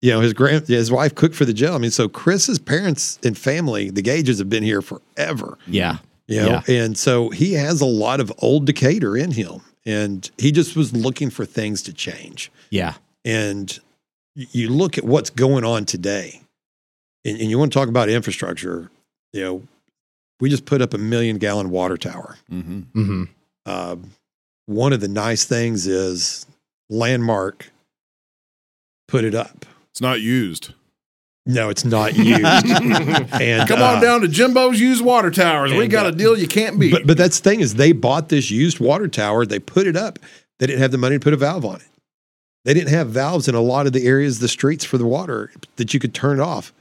[SPEAKER 5] You know, his grand his wife cooked for the jail. I mean, so Chris's parents and family, the Gages, have been here forever.
[SPEAKER 4] Yeah.
[SPEAKER 5] you know and so he has a lot of old decatur in him and he just was looking for things to change
[SPEAKER 4] Yeah.
[SPEAKER 5] and y- you look at what's going on today and, and you want to talk about infrastructure you know we just put up a million gallon water tower
[SPEAKER 1] hmm
[SPEAKER 4] Mm-hmm.
[SPEAKER 5] um, one of the nice things is landmark put it up
[SPEAKER 1] It's not used.
[SPEAKER 5] no it's
[SPEAKER 1] *laughs*
[SPEAKER 5] not used and
[SPEAKER 1] Come
[SPEAKER 5] uh,
[SPEAKER 1] on down to Jimbo's used water towers. We
[SPEAKER 5] and,
[SPEAKER 1] got
[SPEAKER 5] uh,
[SPEAKER 1] a deal you can't beat.
[SPEAKER 5] But, but that's the thing is they bought this used water tower. They put it up. They didn't have the money to put a valve on it. They didn't have valves in a lot of the areas, the streets for the water that you could turn off.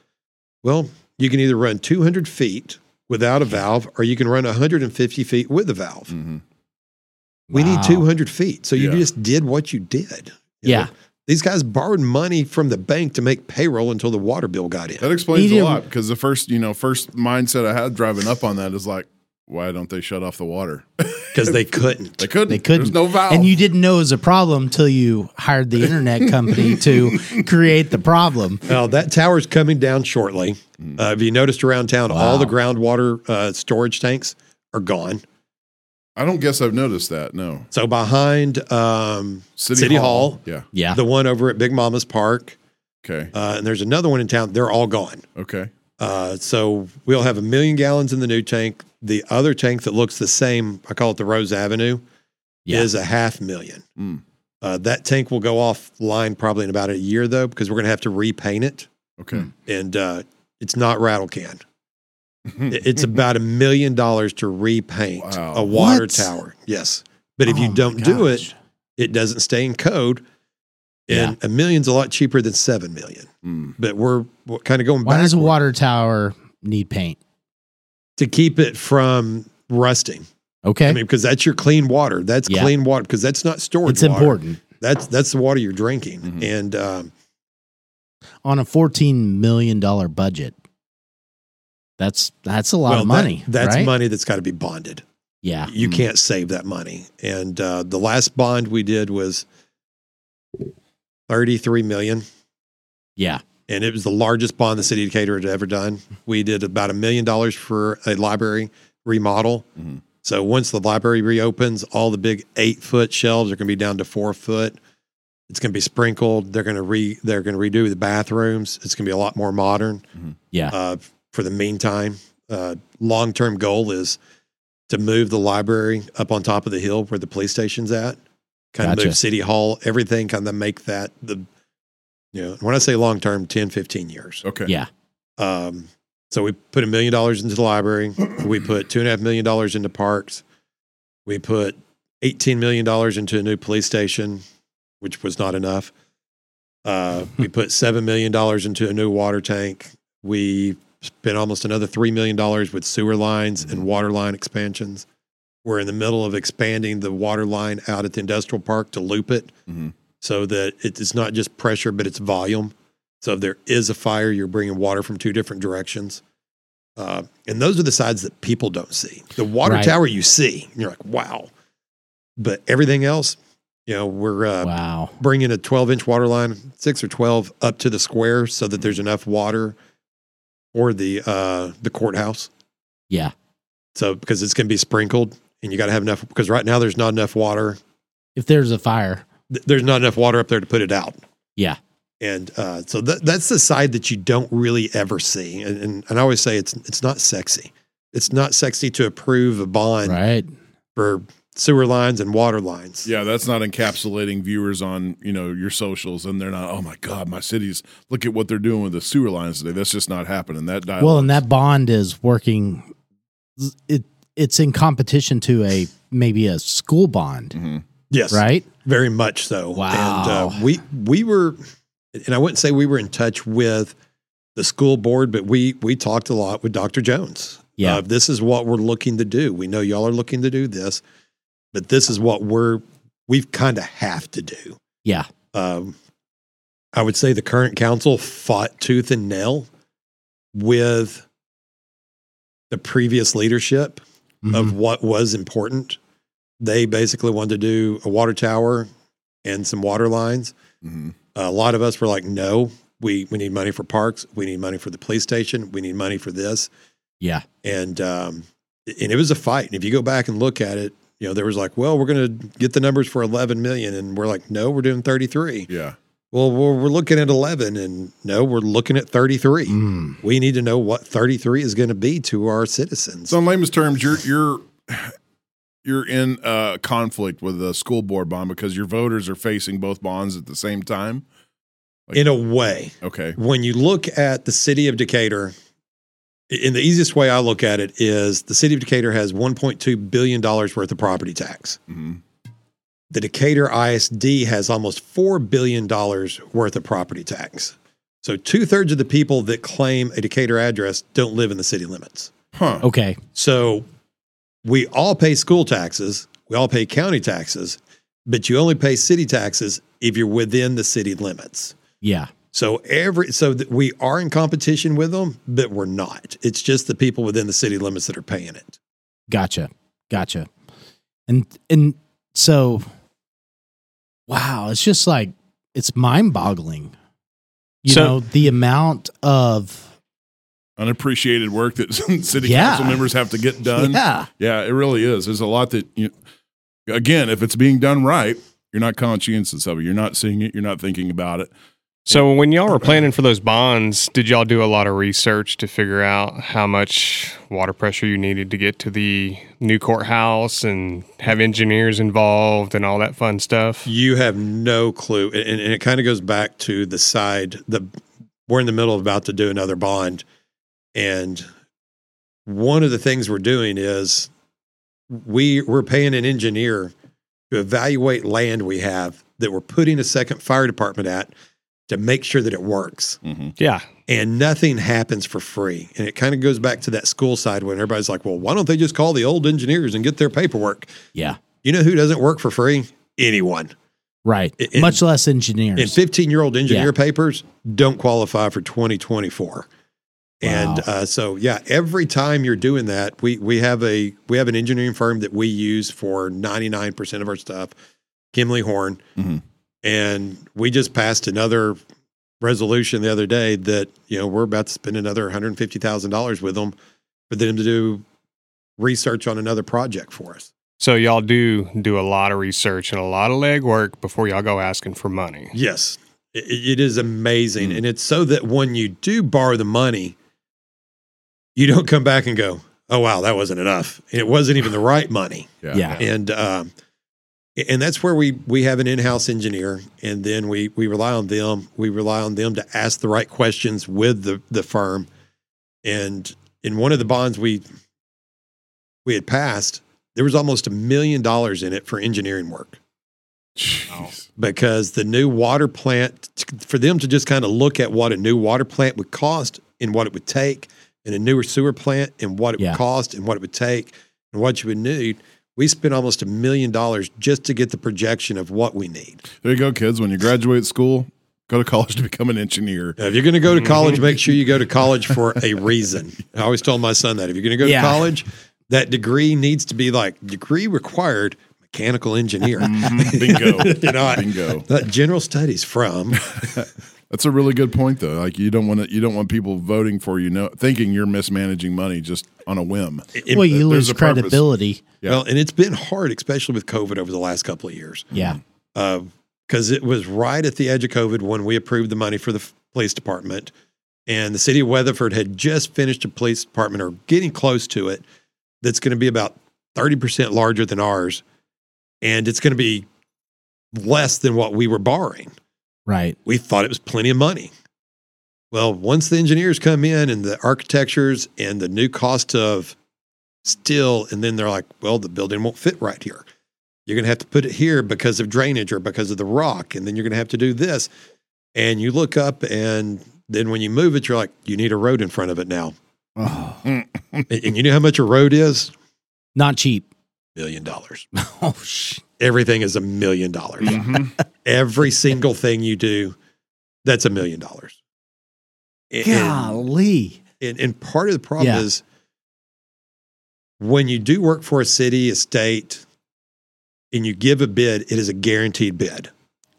[SPEAKER 5] Well, you can either run 200 feet without a valve or you can run 150 feet with a valve.
[SPEAKER 1] Mhm.
[SPEAKER 5] We need 200 feet. So you
[SPEAKER 1] Yeah.
[SPEAKER 5] just did what you did. You
[SPEAKER 4] Yeah.
[SPEAKER 5] know, these guys borrowed money from the bank to make payroll until the water bill got in. *laughs*
[SPEAKER 1] That explains
[SPEAKER 4] Medium-
[SPEAKER 1] a lot because the first, you know, first mindset I had driving up on that is like, why don't they shut off the water? *laughs*
[SPEAKER 5] because they couldn't.
[SPEAKER 1] They couldn't.
[SPEAKER 4] They couldn't.
[SPEAKER 1] There's no valve.
[SPEAKER 4] And you didn't know it was a problem till you hired the internet *laughs* company to create the problem.
[SPEAKER 5] Now that tower's coming down shortly.
[SPEAKER 1] Mm.
[SPEAKER 5] Uh, have you noticed around town all the groundwater uh, storage tanks are gone?
[SPEAKER 1] I don't guess I've noticed that. No.
[SPEAKER 5] So behind um, City, Hall,
[SPEAKER 1] Yeah.
[SPEAKER 4] Yeah.
[SPEAKER 5] the one over at Big Mama's Park,
[SPEAKER 1] Okay.
[SPEAKER 5] uh, and there's another one in town. They're all gone.
[SPEAKER 1] Okay.
[SPEAKER 5] Uh, so we'll have a million gallons in the new tank. The other tank that looks the same, I call it the Rose Avenue,
[SPEAKER 4] Yeah.
[SPEAKER 5] is a half million.
[SPEAKER 1] Mm.
[SPEAKER 5] Uh, that tank will go offline probably in about a year though, because we're going to have to repaint it,
[SPEAKER 1] Okay.
[SPEAKER 5] and uh, it's not rattle can.
[SPEAKER 1] *laughs*
[SPEAKER 4] Hmm.
[SPEAKER 5] It- *laughs* It's about a million dollars to repaint
[SPEAKER 1] Wow.
[SPEAKER 5] a water
[SPEAKER 4] What?
[SPEAKER 5] tower. Yes, but if
[SPEAKER 4] Oh
[SPEAKER 5] you
[SPEAKER 4] my
[SPEAKER 5] don't do it,
[SPEAKER 4] gosh.
[SPEAKER 5] it doesn't stay in code. And a million's a lot cheaper than seven million.
[SPEAKER 1] Mm.
[SPEAKER 5] But we're, we're kind of going
[SPEAKER 4] why
[SPEAKER 5] back
[SPEAKER 4] does a water tower need paint?
[SPEAKER 5] to keep it from rusting.
[SPEAKER 4] Okay.
[SPEAKER 5] I mean, because that's your clean water. That's
[SPEAKER 4] Yeah.
[SPEAKER 5] clean water because that's not storage.
[SPEAKER 4] it's
[SPEAKER 5] water.
[SPEAKER 4] important. Mm-hmm.
[SPEAKER 5] That's that's the water you're drinking.
[SPEAKER 1] Mhm.
[SPEAKER 5] And um,
[SPEAKER 4] On a $14 million budget. That's that's a lot
[SPEAKER 5] well,
[SPEAKER 4] of
[SPEAKER 5] that-
[SPEAKER 4] money.
[SPEAKER 5] that's
[SPEAKER 4] right? Mm-hmm.
[SPEAKER 5] money that's got to be bonded.
[SPEAKER 4] Yeah.
[SPEAKER 5] You
[SPEAKER 1] Mhm.
[SPEAKER 5] can't save that money. And uh, the last bond we did was thirty three million.
[SPEAKER 4] Yeah.
[SPEAKER 5] and it was the largest bond the city of Decatur had ever done. We did about a million dollars for a library remodel.
[SPEAKER 1] Mhm.
[SPEAKER 5] So once the library reopens, all the big eight foot shelves are going to be down to four foot. It's going to be sprinkled. They're going to re they're going to redo the bathrooms. It's going to be a lot more modern.
[SPEAKER 1] Mhm.
[SPEAKER 4] Yeah.
[SPEAKER 5] Uh, for the meantime, uh, long term goal is to move the library up on top of the hill where the police station's at. Kind of
[SPEAKER 4] Gotcha.
[SPEAKER 5] move city hall, everything. Kind of make that the you know when I say long term, 10, 15 years.
[SPEAKER 1] Okay.
[SPEAKER 4] Yeah.
[SPEAKER 5] Um, so we put a million dollars into the library. we put two and a half million dollars into parks. We put eighteen million dollars into a new police station, which was not enough. Uh, we put seven million dollars into a new water tank. We spent almost another three million dollars with sewer lines and water line expansions. We're in the middle of expanding the water line out at the industrial park to loop it
[SPEAKER 1] Mhm.
[SPEAKER 5] so that it- it's not just pressure, but it's volume. So if there is a fire, you're bringing water from two different directions. Uh, and those are the sides that people don't see. The water
[SPEAKER 4] Right.
[SPEAKER 5] tower you see, and you're like, wow. But everything else, you know, we're uh,
[SPEAKER 4] wow.
[SPEAKER 5] bringing a 12 inch water line, six or 12 up to the square so that there's enough water or the, uh, the courthouse.
[SPEAKER 4] Yeah.
[SPEAKER 5] So, because it's going to be sprinkled and you got to have enough, because right now there's not enough water
[SPEAKER 4] If there's a fire.
[SPEAKER 5] th- there's not enough water up there to put it out.
[SPEAKER 4] Yeah.
[SPEAKER 5] And uh, so that that's the side that you don't really ever see. And, and, and I always say it's it's not sexy. It's not sexy to approve a bond
[SPEAKER 4] Right.
[SPEAKER 5] for sewer lines and water lines.
[SPEAKER 1] Yeah, that's not encapsulating viewers on you know your socials, and they're not. Oh my God, my cities! Look at what they're doing with the sewer lines today. That's just not happening. That dialogue.
[SPEAKER 4] Well, and that bond is working. It it's in competition to a maybe a school bond,
[SPEAKER 1] Mm-hmm.
[SPEAKER 5] Yes.
[SPEAKER 4] right?
[SPEAKER 5] Very much so.
[SPEAKER 4] Wow.
[SPEAKER 5] And uh, we we were, and I wouldn't say we were in touch with the school board, but we we talked a lot with Dr. Jones.
[SPEAKER 4] Yeah.
[SPEAKER 5] Uh, this is what we're looking to do. We know y'all are looking to do this, but this is what we're we've kind of have to do.
[SPEAKER 4] Yeah.
[SPEAKER 5] Um, I would say the current council fought tooth and nail with the previous leadership
[SPEAKER 4] Mhm.
[SPEAKER 5] of what was important. They basically wanted to do a water tower and some water lines.
[SPEAKER 1] hmm
[SPEAKER 5] A lot of us were like, no, we, we need money for parks. We need money for the police station. We need money for this.
[SPEAKER 4] Yeah.
[SPEAKER 5] And, um, and it was a fight. And if you go back and look at it, you know, there was like, well, we're going to get the numbers for 11 million. And we're like, no, we're doing 33.
[SPEAKER 1] Yeah.
[SPEAKER 5] Well, we're, we're looking at 11 and no, we're looking at 33.
[SPEAKER 4] Mm.
[SPEAKER 5] We need to know what 33 is going to be to our citizens.
[SPEAKER 1] So in layman's terms, you're you're you're in uh, conflict with the school board bond because your voters are facing both bonds at the same time.
[SPEAKER 5] in a way,
[SPEAKER 1] Okay.
[SPEAKER 5] when you look at the city of Decatur, in the easiest way I look at it is the city of Decatur has $1.2 billion worth of property tax.
[SPEAKER 1] hmm
[SPEAKER 5] The Decatur ISD has almost $4 billion worth of property tax. So two thirds of the people that claim a Decatur address don't live in the city limits.
[SPEAKER 1] Huh.
[SPEAKER 4] Okay.
[SPEAKER 5] So we all pay school taxes, we all pay county taxes, but you only pay city taxes if you're within the city limits.
[SPEAKER 4] Yeah.
[SPEAKER 5] So every so that we are in competition with them, but we're not. It's just the people within the city limits that are paying it.
[SPEAKER 4] Gotcha. Gotcha. And and so wow, it's just like it's mind-boggling. You
[SPEAKER 6] So-
[SPEAKER 4] know, the amount of
[SPEAKER 1] unappreciated work that *laughs* city
[SPEAKER 4] Yeah.
[SPEAKER 1] council members have to get done.
[SPEAKER 4] Yeah.
[SPEAKER 1] Yeah, Um, it really is. There's a lot that you again, if it's being done right, you're not conscientious of it. You're not seeing it. You're not thinking about it.
[SPEAKER 6] So when y'all were planning for those bonds, did y'all do a lot of research to figure out how much water pressure you needed to get to the new courthouse and have engineers involved and all that fun stuff?
[SPEAKER 5] You have no clue, and, and and it kind of goes back to the side. The we're in the middle of about to do another bond, and one of the things we're doing is we we're paying an engineer to evaluate land we have that we're putting a second fire department at to make sure that it works
[SPEAKER 1] Mm-hmm.
[SPEAKER 6] Yeah.
[SPEAKER 5] and nothing happens for free. And it kind of goes back to that school side when everybody's like, well, why don't they just call the old engineers and get their paperwork?
[SPEAKER 4] Yeah.
[SPEAKER 5] You know who doesn't work for free? Anyone.
[SPEAKER 4] Right.
[SPEAKER 5] In-
[SPEAKER 4] Much less
[SPEAKER 5] And
[SPEAKER 4] engineers.
[SPEAKER 5] 15 year old engineer
[SPEAKER 4] Yeah.
[SPEAKER 5] papers don't qualify for 2024. And
[SPEAKER 4] Wow.
[SPEAKER 5] uh, so, yeah, every time you're doing that, we we have a we have an engineering firm that we use for 99 percent of our stuff, Kimley Horn,
[SPEAKER 4] Mm-hmm.
[SPEAKER 1] Mhm.
[SPEAKER 5] and we just passed another resolution the other day that you know we're about to spend another 150 thousand dollars with them for them to do research on another project for us.
[SPEAKER 6] So y'all do do a lot of research and a lot of legwork before y'all go asking for money.
[SPEAKER 5] *laughs* Yes, I- i- it is amazing,
[SPEAKER 1] Mm.
[SPEAKER 5] and it's so that when you do borrow the money, you don't come back and go, "Oh wow, that wasn't enough. It wasn't even the right money."
[SPEAKER 4] Yeah.
[SPEAKER 5] And um, a- and that's where we we have an in-house engineer, and then we we rely on them. We rely on them to ask the right questions with the the firm, and in one of the bonds we we had passed, there was almost a million dollars in it for engineering work
[SPEAKER 1] Jeez.
[SPEAKER 5] because the new water plant for them to just kind of look at what a new water plant would cost and what it would take and a newer sewer plant and what it
[SPEAKER 4] Yeah.
[SPEAKER 5] would cost and what it would take and what you would need we spent almost a million dollars just to get the projection of what we need
[SPEAKER 1] There you go, kids. When you graduate school, go to college to become an engineer.
[SPEAKER 5] now, if you're going to go to college make sure you go to college for a reason i always told my son that if you're going to go
[SPEAKER 4] Yeah.
[SPEAKER 5] to college that degree needs to be like degree required mechanical engineer
[SPEAKER 1] *laughs*
[SPEAKER 4] Mm.
[SPEAKER 1] Bingo.
[SPEAKER 5] you know I,
[SPEAKER 1] Bingo.
[SPEAKER 5] that general studies from
[SPEAKER 1] That's a really good point, though. Like you don't want to, you don't want people voting for you, know, thinking you're mismanaging money just on a whim.
[SPEAKER 4] well, you
[SPEAKER 1] there's
[SPEAKER 4] lose
[SPEAKER 1] a purpose.
[SPEAKER 4] credibility.
[SPEAKER 1] Yeah.
[SPEAKER 5] Well, and it's been hard, especially with COVID over the last couple of years,
[SPEAKER 4] Yeah.
[SPEAKER 5] because it was right at the edge of COVID when we approved the money for the f- police department. And the city of Weatherford had just finished a police department or getting close to it that's going to be about 30% larger than ours. And it's going to be less than what we were borrowing.
[SPEAKER 4] Right.
[SPEAKER 5] We thought it was plenty of money. Well, once the engineers come in and the architectures and the new cost of steel, and then they're like, well, the building won't fit right here. You're going to have to put it here because of drainage or because of the rock. And then you're going to have to do this. And you look up, and then when you move it, you're like, you need a road in front of it now.
[SPEAKER 4] Oh.
[SPEAKER 5] and and you know how much a road is?
[SPEAKER 4] Not cheap. *laughs*
[SPEAKER 5] Million dollars.
[SPEAKER 4] Oh, sh-
[SPEAKER 5] Everything is a million dollars.
[SPEAKER 1] Mm-hmm,
[SPEAKER 5] Every single thing you do, that's a million dollars. And-
[SPEAKER 4] golly.
[SPEAKER 5] And, and part of the problem
[SPEAKER 4] Yeah.
[SPEAKER 5] is when you do work for a city, a state, and you give a bid, it is a guaranteed bid.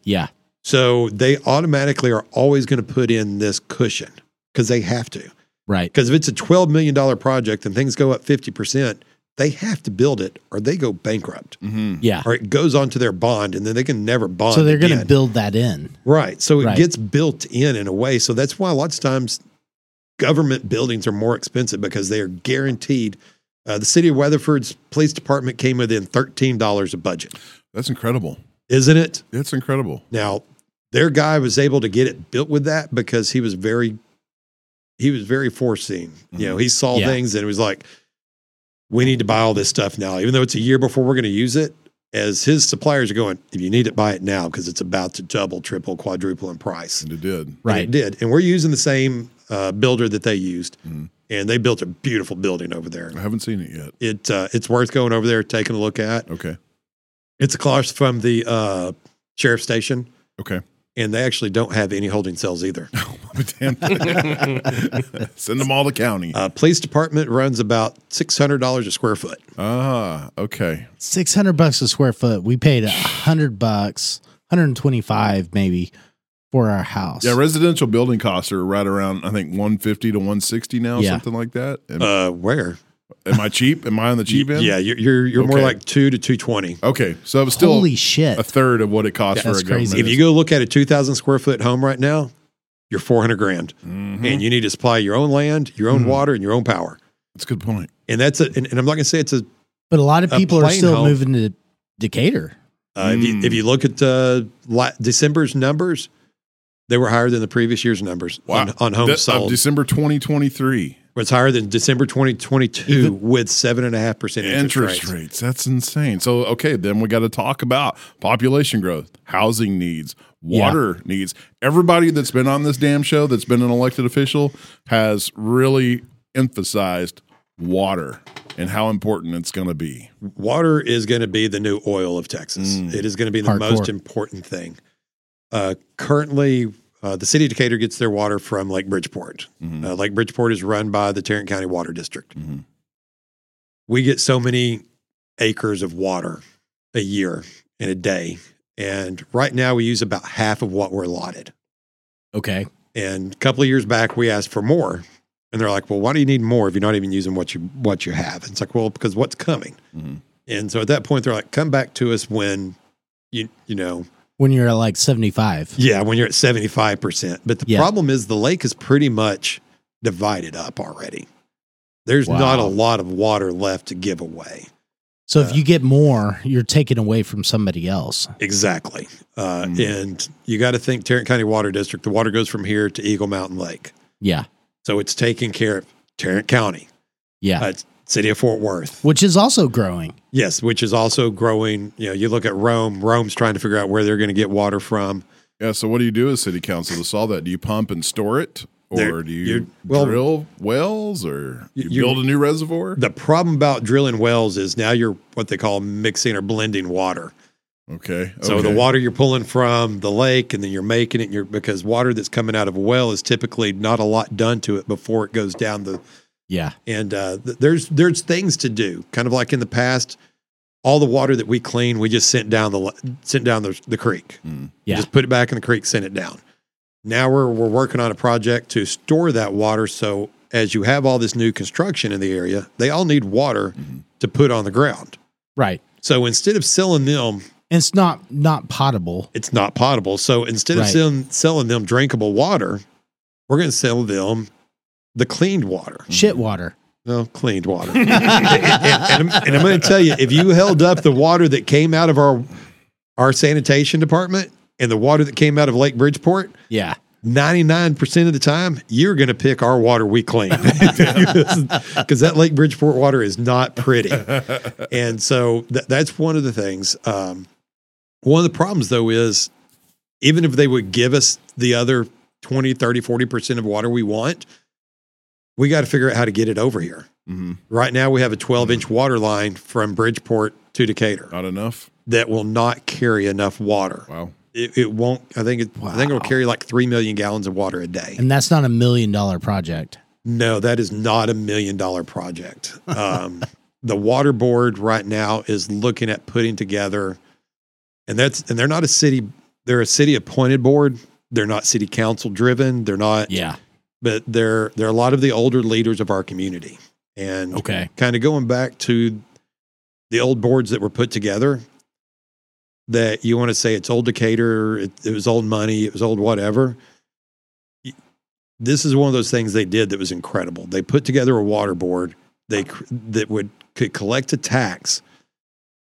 [SPEAKER 4] Yeah.
[SPEAKER 5] So they automatically are always going to put in this cushion because they have to.
[SPEAKER 4] Right.
[SPEAKER 5] Because if it's a $12 million project and things go up 50%, they have to build it or they go bankrupt
[SPEAKER 1] hmm
[SPEAKER 4] Yeah.
[SPEAKER 5] or it goes onto their bond and then they can never bond.
[SPEAKER 4] So they're going to
[SPEAKER 5] again.
[SPEAKER 4] build that in.
[SPEAKER 5] Right. So it
[SPEAKER 4] Right.
[SPEAKER 5] gets built in in a way. So that's why lots of times government buildings are more expensive because they are guaranteed. Uh, the city of Weatherford's police department came within $13 a budget,
[SPEAKER 1] That's incredible.
[SPEAKER 5] isn't it?
[SPEAKER 1] That's incredible.
[SPEAKER 5] Now, their guy was able to get it built with that because he was very, he was very foreseeing. You know, he saw
[SPEAKER 4] Mm-hmm. Yeah.
[SPEAKER 5] things and it was like, we need to buy all this stuff now, even though it's a year before we're going to use it. As his suppliers are going, if you need it, buy it now because it's about to double, triple, quadruple in price.
[SPEAKER 1] And it did.
[SPEAKER 5] And
[SPEAKER 4] Right.
[SPEAKER 5] it did. And we're using the same uh, builder that they used,
[SPEAKER 1] Mhm.
[SPEAKER 5] and they built a beautiful building over there.
[SPEAKER 1] I haven't seen it yet.
[SPEAKER 5] It uh, it's worth going over there, taking a look at.
[SPEAKER 1] Okay.
[SPEAKER 5] It's across from the uh, sheriff station,
[SPEAKER 1] Okay. *laughs* Oh,
[SPEAKER 5] and they actually don't have any holding cells either.
[SPEAKER 1] Damn. *laughs* Send them all to county.
[SPEAKER 5] Uh, police department runs about six hundred dollars a square foot.
[SPEAKER 1] Ah, okay.
[SPEAKER 4] 600 bucks a square foot. We paid a 100 bucks, 125 maybe for our house.
[SPEAKER 1] Yeah, residential building costs are right around I think 150 to 160 now,
[SPEAKER 4] Yeah.
[SPEAKER 1] something like that. Am,
[SPEAKER 5] Uh, where?
[SPEAKER 1] am I cheap? Am I on the cheap end?
[SPEAKER 5] Yeah, you're you're, you're more
[SPEAKER 1] Okay.
[SPEAKER 5] like two to two twenty.
[SPEAKER 1] Okay, so it was still
[SPEAKER 4] Holy shit.
[SPEAKER 1] a third of what it costs for
[SPEAKER 4] That's
[SPEAKER 1] a government.
[SPEAKER 4] crazy.
[SPEAKER 5] If you go look at a two thousand square foot home right now, you're four hundred grand,
[SPEAKER 1] Mhm.
[SPEAKER 5] and you need to supply your own land, your
[SPEAKER 1] Hmm.
[SPEAKER 5] own water, and your own power.
[SPEAKER 1] that's a good point.
[SPEAKER 5] And that's a, and, and I'm not going to say it's a.
[SPEAKER 4] but a lot of
[SPEAKER 5] a
[SPEAKER 4] people are
[SPEAKER 5] plane
[SPEAKER 4] still
[SPEAKER 5] home.
[SPEAKER 4] moving to Decatur.
[SPEAKER 5] Uh, if, you,
[SPEAKER 1] Mm.
[SPEAKER 5] if you look at uh, la- December's numbers, they were higher than the previous year's numbers on, on homes
[SPEAKER 1] That- of
[SPEAKER 5] sold.
[SPEAKER 1] December 2023
[SPEAKER 5] it's higher than December 2022 with seven and a half percent interest,
[SPEAKER 1] interest
[SPEAKER 5] rates.
[SPEAKER 1] rates. That's insane. So okay, then we got to talk about population growth, housing needs, water needs. Everybody that's been on this damn show that's been an elected official has really emphasized water and how important it's going to be.
[SPEAKER 5] Water is going to be the new oil of Texas.
[SPEAKER 1] Hmm.
[SPEAKER 5] It is going to be the
[SPEAKER 4] Hardcore.
[SPEAKER 5] most important thing. Uh, currently, uh, the city of Decatur gets their water from Lake Bridgeport.
[SPEAKER 1] Mhm.
[SPEAKER 5] Uh, Lake Bridgeport is run by the Tarrant County Water District.
[SPEAKER 1] Mhm.
[SPEAKER 5] We get so many acres of water a year in a day. And right now, we use about half of what we're allotted.
[SPEAKER 4] Okay.
[SPEAKER 5] And a couple of years back, we asked for more, and they're like, "Well, why do you need more if you're not even using what you what you have?" And it's like, "Well, because what's coming."
[SPEAKER 4] Mm-hmm.
[SPEAKER 1] Mhm.
[SPEAKER 5] And so at that point, they're like, "Come back to us when you you know,
[SPEAKER 4] When you're at like 75.
[SPEAKER 5] yeah, when you're at seventy five percent." But the
[SPEAKER 4] Yeah.
[SPEAKER 5] problem is the lake is pretty much divided up already. There's not a
[SPEAKER 4] Wow.
[SPEAKER 5] lot of water left to give away.
[SPEAKER 4] So if you get more, you're taking away from somebody else.
[SPEAKER 5] Exactly. Uh,
[SPEAKER 1] Mm.
[SPEAKER 5] And you got to think Tarrant County Water District, the water goes from here to Eagle Mountain Lake.
[SPEAKER 4] Yeah.
[SPEAKER 5] So it's taking care of Tarrant County,
[SPEAKER 4] Yeah.
[SPEAKER 5] uh, city of Fort Worth,
[SPEAKER 4] Which is also growing.
[SPEAKER 5] Yes, which is also growing. You know, you look at Rome. Rome's trying to figure out where they're going to get water from.
[SPEAKER 1] Yeah. So what do you do as city council to solve that? Do you pump and store it, or
[SPEAKER 5] There-
[SPEAKER 1] do
[SPEAKER 5] you-
[SPEAKER 1] you
[SPEAKER 5] well-
[SPEAKER 1] drill wells, or you,
[SPEAKER 5] You-
[SPEAKER 1] build a new reservoir?
[SPEAKER 5] The problem about drilling wells is now you're what they call mixing or blending water.
[SPEAKER 1] Okay.
[SPEAKER 5] So the
[SPEAKER 1] okay.
[SPEAKER 5] water you're pulling from the lake, and then you're making it. You're because water that's coming out of a well is typically not a lot done to it before it goes down the.
[SPEAKER 4] Yeah.
[SPEAKER 5] And uh, th- there's there's things to do. Kind of like in the past, all the water that we clean, we just sent down the le- sent down the, the creek.
[SPEAKER 4] Yeah.
[SPEAKER 5] Just put it back in the creek, send it down. Now we're we're working on a project to store that water. So as you have all this new construction in the area, they all need water to put on the ground.
[SPEAKER 4] Right.
[SPEAKER 5] So instead of selling them,
[SPEAKER 4] And it's not not potable.
[SPEAKER 5] it's not potable. So instead of
[SPEAKER 4] Right.
[SPEAKER 5] selling, selling them drinkable water, we're going to sell them the cleaned water.
[SPEAKER 4] Shit water.
[SPEAKER 5] No, cleaned water. *laughs* and, and- and I'm, and I'm going to tell you, if you held up the water that came out of our our sanitation department and the water that came out of Lake Bridgeport,
[SPEAKER 4] Yeah.
[SPEAKER 5] 99% of the time, you're going to pick our water we clean *laughs* because that Lake Bridgeport water is not pretty. And so th- that's one of the things. Um, one of the problems, though, is even if they would give us the other 20, 30, 40% of water we want, we got to figure out how to get it over here.
[SPEAKER 1] Mhm.
[SPEAKER 5] Right now, we have a 12 inch water line from Bridgeport to Decatur
[SPEAKER 1] not enough.
[SPEAKER 5] that will not carry enough water.
[SPEAKER 1] Wow.
[SPEAKER 5] It, it won't, I think, it, I think it'll
[SPEAKER 4] Wow.
[SPEAKER 5] carry like 3 million gallons of water a day.
[SPEAKER 4] And that's not a million dollar project.
[SPEAKER 5] No, that is not a million dollar project. Um, the water board right now is looking at putting together, and that's and they're not a city. They're a city appointed board. They're not city council driven. They're not.
[SPEAKER 4] Yeah.
[SPEAKER 5] But they're they're a lot of the older leaders of our community, and
[SPEAKER 4] Okay.
[SPEAKER 5] kind of going back to the old boards that were put together. That you want to say it's old Decatur, it, it was old money, it was old whatever this is one of those things they did that was incredible. They put together a water board they cr- that would could collect a tax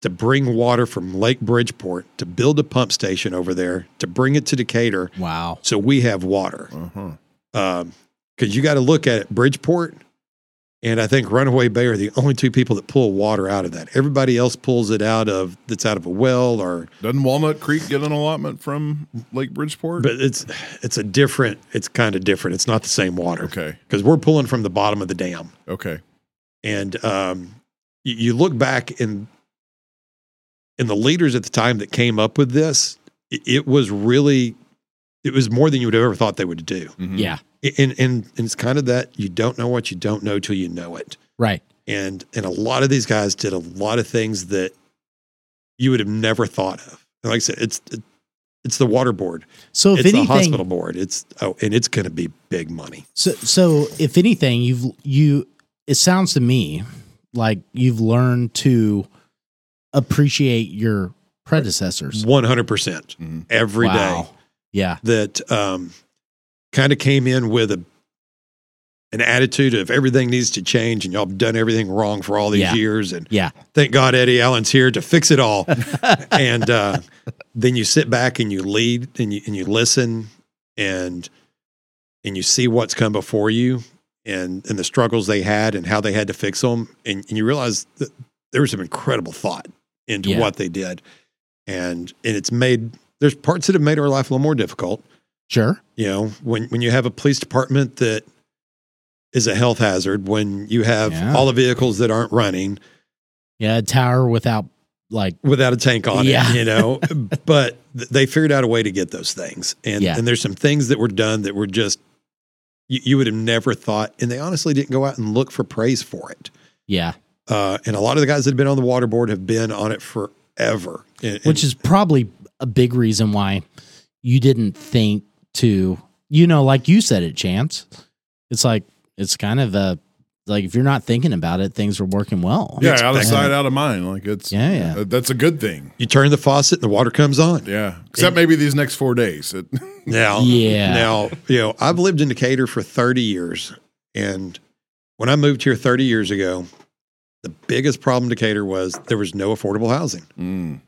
[SPEAKER 5] to bring water from Lake Bridgeport to build a pump station over there to bring it to Decatur,
[SPEAKER 4] Wow.
[SPEAKER 5] so we have water.
[SPEAKER 1] Uh huh.
[SPEAKER 5] Because Um, you got to look at it, Bridgeport and I think Runaway Bay are the only two people that pull water out of that. Everybody else pulls it out of that's out of a well or
[SPEAKER 1] Doesn't Walnut Creek get an allotment from Lake Bridgeport?
[SPEAKER 5] but it's it's a different it's kind of different. It's not the same water
[SPEAKER 1] okay.
[SPEAKER 5] because we're pulling from the bottom of the dam.
[SPEAKER 1] Okay.
[SPEAKER 5] and um, you, you look back and and the leaders at the time that came up with this, it, it was really it was more than you would have ever thought they would do.
[SPEAKER 1] Mhm.
[SPEAKER 4] Yeah.
[SPEAKER 5] And, and and it's kind of that you don't know what you don't know till you know it.
[SPEAKER 4] Right.
[SPEAKER 5] And and a lot of these guys did a lot of things that you would have never thought of. And like I said, it's it, it's the water board.
[SPEAKER 4] So if
[SPEAKER 5] it's the
[SPEAKER 4] anything,
[SPEAKER 5] hospital board. It's oh, and it's going to be big money.
[SPEAKER 4] So, so if anything, you've you. It sounds to me like you've learned to appreciate your predecessors
[SPEAKER 5] One hundred percent
[SPEAKER 1] Mhm.
[SPEAKER 5] every day.
[SPEAKER 4] Wow. Yeah,
[SPEAKER 5] that um, kind of came in with a an attitude of everything needs to change and y'all have done everything wrong for all these
[SPEAKER 4] Yeah.
[SPEAKER 5] years and
[SPEAKER 4] yeah,
[SPEAKER 5] thank God Eddie Allen's here to fix
[SPEAKER 4] *laughs*
[SPEAKER 5] it all. and uh, then you sit back and you lead and you and you listen and and you see what's come before you and and the struggles they had and how they had to fix them and, and you realize that there was some incredible thought into
[SPEAKER 4] Yeah.
[SPEAKER 5] what they did and and it's made there's parts that have made our life a little more difficult
[SPEAKER 4] sure.
[SPEAKER 5] you know when when you have a police department that is a health hazard when you have
[SPEAKER 4] Yeah.
[SPEAKER 5] all the vehicles that aren't running
[SPEAKER 4] Yeah, a tower without like
[SPEAKER 5] without a tank on
[SPEAKER 4] Yeah.
[SPEAKER 5] it, you know. *laughs* but th- they figured out a way to get those things, and
[SPEAKER 4] Yeah.
[SPEAKER 5] and there's some things that were done that were just you, you would have never thought, and they honestly didn't go out and look for praise for it.
[SPEAKER 4] yeah,
[SPEAKER 5] Uh, and a lot of the guys that have been on the water board have been on it forever, and, and-
[SPEAKER 4] which is probably a big reason why you didn't think to you know like you said it chance it's like it's kind of a like if you're not thinking about it things are working well
[SPEAKER 1] Yeah, out of
[SPEAKER 5] expecting
[SPEAKER 1] sight, out of mind. Like it's
[SPEAKER 4] Yeah, yeah.
[SPEAKER 1] uh, that's a good thing.
[SPEAKER 5] you turn the faucet and the water comes on.
[SPEAKER 1] Yeah, except maybe these next four days. It, *laughs*
[SPEAKER 5] Now,
[SPEAKER 4] Yeah.
[SPEAKER 5] Now, you know, I've lived in Decatur for 30 years. And when I moved here 30 years ago, the biggest problem in Decatur was there was no affordable housing.
[SPEAKER 1] Mm.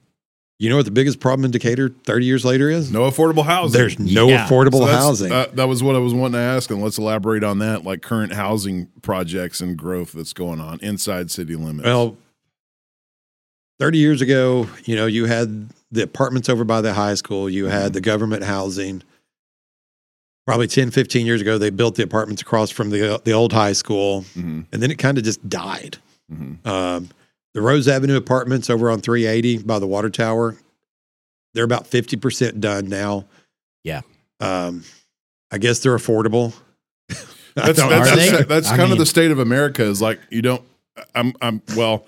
[SPEAKER 5] You know what the biggest problem in Decator 30 years later is?
[SPEAKER 1] no affordable housing.
[SPEAKER 5] There's no
[SPEAKER 4] Yeah.
[SPEAKER 1] So
[SPEAKER 5] affordable
[SPEAKER 1] that's- uh,
[SPEAKER 5] housing.
[SPEAKER 1] That, that was what I was wanting to ask, and let's elaborate on that, like current housing projects and growth that's going on inside city limits.
[SPEAKER 5] well, 30 years ago, you know, you had the apartments over by the high school, you
[SPEAKER 1] Mm-hmm.
[SPEAKER 5] had the government housing. Probably 10, 15 years ago, they built the apartments across from the, the old high school,
[SPEAKER 1] Mhm,
[SPEAKER 5] and then it kind of just died.
[SPEAKER 1] mhm.
[SPEAKER 5] Um, the Rose Avenue apartments over on 380 by the water tower, they're about 50% done now.
[SPEAKER 4] Yeah.
[SPEAKER 5] Um, I guess they're affordable. *laughs* I
[SPEAKER 1] That's
[SPEAKER 5] don't-
[SPEAKER 1] that's,
[SPEAKER 4] are they?
[SPEAKER 1] that's, that's
[SPEAKER 4] I
[SPEAKER 1] kind of
[SPEAKER 4] mean-
[SPEAKER 1] the state of America. Is like you don't. I'm I'm well.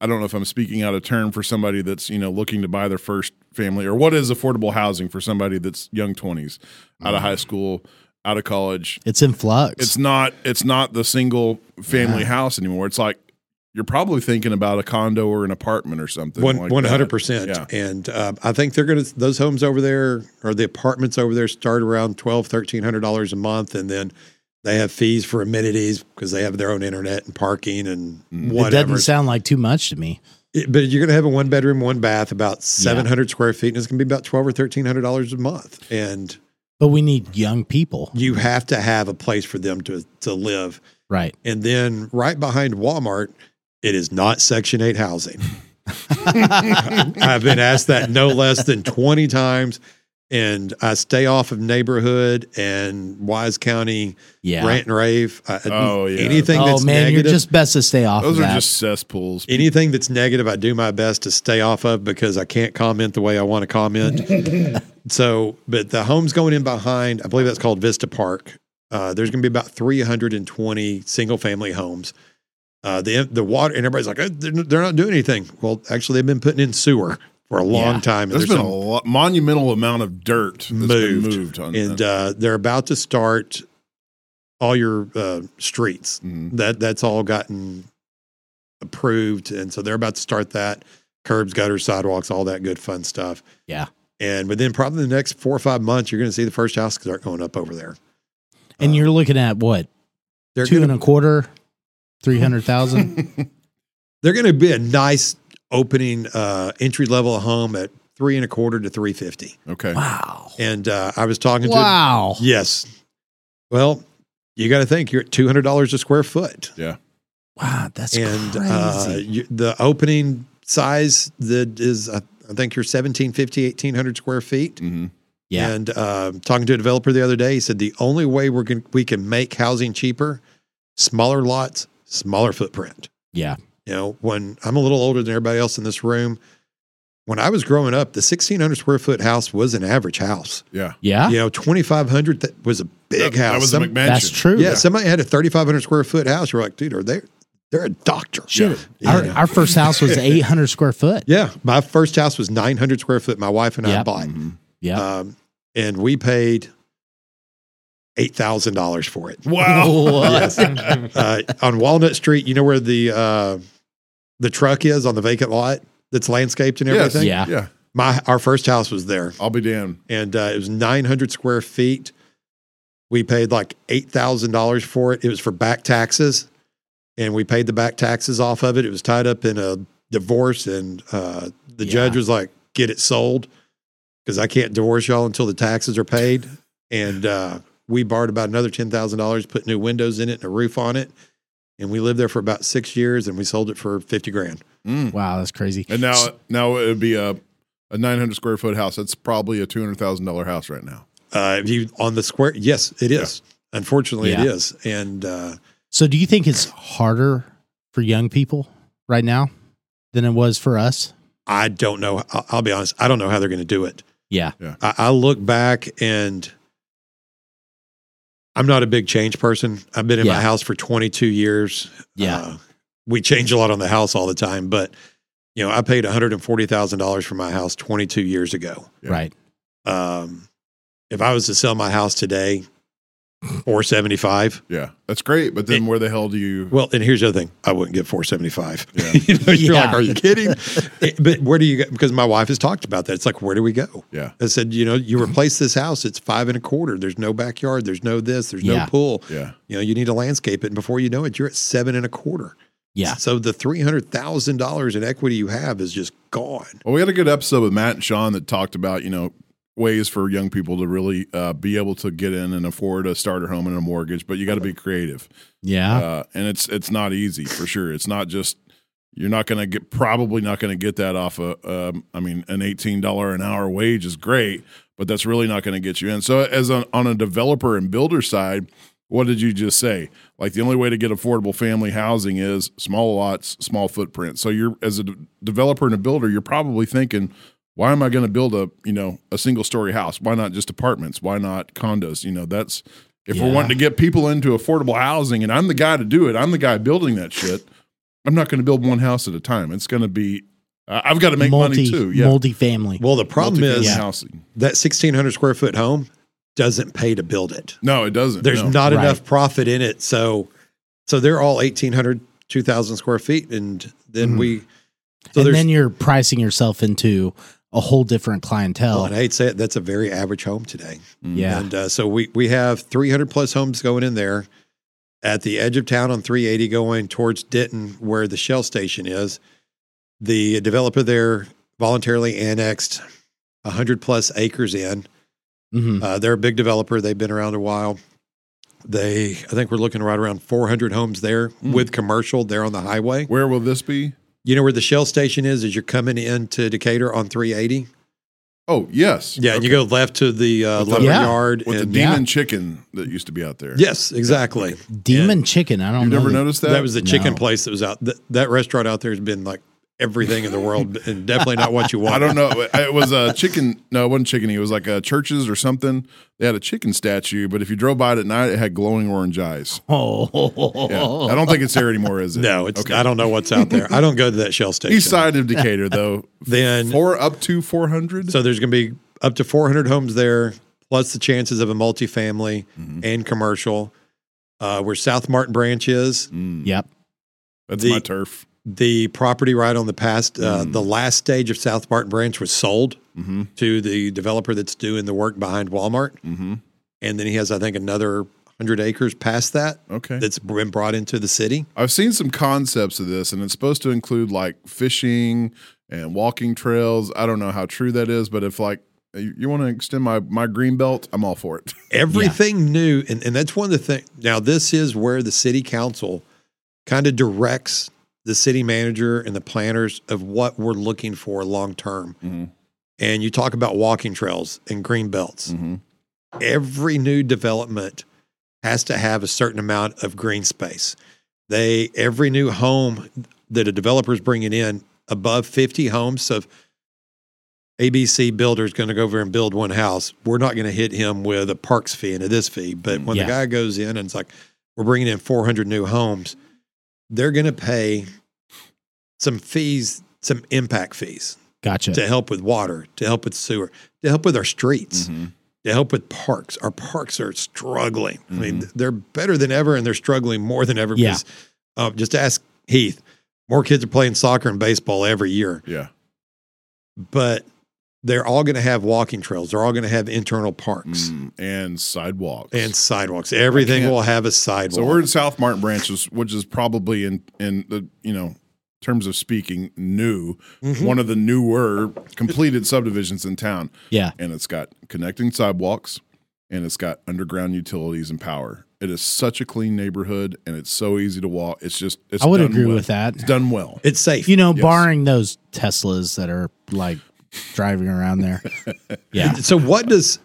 [SPEAKER 1] I don't know if I'm speaking out of turn for somebody that's you know looking to buy their first family or what is affordable housing for somebody that's young twenties, out of high
[SPEAKER 5] Mm.
[SPEAKER 1] school, out of college.
[SPEAKER 4] it's in flux
[SPEAKER 1] It's not it's not the single family house anymore. It's like you're probably thinking about a condo or an apartment or something.
[SPEAKER 5] *laughs* One
[SPEAKER 1] like
[SPEAKER 5] one hundred
[SPEAKER 1] that.
[SPEAKER 5] percent,
[SPEAKER 1] Yeah.
[SPEAKER 5] and um, I think they're going to those homes over there or the apartments over there start around twelve thirteen hundred dollars a month, and then they have fees for amenities because they have their own internet and parking and
[SPEAKER 1] Mm. It
[SPEAKER 4] it
[SPEAKER 5] whatever.
[SPEAKER 4] doesn't sound like too much to me
[SPEAKER 5] It- but you're going to have a one bedroom, one bath, about seven hundred square feet, and it's going to be about twelve or thirteen hundred dollars a month, and
[SPEAKER 4] but we need young people
[SPEAKER 5] you have to have a place for them to to live.
[SPEAKER 1] *laughs*
[SPEAKER 4] right
[SPEAKER 5] And then right behind Walmart, it is not Section
[SPEAKER 1] *laughs*
[SPEAKER 5] 8 housing. I've been asked that no less than 20 times. And I stay off of neighborhood and Wise County
[SPEAKER 4] yeah
[SPEAKER 5] rant and rave. I,
[SPEAKER 1] Oh, yeah.
[SPEAKER 5] Anything
[SPEAKER 4] oh
[SPEAKER 5] that's
[SPEAKER 4] man
[SPEAKER 5] negative,
[SPEAKER 4] you're just best to stay off
[SPEAKER 1] Those
[SPEAKER 4] of
[SPEAKER 1] are
[SPEAKER 4] that.
[SPEAKER 1] just cesspools.
[SPEAKER 5] anything that's negative, I do my best to stay off of because I can't comment the way I want to comment. so, but the homes going in behind, I believe that's called Vista Park. Uh, there's going to be about 320 single family homes. Uh, the the water and everybody's like "Eh, they're, they're not doing anything. Well, actually, they've been putting in sewer for a long
[SPEAKER 4] Yeah.
[SPEAKER 5] time. and
[SPEAKER 1] There's
[SPEAKER 5] there's
[SPEAKER 1] been
[SPEAKER 5] some-
[SPEAKER 1] a lo- monumental amount of dirt that's moved.
[SPEAKER 5] Moved.
[SPEAKER 1] been moved on
[SPEAKER 5] and
[SPEAKER 1] that.
[SPEAKER 5] uh, they're about to start all your uh, streets.
[SPEAKER 1] Mhm.
[SPEAKER 5] That that's all gotten approved, and so they're about to start that curbs, gutters, sidewalks, all that good fun stuff.
[SPEAKER 4] Yeah.
[SPEAKER 5] and within probably the next four or five months, you're going to see the first house start going up over there.
[SPEAKER 4] and you're looking at what
[SPEAKER 5] They're
[SPEAKER 4] 2
[SPEAKER 5] going
[SPEAKER 4] and a
[SPEAKER 5] to
[SPEAKER 4] quarter
[SPEAKER 1] *laughs*
[SPEAKER 4] 300000
[SPEAKER 5] they're going to be a nice opening uh, entry level home at three and a quarter to three fifty.
[SPEAKER 1] okay.
[SPEAKER 4] wow
[SPEAKER 5] And uh, I was talking to
[SPEAKER 4] wow
[SPEAKER 5] yes, well, you got to think you're at two hundred dollars a square foot.
[SPEAKER 4] wow that's
[SPEAKER 5] and uh,
[SPEAKER 4] crazy
[SPEAKER 5] you, the opening size that is uh, i think you're 1750 1800 square feet
[SPEAKER 1] hmm
[SPEAKER 4] Yeah.
[SPEAKER 5] and uh, talking to a developer the other day he said the only way we're going we can make housing cheaper smaller lots smaller footprint
[SPEAKER 4] yeah
[SPEAKER 5] you know when i'm a little older than everybody else in this room when i was growing up the 1600 square foot house was an average house
[SPEAKER 1] Yeah.
[SPEAKER 4] yeah
[SPEAKER 5] you know 2500 th- was a big
[SPEAKER 1] that,
[SPEAKER 5] house
[SPEAKER 1] That was
[SPEAKER 5] Some-
[SPEAKER 1] a McMansion.
[SPEAKER 4] that's true
[SPEAKER 5] yeah, somebody had a 3500 square foot house you're like dude are they they're a doctor
[SPEAKER 4] Shit.
[SPEAKER 5] Yeah.
[SPEAKER 4] Our, our first house was 800 square foot.
[SPEAKER 5] Yeah, my first house was 900 square foot. My wife and I
[SPEAKER 4] Yep.
[SPEAKER 5] bought,
[SPEAKER 4] Yeah.
[SPEAKER 5] Um, and we paid eight thousand dollars
[SPEAKER 4] *laughs*
[SPEAKER 5] for it
[SPEAKER 4] What?
[SPEAKER 5] uh, on Walnut Street. You know where the uh, the truck is on the vacant lot that's landscaped and
[SPEAKER 1] Yes.
[SPEAKER 5] everything.
[SPEAKER 4] Yeah.
[SPEAKER 1] Yeah.
[SPEAKER 5] My our first house was there,
[SPEAKER 1] I'll be damned.
[SPEAKER 5] and uh, it was nine hundred square feet. We paid like eight thousand dollars for it. It was for back taxes, and we paid the back taxes off of it. It was tied up in a divorce, and uh, the
[SPEAKER 4] Yeah.
[SPEAKER 5] judge was like, "Get it sold," because I can't divorce y'all until the taxes are paid. And uh, we borrowed about another ten thousand dollars, put new windows in it and a roof on it, and we lived there for about six years, and we sold it for fifty grand.
[SPEAKER 1] Mm.
[SPEAKER 4] *laughs* wow, that's crazy.
[SPEAKER 1] And now, now it would be a a 900 square foot house. That's probably a two hundred thousand dollar house right now.
[SPEAKER 5] Uh, if you on the square, yes, it is. Unfortunately, it
[SPEAKER 4] Yeah.
[SPEAKER 5] is, and. Uh,
[SPEAKER 4] So do you think it's harder for young people right now than it was for us?
[SPEAKER 5] I don't know. I- I'll be honest. I don't know how they're going to do it.
[SPEAKER 4] Yeah.
[SPEAKER 5] I, I look back and I'm not a big change person. I've been in
[SPEAKER 4] Yeah.
[SPEAKER 5] my house for 22 years.
[SPEAKER 4] Yeah.
[SPEAKER 5] Uh, we change a lot on the house all the time, but you know, I paid $140,000 for my house 22 years ago.
[SPEAKER 1] Yeah.
[SPEAKER 4] Right.
[SPEAKER 5] Um, if I was to sell my house today, 475.
[SPEAKER 1] Yeah, that's great. But then, where the hell do you?
[SPEAKER 5] Well, and here's the other thing. I wouldn't get 475.
[SPEAKER 1] Yeah.
[SPEAKER 5] *laughs* you know, you're
[SPEAKER 4] Yeah.
[SPEAKER 5] like, are you
[SPEAKER 4] *laughs*
[SPEAKER 5] kidding? It- but where do you go? Because my wife has talked about that. It's like, where do we go?
[SPEAKER 1] Yeah.
[SPEAKER 5] I said, you
[SPEAKER 1] *laughs*
[SPEAKER 5] know, you replace this house. It's five and a quarter. There's no backyard. There's no this. There's
[SPEAKER 4] Yeah.
[SPEAKER 5] no pool.
[SPEAKER 1] Yeah,
[SPEAKER 5] You know, you need to landscape it. And before you know it, you're at seven and a quarter.
[SPEAKER 4] Yeah.
[SPEAKER 5] So the three hundred thousand dollars in equity you have is just gone.
[SPEAKER 1] Well, we had a good episode with Matt and Sean that talked about you know ways for young people to really uh, be able to get in and afford a starter home and a mortgage, but you got to be creative,
[SPEAKER 4] Yeah.
[SPEAKER 1] uh, and it's it's not easy for sure. It's not just you're not going to get probably not going to get that off a um, I mean an eighteen dollar an hour wage is great, but that's really not going to get you in. So as on, on a developer and builder side. What did you just say? Like the only way to get affordable family housing is small lots, small footprint. So you're as a de- developer and a builder, you're probably thinking, why am I going to build a you know a single story house? Why not just apartments? Why not condos? You know that's if we're
[SPEAKER 4] Yeah.
[SPEAKER 1] wanting to get people into affordable housing, and I'm the guy to do it. I'm the guy building that shit. I'm not going to build one house at a time. It's going to be I I've got to make money too. Yeah,
[SPEAKER 4] multi-family.
[SPEAKER 5] Well, the problem
[SPEAKER 1] Multifamily
[SPEAKER 5] is
[SPEAKER 4] Yeah.
[SPEAKER 1] housing.
[SPEAKER 5] that sixteen hundred square foot home doesn't pay to build it.
[SPEAKER 1] No, it doesn't.
[SPEAKER 5] there's
[SPEAKER 1] no.
[SPEAKER 5] not
[SPEAKER 4] Right.
[SPEAKER 5] enough profit in it so so they're all 1800 2000 square feet and then we so
[SPEAKER 4] and
[SPEAKER 5] there's
[SPEAKER 4] then you're pricing yourself into a whole different
[SPEAKER 5] well,
[SPEAKER 4] clientele.
[SPEAKER 5] and i hate to say it that's a very average home today
[SPEAKER 1] Mm-hmm.
[SPEAKER 4] yeah.
[SPEAKER 5] and uh, so we we have 300 plus homes going in there at the edge of town on 380 going towards denton where the shell station is the developer there voluntarily annexed 100 plus acres in
[SPEAKER 4] Mhm.
[SPEAKER 5] Uh, they're a big developer. They've been around a while. They, I think we're looking right around 400 homes there with commercial there on the highway.
[SPEAKER 1] Where will this be?
[SPEAKER 5] You know where the Shell station is as you're coming into Decatur on 380?
[SPEAKER 1] Oh yes,
[SPEAKER 5] Yeah, and you go left to the uh,
[SPEAKER 1] With the-
[SPEAKER 5] lumber
[SPEAKER 4] Yeah.
[SPEAKER 5] yard.
[SPEAKER 1] with the
[SPEAKER 5] and-
[SPEAKER 1] demon chicken that used to be out there.
[SPEAKER 5] Yes, exactly.
[SPEAKER 4] Demon chicken. I don't
[SPEAKER 1] you
[SPEAKER 4] know.
[SPEAKER 1] never
[SPEAKER 4] that-
[SPEAKER 1] noticed that.
[SPEAKER 5] That was the chicken
[SPEAKER 4] No.
[SPEAKER 5] place that was out. That, that restaurant out there has been like everything in the world
[SPEAKER 1] *laughs*
[SPEAKER 5] and definitely not what you want.
[SPEAKER 1] I don't know. It was a chicken. No, it wasn't chicken. It was like a churches or something. They had a chicken statue, but if you drove by it at night, it had glowing orange eyes.
[SPEAKER 4] *laughs* Oh.
[SPEAKER 1] Yeah. I don't think it's there anymore, is it?
[SPEAKER 5] No, it's, I don't know what's out there. I don't go to that Shell station.
[SPEAKER 1] East side of Decatur,
[SPEAKER 5] *laughs*
[SPEAKER 1] though.
[SPEAKER 5] Then
[SPEAKER 1] Four up to four hundred.
[SPEAKER 5] So there's going to be up to 400 homes there, plus the chances of a multifamily
[SPEAKER 1] Mm-hmm.
[SPEAKER 5] and commercial. Uh, where South Martin Branch is,
[SPEAKER 4] Yep.
[SPEAKER 1] Mm-hmm. That's
[SPEAKER 5] the-
[SPEAKER 1] my turf.
[SPEAKER 5] the property right on the past, uh, the last stage of South Martin Branch was sold
[SPEAKER 1] Mhm.
[SPEAKER 5] to the developer that's doing the work behind Walmart,
[SPEAKER 1] Mm-hmm.
[SPEAKER 5] and then he has, I think, another 100 acres past that
[SPEAKER 1] Okay.
[SPEAKER 5] that's been brought into the city.
[SPEAKER 1] I've seen some concepts of this, and it's supposed to include like fishing and walking trails. I don't know how true that is, but if like you, you want to extend my my green belt, I'm all for it.
[SPEAKER 5] everything new and, and that's one of the things now this is where the city council kind of directs the city manager and the planners of what we're looking for long term
[SPEAKER 1] Mhm.
[SPEAKER 5] and you talk about walking trails and green belts
[SPEAKER 1] Mhm.
[SPEAKER 5] every new development has to have a certain amount of green space they every new home that a developer is bringing in above 50 homes of ABC builder is going to go over and build one house. We're not going to hit him with a parks fee and a this fee. But when
[SPEAKER 4] Yeah.
[SPEAKER 5] the guy goes in and it's like, we're bringing in 400 new homes, they're going to pay some fees, some impact fees.
[SPEAKER 4] Gotcha.
[SPEAKER 5] to help with water, to help with sewer, to help with our streets, to help with parks. Our parks are struggling. I mean,
[SPEAKER 1] Mm-hmm.
[SPEAKER 5] they're better than ever and they're struggling more than ever
[SPEAKER 4] Yeah.
[SPEAKER 5] because uh, just ask Heath. More kids are playing soccer and baseball every year,
[SPEAKER 1] Yeah.
[SPEAKER 5] but they're all going to have walking trails. They're all going to have internal parks
[SPEAKER 1] Mm, and sidewalks.
[SPEAKER 5] and sidewalks. Everything
[SPEAKER 1] can't-
[SPEAKER 5] will have a sidewalk.
[SPEAKER 1] so we're in South Martin branches, which is probably in in the you know terms of speaking new,
[SPEAKER 4] Mm-hmm.
[SPEAKER 5] Mhm.
[SPEAKER 1] one of the newer completed subdivisions in town,
[SPEAKER 4] yeah.
[SPEAKER 1] and it's got connecting sidewalks, and it's got underground utilities and power. It is such a clean neighborhood, and it's so easy to walk. It's just it's
[SPEAKER 4] I would
[SPEAKER 1] done
[SPEAKER 4] agree
[SPEAKER 1] well.
[SPEAKER 4] with that.
[SPEAKER 1] It's done well.
[SPEAKER 5] It's safe.
[SPEAKER 4] You know,
[SPEAKER 1] Yes.
[SPEAKER 4] barring those Teslas that are like driving around there. Yeah.
[SPEAKER 5] *laughs* so what does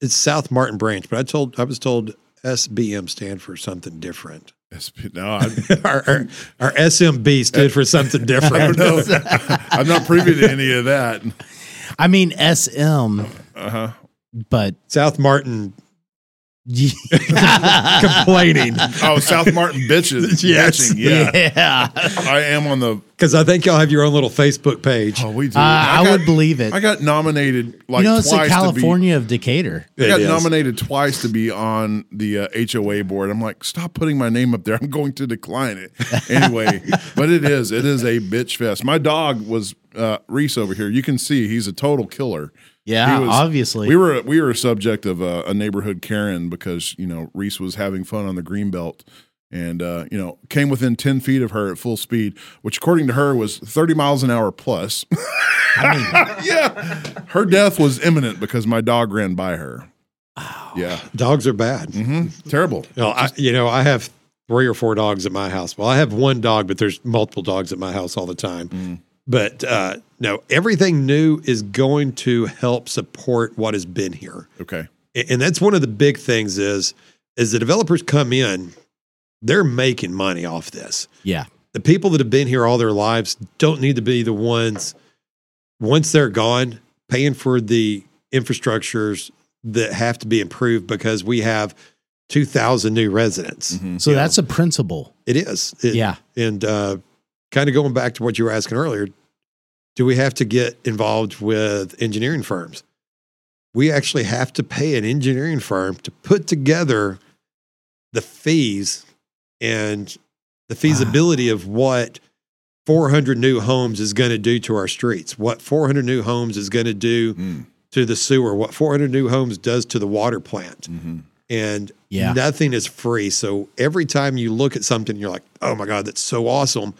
[SPEAKER 5] it's South Martin branch? But I told I was told SBM stand for something different. *laughs*
[SPEAKER 1] It's, no,
[SPEAKER 4] *laughs*
[SPEAKER 1] I,
[SPEAKER 5] our, our, our SMB stood for something
[SPEAKER 1] *laughs*
[SPEAKER 5] different.
[SPEAKER 1] I don't know. *laughs* I'm not privy to any of that.
[SPEAKER 4] I mean SM,
[SPEAKER 1] Uh huh.
[SPEAKER 4] but *laughs*
[SPEAKER 5] South Martin
[SPEAKER 4] yeah.
[SPEAKER 5] complaining
[SPEAKER 1] Oh, South Martin
[SPEAKER 4] *laughs*
[SPEAKER 1] bitches.
[SPEAKER 5] Yes.
[SPEAKER 1] Bitching, Yeah. I am on the.
[SPEAKER 5] because I think y'all have your own little Facebook page.
[SPEAKER 1] Oh, we do.
[SPEAKER 4] Uh, I,
[SPEAKER 1] got-
[SPEAKER 4] would believe it.
[SPEAKER 1] I got nominated like
[SPEAKER 4] you know, it's the
[SPEAKER 1] twice
[SPEAKER 4] California of Decatur.
[SPEAKER 1] to be. I got
[SPEAKER 5] It is.
[SPEAKER 1] nominated twice to be on the uh, HOA board. I'm like, stop putting my name up there. I'm going to decline it
[SPEAKER 5] *laughs*
[SPEAKER 1] anyway. but it is, it is a bitch fest. My dog was uh, Reese over here. You can see he's a total killer.
[SPEAKER 4] Yeah,
[SPEAKER 1] He was-
[SPEAKER 4] obviously.
[SPEAKER 1] We were we were a subject of uh, a, a neighborhood Karen because you know Reese was having fun on the green belt, and uh, you know came within ten feet of her at full speed, which according to her was thirty miles an hour plus. *laughs* yeah, her death was imminent because my dog ran by her.
[SPEAKER 4] Oh.
[SPEAKER 1] Yeah,
[SPEAKER 5] Dogs are bad.
[SPEAKER 1] hmm terrible.
[SPEAKER 5] No, I, you know, I have three or four dogs at my house. Well, I have one dog, but there's multiple dogs at my house all the time. But uh, no, everything new is going to help support what has been here.
[SPEAKER 1] Okay,
[SPEAKER 5] A- and that's one of the big things is is the developers come in they're making money off this
[SPEAKER 4] yeah.
[SPEAKER 5] the people that have been here all their lives don't need to be the ones once they're gone paying for the infrastructures that have to be improved because we have 2000 new residents
[SPEAKER 1] Mm-hmm.
[SPEAKER 4] So that's a principle.
[SPEAKER 5] It is It-
[SPEAKER 4] Yeah.
[SPEAKER 5] and uh, kind of going back to what you were asking earlier do we have to get involved with engineering firms we actually have to pay an engineering firm to put together the fees and the feasibility of what 400 new homes is going to do to our streets what 400 new homes is going to do
[SPEAKER 1] Mm,
[SPEAKER 5] to the sewer what 400 new homes does to the water plant
[SPEAKER 1] mhm.
[SPEAKER 5] and
[SPEAKER 4] Yeah.
[SPEAKER 5] nothing is free. So every time you look at something, you're like, oh my God, that's so awesome.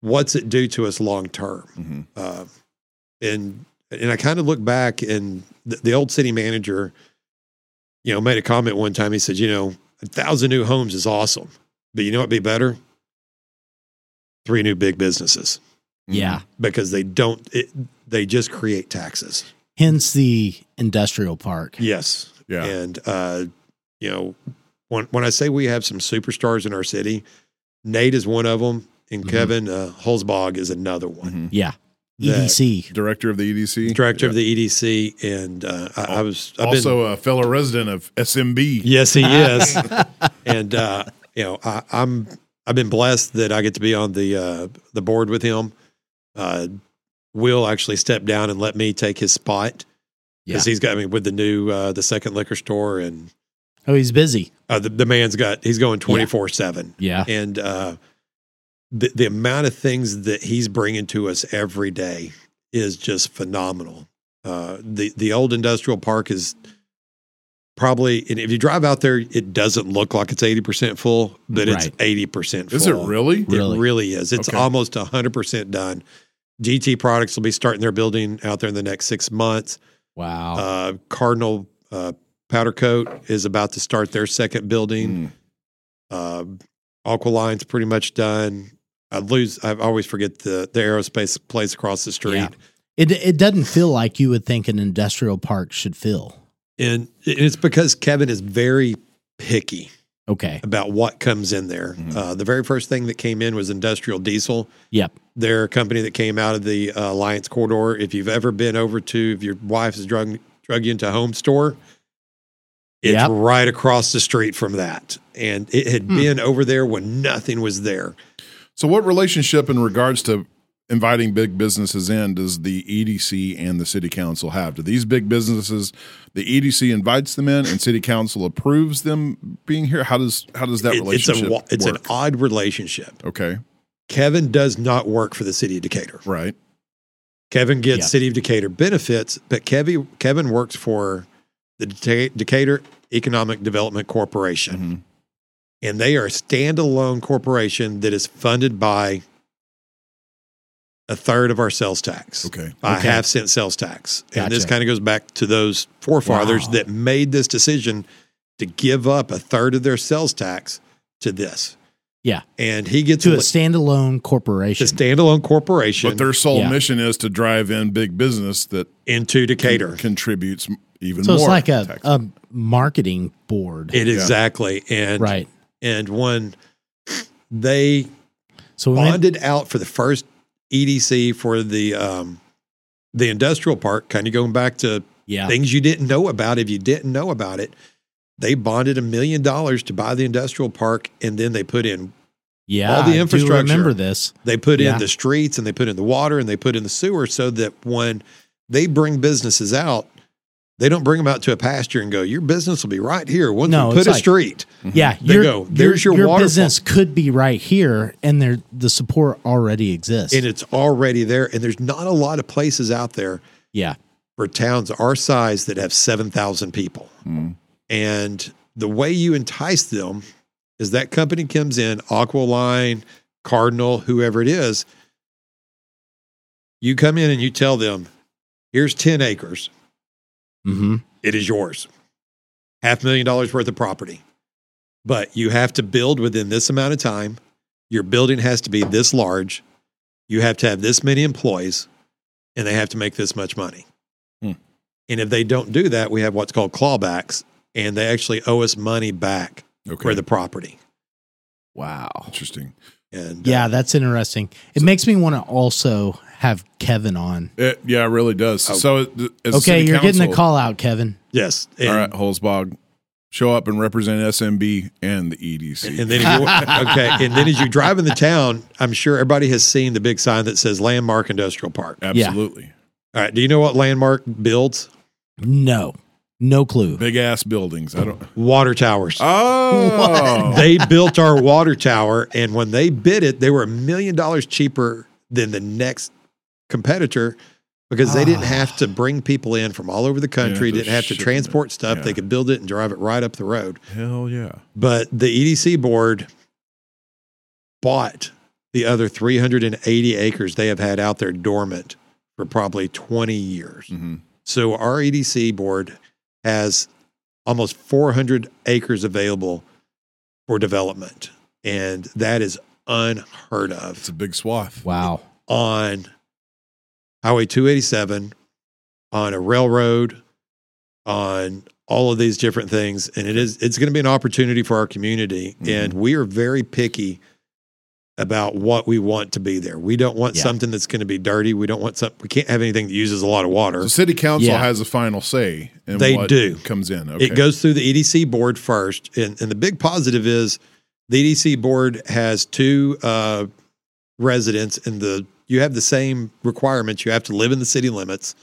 [SPEAKER 5] What's it do to us long term?
[SPEAKER 1] Mhm.
[SPEAKER 5] Uh, and and I kind of look back, and the, the old city manager, you know, made a comment one time. He said, you know, a thousand new homes is awesome, but you know what'd be better? Three new big businesses
[SPEAKER 1] Mm-hmm.
[SPEAKER 4] Yeah.
[SPEAKER 5] because they don't. It, they just create taxes.
[SPEAKER 4] Hence the industrial park.
[SPEAKER 5] Yes.
[SPEAKER 1] yeah.
[SPEAKER 5] And uh, you know, when when I say we have some superstars in our city, Nate is one of them, and
[SPEAKER 1] Mm-hmm.
[SPEAKER 4] Mhm.
[SPEAKER 5] Kevin uh, Holzbog is another one.
[SPEAKER 1] Mhm.
[SPEAKER 4] Yeah. E
[SPEAKER 5] That-
[SPEAKER 4] EDC.
[SPEAKER 1] Director of the E EDC,
[SPEAKER 5] Director
[SPEAKER 1] Yeah.
[SPEAKER 5] of the EDC, and uh, I, I was I've been-
[SPEAKER 1] also a fellow resident of SMB. *laughs*
[SPEAKER 5] yes, he is. and uh, you know, I, I'm I've been blessed that I get to be on the uh, the board with him. Uh, Will actually stepped down and let me take his spot because
[SPEAKER 4] Yeah.
[SPEAKER 5] he's got me with the new uh, the second liquor store, and
[SPEAKER 4] Oh, he's busy.
[SPEAKER 5] uh, the, the man's got he's going twenty four seven.
[SPEAKER 4] Yeah.
[SPEAKER 5] and uh, the the amount of things that he's bringing to us every day is just phenomenal. Uh, the the old industrial park is probably, and if you drive out there, it doesn't look like it's eighty percent full, but
[SPEAKER 4] Right.
[SPEAKER 5] it's eighty percent.
[SPEAKER 1] Is it really?
[SPEAKER 5] It
[SPEAKER 4] Really?
[SPEAKER 5] really, is. It's
[SPEAKER 1] Okay.
[SPEAKER 5] almost hundred percent done. GT Products will be starting their building out there in the next six months.
[SPEAKER 4] Wow.
[SPEAKER 5] Uh, Cardinal uh, Powder Coat is about to start their second building.
[SPEAKER 1] Mm.
[SPEAKER 5] Uh, Aqualine's pretty much done. I lose. I always forget the the aerospace place across the street,
[SPEAKER 4] Yeah. it it doesn't feel like you would think an industrial park should feel.
[SPEAKER 5] and it's because Kevin is very picky
[SPEAKER 4] Okay.
[SPEAKER 5] about what comes in there.
[SPEAKER 1] Mhm.
[SPEAKER 5] Uh, the very first thing that came in was industrial diesel.
[SPEAKER 4] Mm-hmm. Yep.
[SPEAKER 5] They're a company that came out of the uh, Alliance corridor. If you've ever been over to, if your wife has drug drug you into a home store, it's
[SPEAKER 4] Yep.
[SPEAKER 5] right across the street from that, and it had
[SPEAKER 4] Hmm.
[SPEAKER 5] been over there when nothing was there.
[SPEAKER 1] So, what relationship in regards to inviting big businesses in does the EDC and the city council have? Do these big businesses, the EDC invites them in and city council approves them being here? How does how does that
[SPEAKER 5] It- it's
[SPEAKER 1] relationship
[SPEAKER 5] a wa- it's an
[SPEAKER 1] work?
[SPEAKER 5] odd relationship.
[SPEAKER 1] okay,
[SPEAKER 5] Kevin does not work for the city of Decatur.
[SPEAKER 1] right,
[SPEAKER 5] Kevin gets
[SPEAKER 4] Yeah.
[SPEAKER 5] City of Decatur benefits, but Kevin Kevin works for the Deca- Decatur Economic Development Corporation,
[SPEAKER 1] Mhm.
[SPEAKER 5] and they are a standalone corporation that is funded by a third of our sales tax,
[SPEAKER 1] okay,
[SPEAKER 5] by
[SPEAKER 4] Okay.
[SPEAKER 5] half cent sales tax. And this
[SPEAKER 4] Gotcha.
[SPEAKER 5] kind of goes back to those forefathers
[SPEAKER 4] Wow.
[SPEAKER 5] that made this decision to give up a third of their sales tax to this.
[SPEAKER 4] Yeah.
[SPEAKER 5] and he gets
[SPEAKER 4] to a
[SPEAKER 5] li-
[SPEAKER 4] standalone
[SPEAKER 5] to
[SPEAKER 4] corporation.
[SPEAKER 5] standalone corporation
[SPEAKER 1] but their sole
[SPEAKER 4] Yeah.
[SPEAKER 1] mission is to drive in big business that
[SPEAKER 5] into Decatur.
[SPEAKER 1] contributes m- even
[SPEAKER 4] so
[SPEAKER 1] more.
[SPEAKER 4] it's like a,
[SPEAKER 1] tax.
[SPEAKER 4] a marketing board,
[SPEAKER 5] It exactly and
[SPEAKER 4] right?
[SPEAKER 5] and when they
[SPEAKER 4] So we went,
[SPEAKER 5] bonded out for the first EDC for the um, the industrial park, kind of going back to
[SPEAKER 4] yeah,
[SPEAKER 5] things you didn't know about. If you didn't know about it, they bonded a million dollars to buy the industrial park, and then they put in
[SPEAKER 4] yeah.
[SPEAKER 5] all the
[SPEAKER 4] I do
[SPEAKER 5] infrastructure.
[SPEAKER 4] remember this?
[SPEAKER 5] they put
[SPEAKER 4] Yeah.
[SPEAKER 5] in the streets and they put in the water and they put in the sewer, so that when they bring businesses out. They don't bring them out to a pasture and go, your business will be right here once
[SPEAKER 4] No,
[SPEAKER 5] we put
[SPEAKER 4] it's
[SPEAKER 5] a
[SPEAKER 4] like-
[SPEAKER 5] street.
[SPEAKER 4] Yeah,
[SPEAKER 5] Mm-hmm. They go, "There's your waterfall."
[SPEAKER 4] business could be right here, and there the support already exists.
[SPEAKER 5] and it's already there. And there's not a lot of places out there
[SPEAKER 4] yeah,
[SPEAKER 5] for towns our size that have 7,000 people.
[SPEAKER 1] Mm.
[SPEAKER 5] And the way you entice them is that company comes in, Aqualine, Cardinal, whoever it is. You come in and you tell them, here's 10 acres,
[SPEAKER 4] hmm
[SPEAKER 5] it is yours. Half million dollars worth of property. But you have to build within this amount of time. Your building has to be this large. You have to have this many employees and they have to make this much money.
[SPEAKER 1] Hmm.
[SPEAKER 5] And if they don't do that, we have what's called clawbacks and they actually owe us money back
[SPEAKER 1] okay,
[SPEAKER 5] for the property.
[SPEAKER 4] wow.
[SPEAKER 1] interesting.
[SPEAKER 5] And uh,
[SPEAKER 4] Yeah, that's interesting. It makes me want to also have Kevin on.
[SPEAKER 1] It, yeah, it really does.
[SPEAKER 5] Oh.
[SPEAKER 1] So, it- as a
[SPEAKER 4] Okay,
[SPEAKER 1] city
[SPEAKER 4] you're getting a
[SPEAKER 1] council-
[SPEAKER 4] call out, Kevin.
[SPEAKER 5] yes. And,
[SPEAKER 1] All right, Holzbog, show up and represent SMB and the E EDC.
[SPEAKER 5] and then if you, okay, and then as you drive in the town, I'm sure everybody has seen the big sign that says Landmark Industrial Park.
[SPEAKER 1] Absolutely.
[SPEAKER 5] All right, do you know what Landmark builds?
[SPEAKER 4] No, no clue.
[SPEAKER 1] Big ass buildings. I
[SPEAKER 5] *laughs*
[SPEAKER 1] don't.
[SPEAKER 5] water towers.
[SPEAKER 1] Oh,
[SPEAKER 5] They built our water tower, and when they bid it, they were a million dollars cheaper than the next competitor because they didn't have to bring people in from all over the country,
[SPEAKER 1] to
[SPEAKER 5] didn't have to
[SPEAKER 1] ship them
[SPEAKER 5] transport stuff.
[SPEAKER 1] Yeah.
[SPEAKER 5] They could build it and drive it right up the road.
[SPEAKER 1] hell yeah!
[SPEAKER 5] But the EDC board bought the other 380 acres they have had out there dormant for probably 20 years.
[SPEAKER 1] hmm
[SPEAKER 5] So our EDC board has almost 400 acres available for development, and that is unheard
[SPEAKER 1] It's
[SPEAKER 5] of
[SPEAKER 1] a big swath.
[SPEAKER 4] Wow.
[SPEAKER 5] on Highway 287, on a railroad, on all of these different things, and it is it's going to be an opportunity for our community,
[SPEAKER 1] Mhm.
[SPEAKER 5] and we are very picky about what we want to be there. We don't want
[SPEAKER 4] Yeah.
[SPEAKER 5] something that's going to be dirty. We don't want something. We can't have anything that uses a lot of water.
[SPEAKER 1] The city council
[SPEAKER 4] Yeah.
[SPEAKER 1] has a final say. In
[SPEAKER 5] They
[SPEAKER 1] what
[SPEAKER 5] do.
[SPEAKER 1] Comes in. Okay.
[SPEAKER 5] It goes through the EDC board first, and, and the big positive is the EDC board has two uh, residents, and the you have the same requirements. You have to live in the city limits,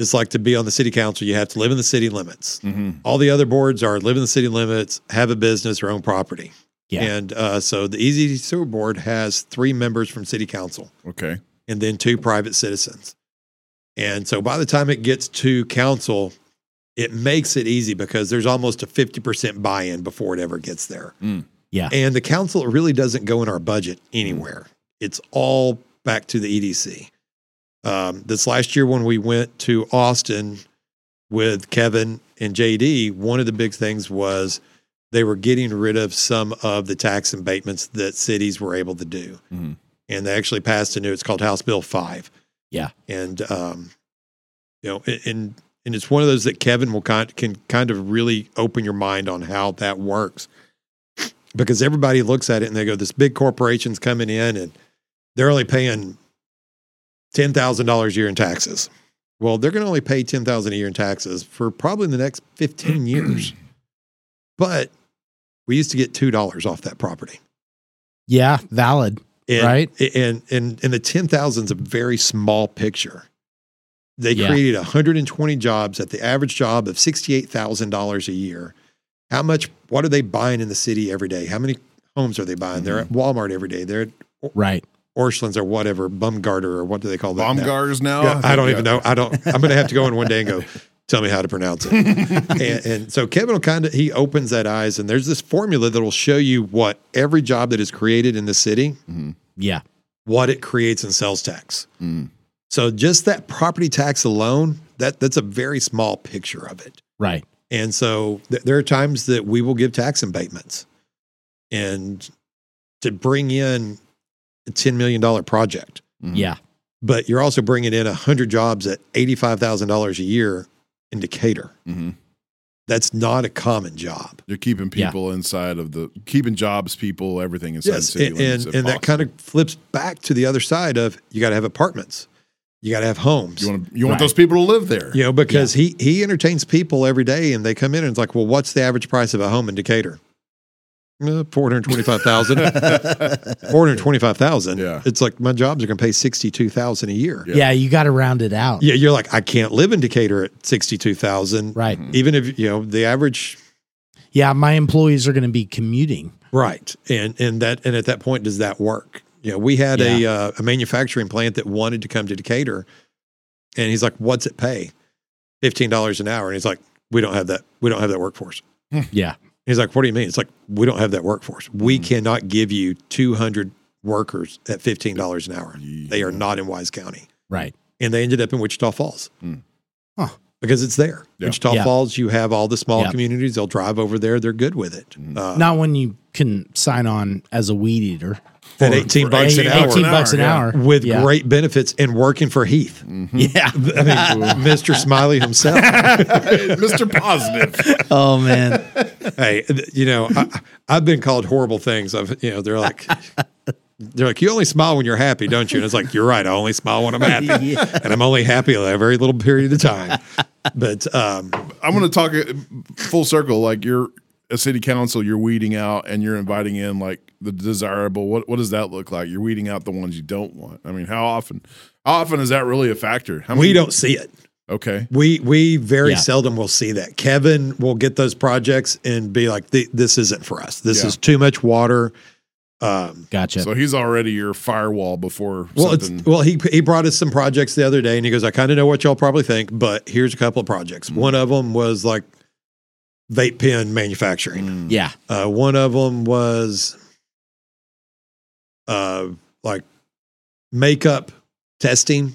[SPEAKER 5] just like to be on the city council. You have to live in the city limits.
[SPEAKER 1] Mhm.
[SPEAKER 5] All the other boards are live in the city limits, have a business, or own property.
[SPEAKER 4] Yeah.
[SPEAKER 5] And uh, so the EDC sewer board has three members from city council
[SPEAKER 1] Okay.
[SPEAKER 5] and then two private citizens. And so by the time it gets to council, it makes it easy because there's almost a 50% buy in before it ever gets there.
[SPEAKER 1] Mm.
[SPEAKER 4] Yeah.
[SPEAKER 5] And the council really doesn't go in our budget anywhere, it's all back to the EDC. Um, this last year, when we went to Austin with Kevin and JD, one of the big things was they were getting rid of some of the tax abatements that cities were able to do and they actually passed a new. It's called House Bill Five.
[SPEAKER 4] Yeah.
[SPEAKER 5] and um, you know, a- and and it's one of those that Kevin will kind can kind of really open your mind on how that works, because everybody looks at it and they go, "This big corporation's coming in and they're only paying ten thousand dollars a year in taxes." Well, they're going to only pay ten thousand a year in taxes for probably the next fifteen years, but we used to get two dollars off that property.
[SPEAKER 4] Yeah, valid.
[SPEAKER 5] And,
[SPEAKER 4] Right.
[SPEAKER 5] And and and the ten thousand is a very small picture. They
[SPEAKER 4] Yeah.
[SPEAKER 5] created 120 jobs at the average job of sixty-eight thousand dollars a year. How much? What are they buying in the city every day? How many homes are they buying? They're
[SPEAKER 4] Mm-hmm.
[SPEAKER 5] at Walmart every day. They're at
[SPEAKER 4] Right.
[SPEAKER 5] Orscheln's or whatever, Bumgarter or what do they call that? now?
[SPEAKER 1] Baumgars now.
[SPEAKER 5] Yeah, I don't even
[SPEAKER 1] Yeah.
[SPEAKER 5] know. I don't. I'm going to have to go in one day and go. Tell me how to pronounce it. and, and so Kevin will kind of he opens that eyes, and there's this formula that will show you what every job that is created in the city,
[SPEAKER 4] Yeah.
[SPEAKER 5] what it creates in sales tax.
[SPEAKER 1] Mm.
[SPEAKER 5] So just that property tax alone, that that's a very small picture of it.
[SPEAKER 4] Right.
[SPEAKER 5] And so th- there are times that we will give tax abatements, and to bring in a ten million dollar project
[SPEAKER 1] Mhm.
[SPEAKER 4] Yeah.
[SPEAKER 5] but you're also bringing in 100 jobs at $85,000 a year in Decatur.
[SPEAKER 1] Mhm.
[SPEAKER 5] That's not a common job.
[SPEAKER 1] You're keeping
[SPEAKER 4] Yeah.
[SPEAKER 1] people inside of the keeping jobs, people, everything inside the
[SPEAKER 5] Yes.
[SPEAKER 1] city.
[SPEAKER 5] And,
[SPEAKER 1] limits
[SPEAKER 5] and,
[SPEAKER 1] if
[SPEAKER 5] and that
[SPEAKER 1] possible.
[SPEAKER 5] kind of flips back to the other side of you got to have apartments, you got to have homes.
[SPEAKER 1] you want to, you want
[SPEAKER 4] Right.
[SPEAKER 1] those people to live there.
[SPEAKER 5] you know, because he, he entertains people every day and they come in and it's like, well, what's the average price of a home in Decatur? Uh, 425,000.
[SPEAKER 1] *laughs*
[SPEAKER 5] 425,000.
[SPEAKER 1] Yeah.
[SPEAKER 5] It's like my jobs are going to pay 62,000 a year.
[SPEAKER 1] Yeah.
[SPEAKER 4] Yeah. you got to round it out.
[SPEAKER 5] Yeah, you're like I can't live in Decatur at 62,000.
[SPEAKER 4] Right.
[SPEAKER 5] even if you know the average
[SPEAKER 4] Yeah. My employees are going to be commuting.
[SPEAKER 5] right and and that and at that point does that work you know we had a uh, a manufacturing plant that wanted to come to decatur and he's like what's it pay $15 an hour and he's like we don't have that we don't have that workforce
[SPEAKER 4] Yeah. Hmm.
[SPEAKER 5] he's like what do you mean it's like we don't have that workforce we cannot give you 200 workers at $15 an hour they are not in wise county
[SPEAKER 4] Right.
[SPEAKER 5] and they ended up in Wichita Falls.
[SPEAKER 1] Mm.
[SPEAKER 4] Huh.
[SPEAKER 5] Because it's there.
[SPEAKER 1] Yeah.
[SPEAKER 5] Wichita
[SPEAKER 4] Yeah.
[SPEAKER 5] Falls, you have all the small
[SPEAKER 4] Yeah.
[SPEAKER 5] communities. They'll drive over there. They're good with it. Uh,
[SPEAKER 4] Not when you can sign on as a weed eater.
[SPEAKER 5] at 18 bucks an
[SPEAKER 1] eight-
[SPEAKER 5] hour
[SPEAKER 4] 18 bucks an
[SPEAKER 1] Yeah.
[SPEAKER 4] hour.
[SPEAKER 5] with
[SPEAKER 4] Yeah. Mm.
[SPEAKER 5] great benefits and working for Heath.
[SPEAKER 4] Yeah.
[SPEAKER 5] *laughs* I mean, Mr. Smiley himself.
[SPEAKER 1] Mr. Positive.
[SPEAKER 4] Oh, man.
[SPEAKER 5] hey, th- you know, I, I've been called horrible things. I've, you know, they're like, *laughs* they're like, you only smile when you're happy, don't you? And it's like, you're right. I only smile when I'm happy. And I'm only happy at a very little period of time. But, um,
[SPEAKER 1] I'm going to talk uh, full circle. Like you're a city council, you're weeding out and you're inviting in like the desirable. What what does that look like? You're weeding out the ones you don't want. I mean, how often? How often is that really a factor? How
[SPEAKER 5] we don't see it.
[SPEAKER 1] Okay.
[SPEAKER 5] We we very
[SPEAKER 4] Yeah.
[SPEAKER 5] seldom will see that. Kevin will get those projects and be like, "Th- "This isn't for us. This
[SPEAKER 1] Yeah.
[SPEAKER 5] is too much water." Um,
[SPEAKER 4] Gotcha.
[SPEAKER 1] So he's already your firewall before
[SPEAKER 5] well, it's,
[SPEAKER 1] something.
[SPEAKER 5] well, he he brought us some projects the other day, and he goes, "I kind of know what y'all probably think, but here's a couple of projects.
[SPEAKER 4] Mm-hmm.
[SPEAKER 5] One of them was like vape pen manufacturing.
[SPEAKER 4] yeah.
[SPEAKER 5] Uh, one of them was uh like makeup testing."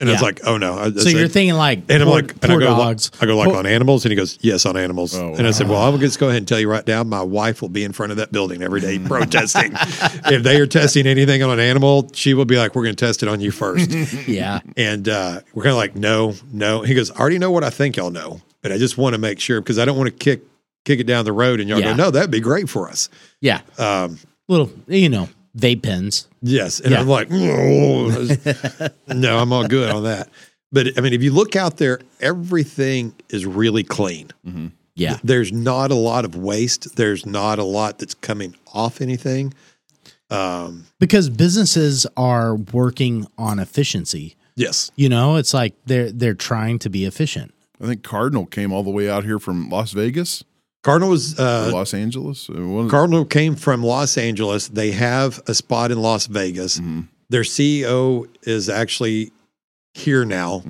[SPEAKER 5] And it's
[SPEAKER 4] Yeah.
[SPEAKER 5] like, "Oh no!" I, I
[SPEAKER 4] So you're
[SPEAKER 5] said-
[SPEAKER 4] thinking like
[SPEAKER 5] And I'm
[SPEAKER 4] poor,
[SPEAKER 5] like, and I
[SPEAKER 4] poor
[SPEAKER 5] go, like-
[SPEAKER 4] dogs.
[SPEAKER 5] I go like
[SPEAKER 4] Poor-
[SPEAKER 5] on animals, and he goes, yes, on animals.
[SPEAKER 1] Oh,
[SPEAKER 5] and I said, well, I'm gonna just go ahead and tell you right now, my wife will be in front of that building every
[SPEAKER 4] *laughs*
[SPEAKER 5] day protesting. if they are testing anything on an animal, she will be like, we're gonna test it on you first.
[SPEAKER 4] *laughs* yeah.
[SPEAKER 5] and uh, we're kind of like, no, no. He goes, I already know what I think y'all know, but I just want to make sure because I don't want to kick kick it down the road, and y'all
[SPEAKER 4] Yeah.
[SPEAKER 5] go, no, that'd be great for us.
[SPEAKER 4] Yeah.
[SPEAKER 5] Um,
[SPEAKER 4] Little, you know, vape pens.
[SPEAKER 5] Yes. And
[SPEAKER 4] Yeah.
[SPEAKER 5] I'm like,
[SPEAKER 4] *laughs*
[SPEAKER 5] no, I'm all good on that. But I mean, if you look out there, everything is really clean.
[SPEAKER 4] Mm. Yeah.
[SPEAKER 5] There's not a lot of waste. There's not a lot that's coming off anything. Um,
[SPEAKER 4] Because businesses are working on efficiency.
[SPEAKER 5] yes.
[SPEAKER 4] You know, it's like they're they're trying to be efficient.
[SPEAKER 1] I think Cardinal came all the way out here from Las Vegas,
[SPEAKER 5] Cardinal was,
[SPEAKER 1] or
[SPEAKER 5] uh,
[SPEAKER 1] Los Angeles. Uh, one of-
[SPEAKER 5] Cardinal came from Los Angeles. They have a spot in Las Vegas. Their CEO is actually here now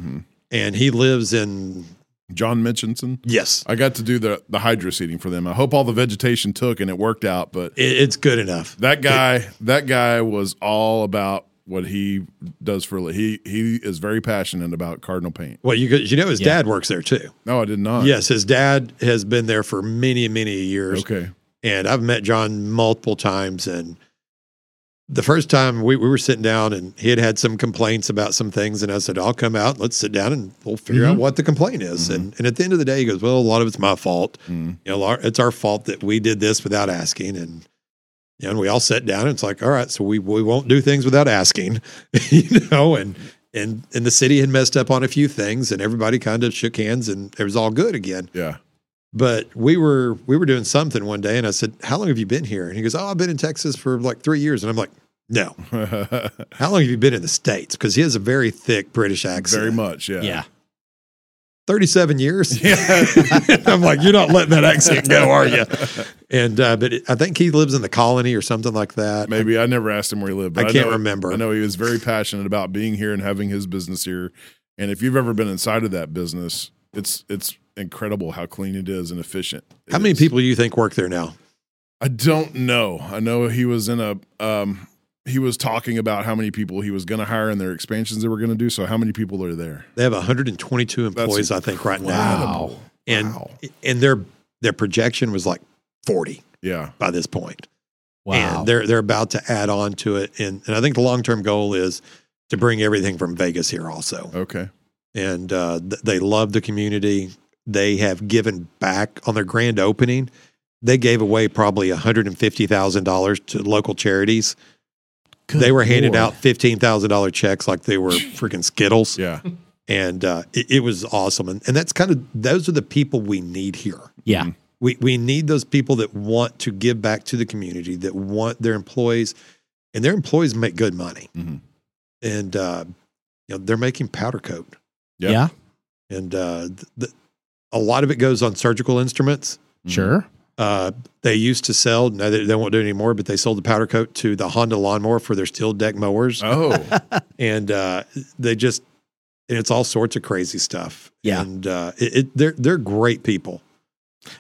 [SPEAKER 5] and he lives in,
[SPEAKER 1] John Mitchinson.
[SPEAKER 5] yes,
[SPEAKER 1] I got to do the the hydro seeding for them. I hope all the vegetation took and it worked out, but
[SPEAKER 5] it, it's good enough.
[SPEAKER 1] that guy that guy was all about what he does for a li- he he is very passionate about cardinal paint.
[SPEAKER 5] Well, you could, you know his
[SPEAKER 4] Yeah.
[SPEAKER 5] dad works there too.
[SPEAKER 1] No, I did not.
[SPEAKER 5] Yes, his dad has been there for many many years,
[SPEAKER 1] Okay.
[SPEAKER 5] and I've met John multiple times. And the first time we, we were sitting down, and he had had some complaints about some things, and I said, "I'll come out. Let's sit down and we'll figure out what the complaint is." And and at the end of the day, he goes, "Well, a lot of it's my fault.
[SPEAKER 1] Mm.
[SPEAKER 5] You know, our- it's our fault that we did this without asking." And you know, and we all sat down, and it's like, "All right, so we we won't do things without asking," *laughs* you know, and. And, and the city had messed up on a few things, and everybody kind of shook hands, and it was all good again
[SPEAKER 1] Yeah. *laughs*
[SPEAKER 5] but we were we were doing something one day and I said, How long have you been here? And he goes, Oh, I've been in Texas for like three years. And I'm like, No. How long have you been in the States? Because he has a very thick British accent.
[SPEAKER 1] Very much, yeah. *laughs*
[SPEAKER 4] Yeah.
[SPEAKER 5] 37 years. I'm like, you're not letting that accent go, are you? And, uh, but it, I think he lives in the colony or something like that.
[SPEAKER 1] Maybe I never asked him where he lived.
[SPEAKER 5] I
[SPEAKER 1] but
[SPEAKER 5] can't
[SPEAKER 1] know-
[SPEAKER 5] remember.
[SPEAKER 1] I know he was very passionate about being here and having his business here. And if you've ever been inside of that business, it's it's incredible how clean it is and efficient. it
[SPEAKER 5] How many
[SPEAKER 1] is.
[SPEAKER 5] people do you think work there now?
[SPEAKER 1] I don't know. I know he was in a um he was talking about how many people he was going to hire and their expansions they were going to do. So how many people are there?
[SPEAKER 5] They have 122
[SPEAKER 1] That's
[SPEAKER 5] employees, I think, right now.
[SPEAKER 4] Wow.
[SPEAKER 5] And,
[SPEAKER 1] Wow.
[SPEAKER 5] and their, their projection was like 40
[SPEAKER 1] Yeah.
[SPEAKER 5] by this point.
[SPEAKER 4] Wow.
[SPEAKER 5] And they're they're about to add on to it. And and I think the long term goal is to bring everything from Vegas here also.
[SPEAKER 1] Okay.
[SPEAKER 5] And uh, th- they love the community. They have given back on their grand opening. They gave away probably $150,000 to local charities.
[SPEAKER 4] Good
[SPEAKER 5] they were handing
[SPEAKER 4] Lord.
[SPEAKER 5] out $15,000 checks like they were freaking Skittles.
[SPEAKER 1] Yeah.
[SPEAKER 5] And uh, it, it was awesome. And, and that's kind of, those are the people we need here.
[SPEAKER 4] Yeah.
[SPEAKER 5] We we need those people that want to give back to the community, that want their employees, and their employees make good money,
[SPEAKER 1] Mhm.
[SPEAKER 5] and uh, you know they're making powder coat,
[SPEAKER 1] Yeah.
[SPEAKER 4] Yeah.
[SPEAKER 5] and uh, th- th- a lot of it goes on surgical instruments.
[SPEAKER 4] *laughs* Sure.
[SPEAKER 5] Uh, they used to sell, no, they, they won't do it anymore, but they sold the powder coat to the Honda lawnmower for their steel deck
[SPEAKER 4] *laughs*
[SPEAKER 5] mowers,
[SPEAKER 1] Oh.
[SPEAKER 5] and uh, they just and it's all sorts of crazy stuff.
[SPEAKER 4] Yeah.
[SPEAKER 5] and uh, it, it, they're they're great people.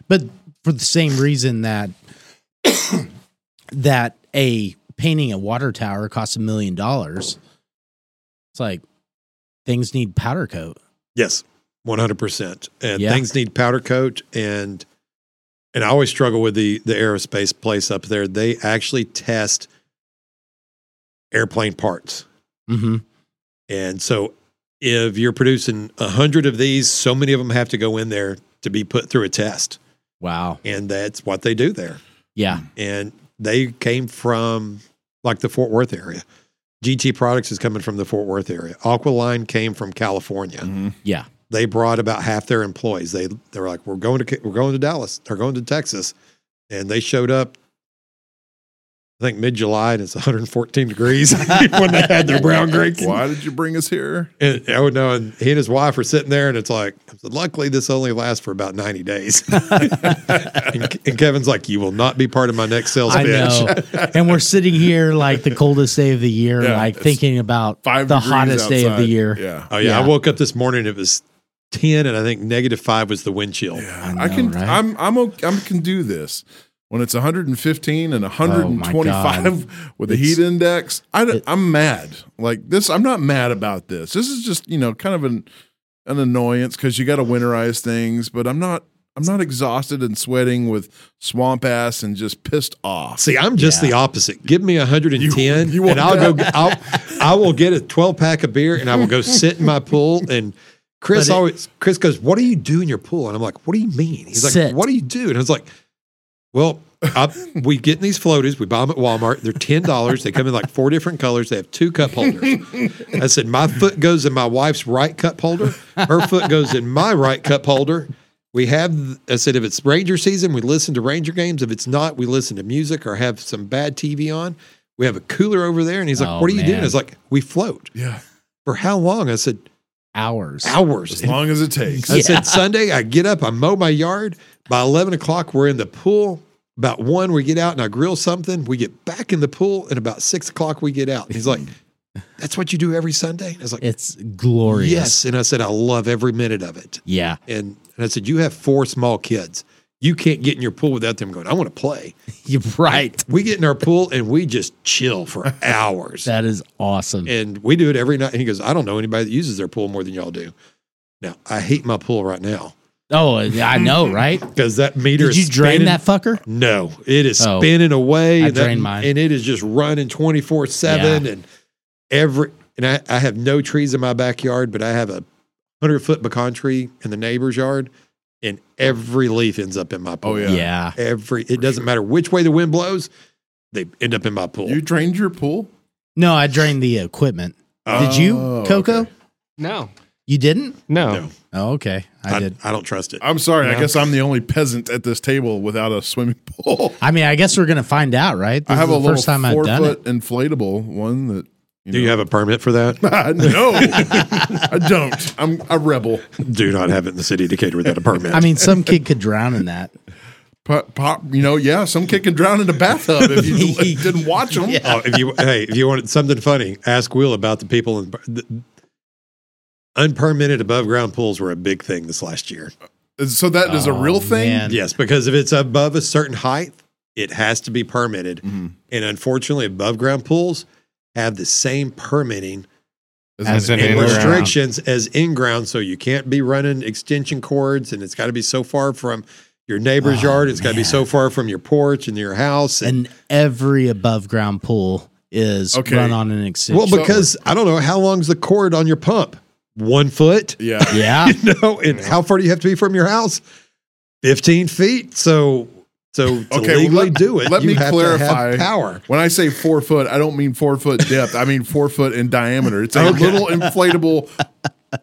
[SPEAKER 4] But for the same reason that that a painting a water tower costs a million dollars, it's like things need powder coat.
[SPEAKER 5] Yes, one hundred percent. And
[SPEAKER 4] Yeah.
[SPEAKER 5] things need powder coat and and I always struggle with the the aerospace place up there. They actually test airplane parts,
[SPEAKER 4] Mm-hmm.
[SPEAKER 5] and so if you're producing a hundred of these, so many of them have to go in there to be put through a test,
[SPEAKER 4] Wow.
[SPEAKER 5] and that's what they do there.
[SPEAKER 4] Yeah.
[SPEAKER 1] Mm.
[SPEAKER 5] And they came from like the Fort Worth area. GT Products is coming from the Fort Worth area. Aqualine came from California
[SPEAKER 4] Mm-hmm.
[SPEAKER 1] Mhm.
[SPEAKER 4] Yeah.
[SPEAKER 5] they brought about half their employees. They they were like, we're going to we're going to Dallas. They're going to Texas, and they showed up. I think mid July, and it's *laughs*
[SPEAKER 4] *laughs*
[SPEAKER 5] 114 degrees when they had their brown grapes.
[SPEAKER 1] Why did you bring us here?
[SPEAKER 5] And, oh no! And he and his wife are sitting there, and it's like, luckily this only lasts for about
[SPEAKER 4] *laughs*
[SPEAKER 5] 90 days. and, and Kevin's like, you will not be part of my next sales
[SPEAKER 4] I
[SPEAKER 5] pitch.
[SPEAKER 4] know.
[SPEAKER 5] *laughs*
[SPEAKER 4] and we're sitting here like the coldest day of the year,
[SPEAKER 1] Yeah,
[SPEAKER 4] like
[SPEAKER 1] it's
[SPEAKER 4] thinking about
[SPEAKER 1] Five
[SPEAKER 4] the
[SPEAKER 1] degrees
[SPEAKER 4] hottest day of the
[SPEAKER 1] outside.
[SPEAKER 4] year.
[SPEAKER 1] Yeah.
[SPEAKER 5] Oh yeah,
[SPEAKER 4] Yeah.
[SPEAKER 5] I woke up this morning. It was 10, and I think negative five was the wind chill.
[SPEAKER 1] Yeah,
[SPEAKER 4] I
[SPEAKER 1] I, can.
[SPEAKER 4] know, right?
[SPEAKER 1] I'm. I'm. Okay, I can do this. When it's 115
[SPEAKER 4] Oh
[SPEAKER 1] and 125 *laughs* with a heat index, I,
[SPEAKER 4] It-
[SPEAKER 1] am mad. Like this, I'm not mad about this. This is just you know kind of an an annoyance because you got to winterize things. But I'm not. I'm not exhausted and sweating with swamp ass and just pissed off.
[SPEAKER 5] See, I'm just the opposite. Give me 110,
[SPEAKER 1] You- you want
[SPEAKER 5] and I'll go.
[SPEAKER 1] that?
[SPEAKER 5] I'll, I will get a 12 pack of beer, and I
[SPEAKER 4] *laughs*
[SPEAKER 5] will go sit in my pool. And Chris
[SPEAKER 4] But it-
[SPEAKER 5] always, Chris goes, "What do you do in your pool?" And I'm like, "What do you mean?" He's like,
[SPEAKER 4] Sit.
[SPEAKER 5] "What do you do?" And I was like, "Well, I, we get in these floaties. We buy them at Walmart. They're ten dollars. They come in like four different colors. They have two cup holders." I said, "My foot goes in my wife's right cup holder. Her foot goes in my right cup holder." We have, I said, if it's Ranger season, we listen to Ranger games. If it's not, we listen to music or have some bad TV on. We have a cooler over there. And he's like,
[SPEAKER 4] Oh,
[SPEAKER 5] What are you doing?
[SPEAKER 4] man.
[SPEAKER 5] I was like, We float.
[SPEAKER 1] Yeah,
[SPEAKER 5] For how long? I said,
[SPEAKER 4] Hours. *laughs*
[SPEAKER 5] Hours.
[SPEAKER 1] as long as it takes.
[SPEAKER 5] I said, Sunday, I get up, I mow my yard. By 11 o'clock, we're in the pool. About one, we get out and I grill something. We get back in the pool. And about six o'clock, we get out. And he's like, That's what you do every Sunday? I was like,
[SPEAKER 4] It's glorious.
[SPEAKER 5] Yes. And I said, I love every minute of it.
[SPEAKER 4] Yeah.
[SPEAKER 5] And, and I said, You have four small kids. You can't get in your pool without them going, I want to play.
[SPEAKER 4] You're right.
[SPEAKER 5] We get in our pool and we just
[SPEAKER 4] *laughs*
[SPEAKER 5] chill for hours.
[SPEAKER 4] That is awesome.
[SPEAKER 5] and we do it every night. And he goes, I don't know anybody that uses their pool more than y'all do. Now, I hate my pool right now
[SPEAKER 4] Oh, I
[SPEAKER 1] *laughs*
[SPEAKER 4] know, right?
[SPEAKER 5] because that meter
[SPEAKER 4] Did
[SPEAKER 5] is
[SPEAKER 4] you drain
[SPEAKER 5] spinning-
[SPEAKER 4] that fucker?
[SPEAKER 5] No, it is
[SPEAKER 4] Oh.
[SPEAKER 5] spinning away.
[SPEAKER 4] I
[SPEAKER 5] and that-
[SPEAKER 4] drained mine.
[SPEAKER 5] And it is just running 24 7. And every, and I, I have no trees in my backyard, but I have a 100 foot pecan tree in the neighbor's yard. And every leaf ends up in my pool.
[SPEAKER 1] Oh, Yeah.
[SPEAKER 4] Yeah.
[SPEAKER 5] Every, it doesn't matter which way the wind blows, they end up in my pool.
[SPEAKER 1] You drained your pool.
[SPEAKER 4] No, I drained the equipment. Did you,
[SPEAKER 1] Oh,
[SPEAKER 4] Coco?
[SPEAKER 1] okay.
[SPEAKER 6] No.
[SPEAKER 4] You didn't?
[SPEAKER 6] No.
[SPEAKER 5] No.
[SPEAKER 4] Oh, okay. I,
[SPEAKER 5] I,
[SPEAKER 4] did.
[SPEAKER 5] I don't trust it.
[SPEAKER 1] I'm sorry. I
[SPEAKER 6] No.
[SPEAKER 1] guess I'm the only peasant at this table without a swimming *laughs* pool.
[SPEAKER 4] I mean, I guess we're gonna find out, right? This
[SPEAKER 1] I have
[SPEAKER 4] is
[SPEAKER 1] a
[SPEAKER 4] the
[SPEAKER 1] little
[SPEAKER 4] first time I've
[SPEAKER 1] four
[SPEAKER 4] done it.
[SPEAKER 1] foot inflatable one that.
[SPEAKER 5] Do you have a permit for
[SPEAKER 1] *laughs*
[SPEAKER 5] that?
[SPEAKER 1] have? no, I don't. I'm a rebel.
[SPEAKER 5] Do not have it in the city of Decatur without
[SPEAKER 4] *laughs*
[SPEAKER 5] a permit.
[SPEAKER 4] I mean, some kid could drown
[SPEAKER 1] *laughs*
[SPEAKER 4] in that.
[SPEAKER 1] Pop, pop, you know, yeah. Some kid can drown in the bathtub if
[SPEAKER 4] *laughs*
[SPEAKER 1] you *laughs* didn't watch them.
[SPEAKER 5] oh, if you hey, if you wanted something funny, ask Will about the people in the, unpermitted above ground pools were a big thing this last year.
[SPEAKER 1] Uh, So that is a
[SPEAKER 4] Oh,
[SPEAKER 1] real thing.
[SPEAKER 4] man.
[SPEAKER 5] Yes, because if it's above a certain height, it has to be permitted,
[SPEAKER 1] Mhm.
[SPEAKER 5] and unfortunately, above ground pools have the same permitting
[SPEAKER 6] As an
[SPEAKER 5] and
[SPEAKER 6] in-ground.
[SPEAKER 5] restrictions as in ground, so you can't be running extension cords, and it's got to be so far from your neighbor's
[SPEAKER 4] Oh,
[SPEAKER 5] yard. It's got to be
[SPEAKER 4] man.
[SPEAKER 5] so far from your porch and your house. And,
[SPEAKER 4] And every above ground pool is
[SPEAKER 1] Okay.
[SPEAKER 4] run on an extension.
[SPEAKER 5] well, because I don't know how long's the cord on your pump. One foot.
[SPEAKER 1] Yeah.
[SPEAKER 4] yeah,
[SPEAKER 5] *laughs* you know, and how far do you have to be from your house? 15 feet. So, so to
[SPEAKER 1] Okay, well,
[SPEAKER 5] legally
[SPEAKER 1] let-
[SPEAKER 5] do it,
[SPEAKER 1] let
[SPEAKER 5] you
[SPEAKER 1] me
[SPEAKER 5] have to
[SPEAKER 1] clarify.
[SPEAKER 5] have power.
[SPEAKER 1] When I say four foot, I don't mean four foot depth. I mean four foot in diameter. It's a little inflatable.
[SPEAKER 4] *laughs*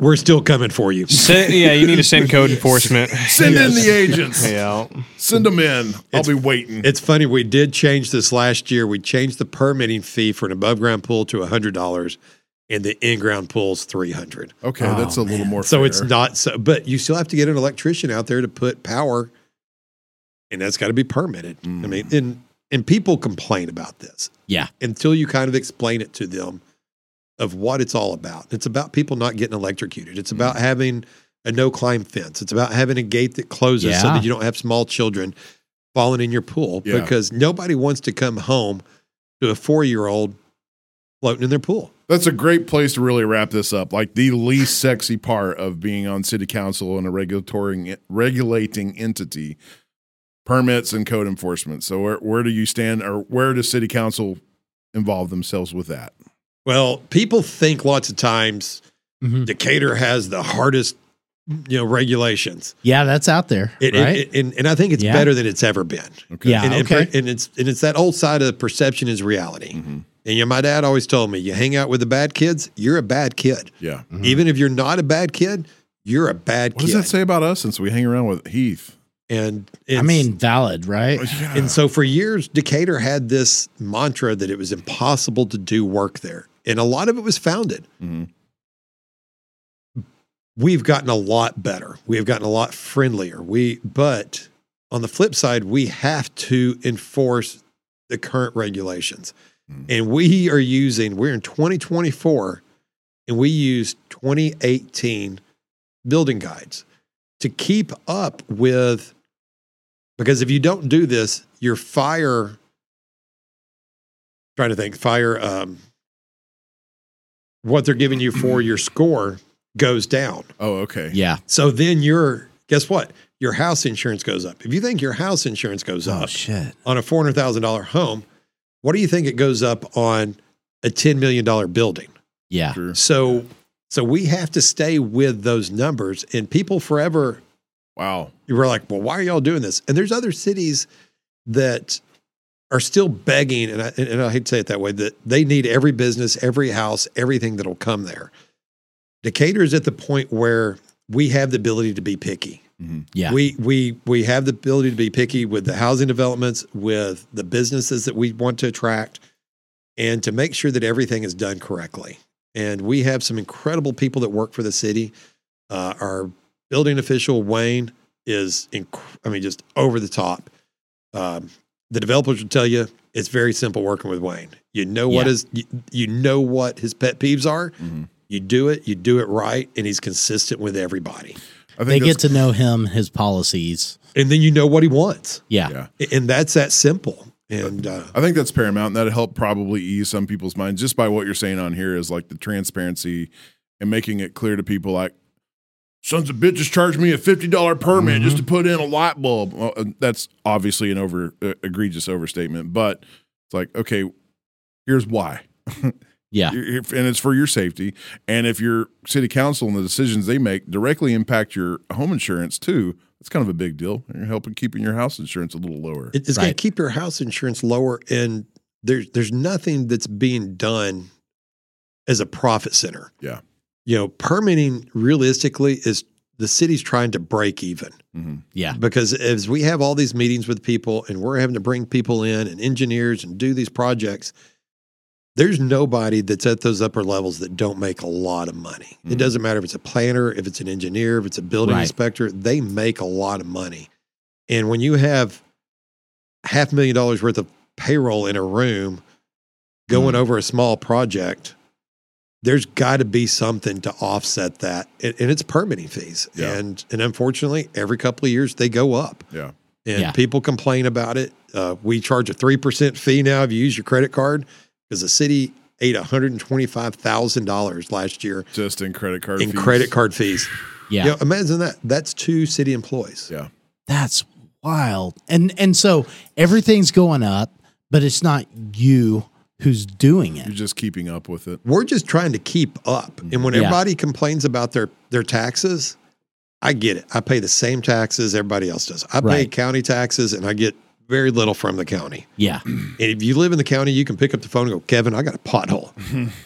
[SPEAKER 5] We're still coming for you.
[SPEAKER 6] Send- yeah, you need to send code enforcement.
[SPEAKER 1] Send in the
[SPEAKER 4] *laughs*
[SPEAKER 1] agents.
[SPEAKER 6] Yeah.
[SPEAKER 1] Send them in. I'll be waiting.
[SPEAKER 5] It's funny. We did change this last year. We changed the permitting fee for an above ground pool to $100 and the in ground pool's 300.
[SPEAKER 1] Okay,
[SPEAKER 4] Oh,
[SPEAKER 1] that's a little more.
[SPEAKER 5] So it's
[SPEAKER 1] fair.
[SPEAKER 5] not so, but you still have to get an electrician out there to put power and that's got to be permitted. I mean, and, and people complain about this.
[SPEAKER 4] yeah,
[SPEAKER 5] until you kind of explain it to them of what it's all about. It's about people not getting electrocuted. It's about having a no climb fence. It's about having a gate that closes so
[SPEAKER 4] Yeah.
[SPEAKER 5] that you don't have small children falling in your pool
[SPEAKER 1] Yeah.
[SPEAKER 5] because nobody wants to come home to a four year old floating in their pool.
[SPEAKER 1] That's a great place to really wrap this up. Like the least sexy part of being on city council and a regulatory regulating entity, permits and code enforcement. So where where do you stand, or where does city council involve themselves with that?
[SPEAKER 5] Well, people think lots of times
[SPEAKER 4] Mhm.
[SPEAKER 5] Decatur has the hardest, you know, regulations.
[SPEAKER 4] yeah, that's out there,
[SPEAKER 5] It, it-
[SPEAKER 4] right?
[SPEAKER 5] it- and, and I think it's
[SPEAKER 4] Yeah.
[SPEAKER 5] better than it's ever been.
[SPEAKER 1] Okay.
[SPEAKER 4] Yeah.
[SPEAKER 5] and, and per-
[SPEAKER 4] okay.
[SPEAKER 5] and it's and it's that old side of perception is reality.
[SPEAKER 1] Mhm.
[SPEAKER 5] And you know, my dad always told me, you hang out with the bad kids, you're a bad kid.
[SPEAKER 1] Yeah.
[SPEAKER 5] Even if you're not a bad kid, you're a bad
[SPEAKER 1] Hmm. What
[SPEAKER 5] kid.
[SPEAKER 1] does that say about us since we hang around with Heath? Oh,
[SPEAKER 5] And
[SPEAKER 4] I
[SPEAKER 5] it's-
[SPEAKER 4] mean, valid, right?
[SPEAKER 1] Yeah.
[SPEAKER 5] and so for years, Decatur had this mantra that it was impossible to do work there, and a lot of it was founded.
[SPEAKER 1] Mhm.
[SPEAKER 5] We've gotten a lot better. We have gotten a lot friendlier. We, but on the flip side, we have to enforce the current regulations, and we are using. We're in 2024, and we use 2018 building guides to keep up with because if you don't do this, your fire. Trying to think, fire. Um, what they're giving you for your score goes down.
[SPEAKER 1] oh, okay.
[SPEAKER 4] Yeah.
[SPEAKER 5] So then your guess what? Your house insurance goes up. If you think your house insurance goes
[SPEAKER 4] Oh
[SPEAKER 5] up
[SPEAKER 4] shit.
[SPEAKER 5] on a four hundred thousand dollar home, what do you think it goes up on a ten million dollar building?
[SPEAKER 4] Yeah.
[SPEAKER 1] Sure.
[SPEAKER 5] So, so we have to stay with those numbers. And people forever
[SPEAKER 1] Wow.
[SPEAKER 5] you were like, well, why are y'all doing this? And there's other cities that are still begging, and I, and- and I hate to say it that way, that they need every business, every house, everything that'll come there. Decatur is at the point where we have the ability to be picky.
[SPEAKER 4] Yeah.
[SPEAKER 5] We we we have the ability to be picky with the housing developments, with the businesses that we want to attract, and to make sure that everything is done correctly. And we have some incredible people that work for the city. Uh, our building official Wayne is, inc- I mean, just over the top. Um, the developers will tell you it's very simple working with Wayne. You know what
[SPEAKER 4] Yeah.
[SPEAKER 5] is you, you know what his pet peeves are.
[SPEAKER 1] Mhm.
[SPEAKER 5] You do it, you do it right, and he's consistent with everybody.
[SPEAKER 1] I
[SPEAKER 4] they
[SPEAKER 1] think
[SPEAKER 4] get to know him, his policies.
[SPEAKER 5] And then you know what he wants.
[SPEAKER 4] Yeah.
[SPEAKER 1] Yeah.
[SPEAKER 5] and that's that simple. And uh,
[SPEAKER 1] I think that's paramount, and that helped probably ease some people's minds just by what you're saying on here is like the transparency and making it clear to people like sons of bitches charged me a fifty dollar permit just
[SPEAKER 5] Mm-hmm.
[SPEAKER 1] to put in a light bulb. Well, uh, that's obviously an over uh, egregious overstatement, but it's like okay, here's why.
[SPEAKER 4] Yeah.
[SPEAKER 1] You're- you're- and it's for your safety. And if your city council and the decisions they make directly impact your home insurance too, that's kind of a big deal. You're helping keeping your house insurance a little lower.
[SPEAKER 5] it- it's going
[SPEAKER 4] Right.
[SPEAKER 5] to keep your house insurance lower. And there's there's nothing that's being done as a profit center.
[SPEAKER 1] Yeah.
[SPEAKER 5] you know, permitting realistically is the city's trying to break even
[SPEAKER 1] Mhm.
[SPEAKER 4] Yeah.
[SPEAKER 5] because as we have all these meetings with people and we're having to bring people in and engineers and do these projects, there's nobody that's at those upper levels that don't make a lot of money. It
[SPEAKER 1] Mhm.
[SPEAKER 5] doesn't matter if it's a planner, if it's an engineer, if it's a building
[SPEAKER 4] Mm-hmm. Right.
[SPEAKER 5] inspector, they make a lot of money. And when you have half a million dollars worth of payroll in a room
[SPEAKER 1] Mm-hmm.
[SPEAKER 5] going over a small project, there's got to be something to offset that. And, and it's permitting fees.
[SPEAKER 1] Yeah.
[SPEAKER 5] And and unfortunately, every couple of years they go up.
[SPEAKER 1] Yeah.
[SPEAKER 5] And
[SPEAKER 4] Yeah.
[SPEAKER 5] people complain about it. Uh, we charge a 3% fee now if you use your credit card because the city ate $125,000 last year
[SPEAKER 1] Just in credit card.
[SPEAKER 5] in
[SPEAKER 1] fees.
[SPEAKER 5] credit card fees.
[SPEAKER 4] Yeah.
[SPEAKER 5] You know, imagine that. That's two city employees.
[SPEAKER 1] Yeah.
[SPEAKER 4] That's wild. And and so everything's going up, but it's not you who's doing
[SPEAKER 1] You're
[SPEAKER 4] it.
[SPEAKER 1] just keeping up with
[SPEAKER 5] *laughs*
[SPEAKER 1] it.
[SPEAKER 5] We're just trying to keep up. And when
[SPEAKER 4] Yeah.
[SPEAKER 5] everybody complains about their their taxes, I get it. I pay the same taxes everybody else does. I pay
[SPEAKER 4] Right.
[SPEAKER 5] county taxes and I get very little from the county.
[SPEAKER 4] Yeah.
[SPEAKER 5] And if you live in the county, you can pick up the phone and go, Kevin, I got a pothole.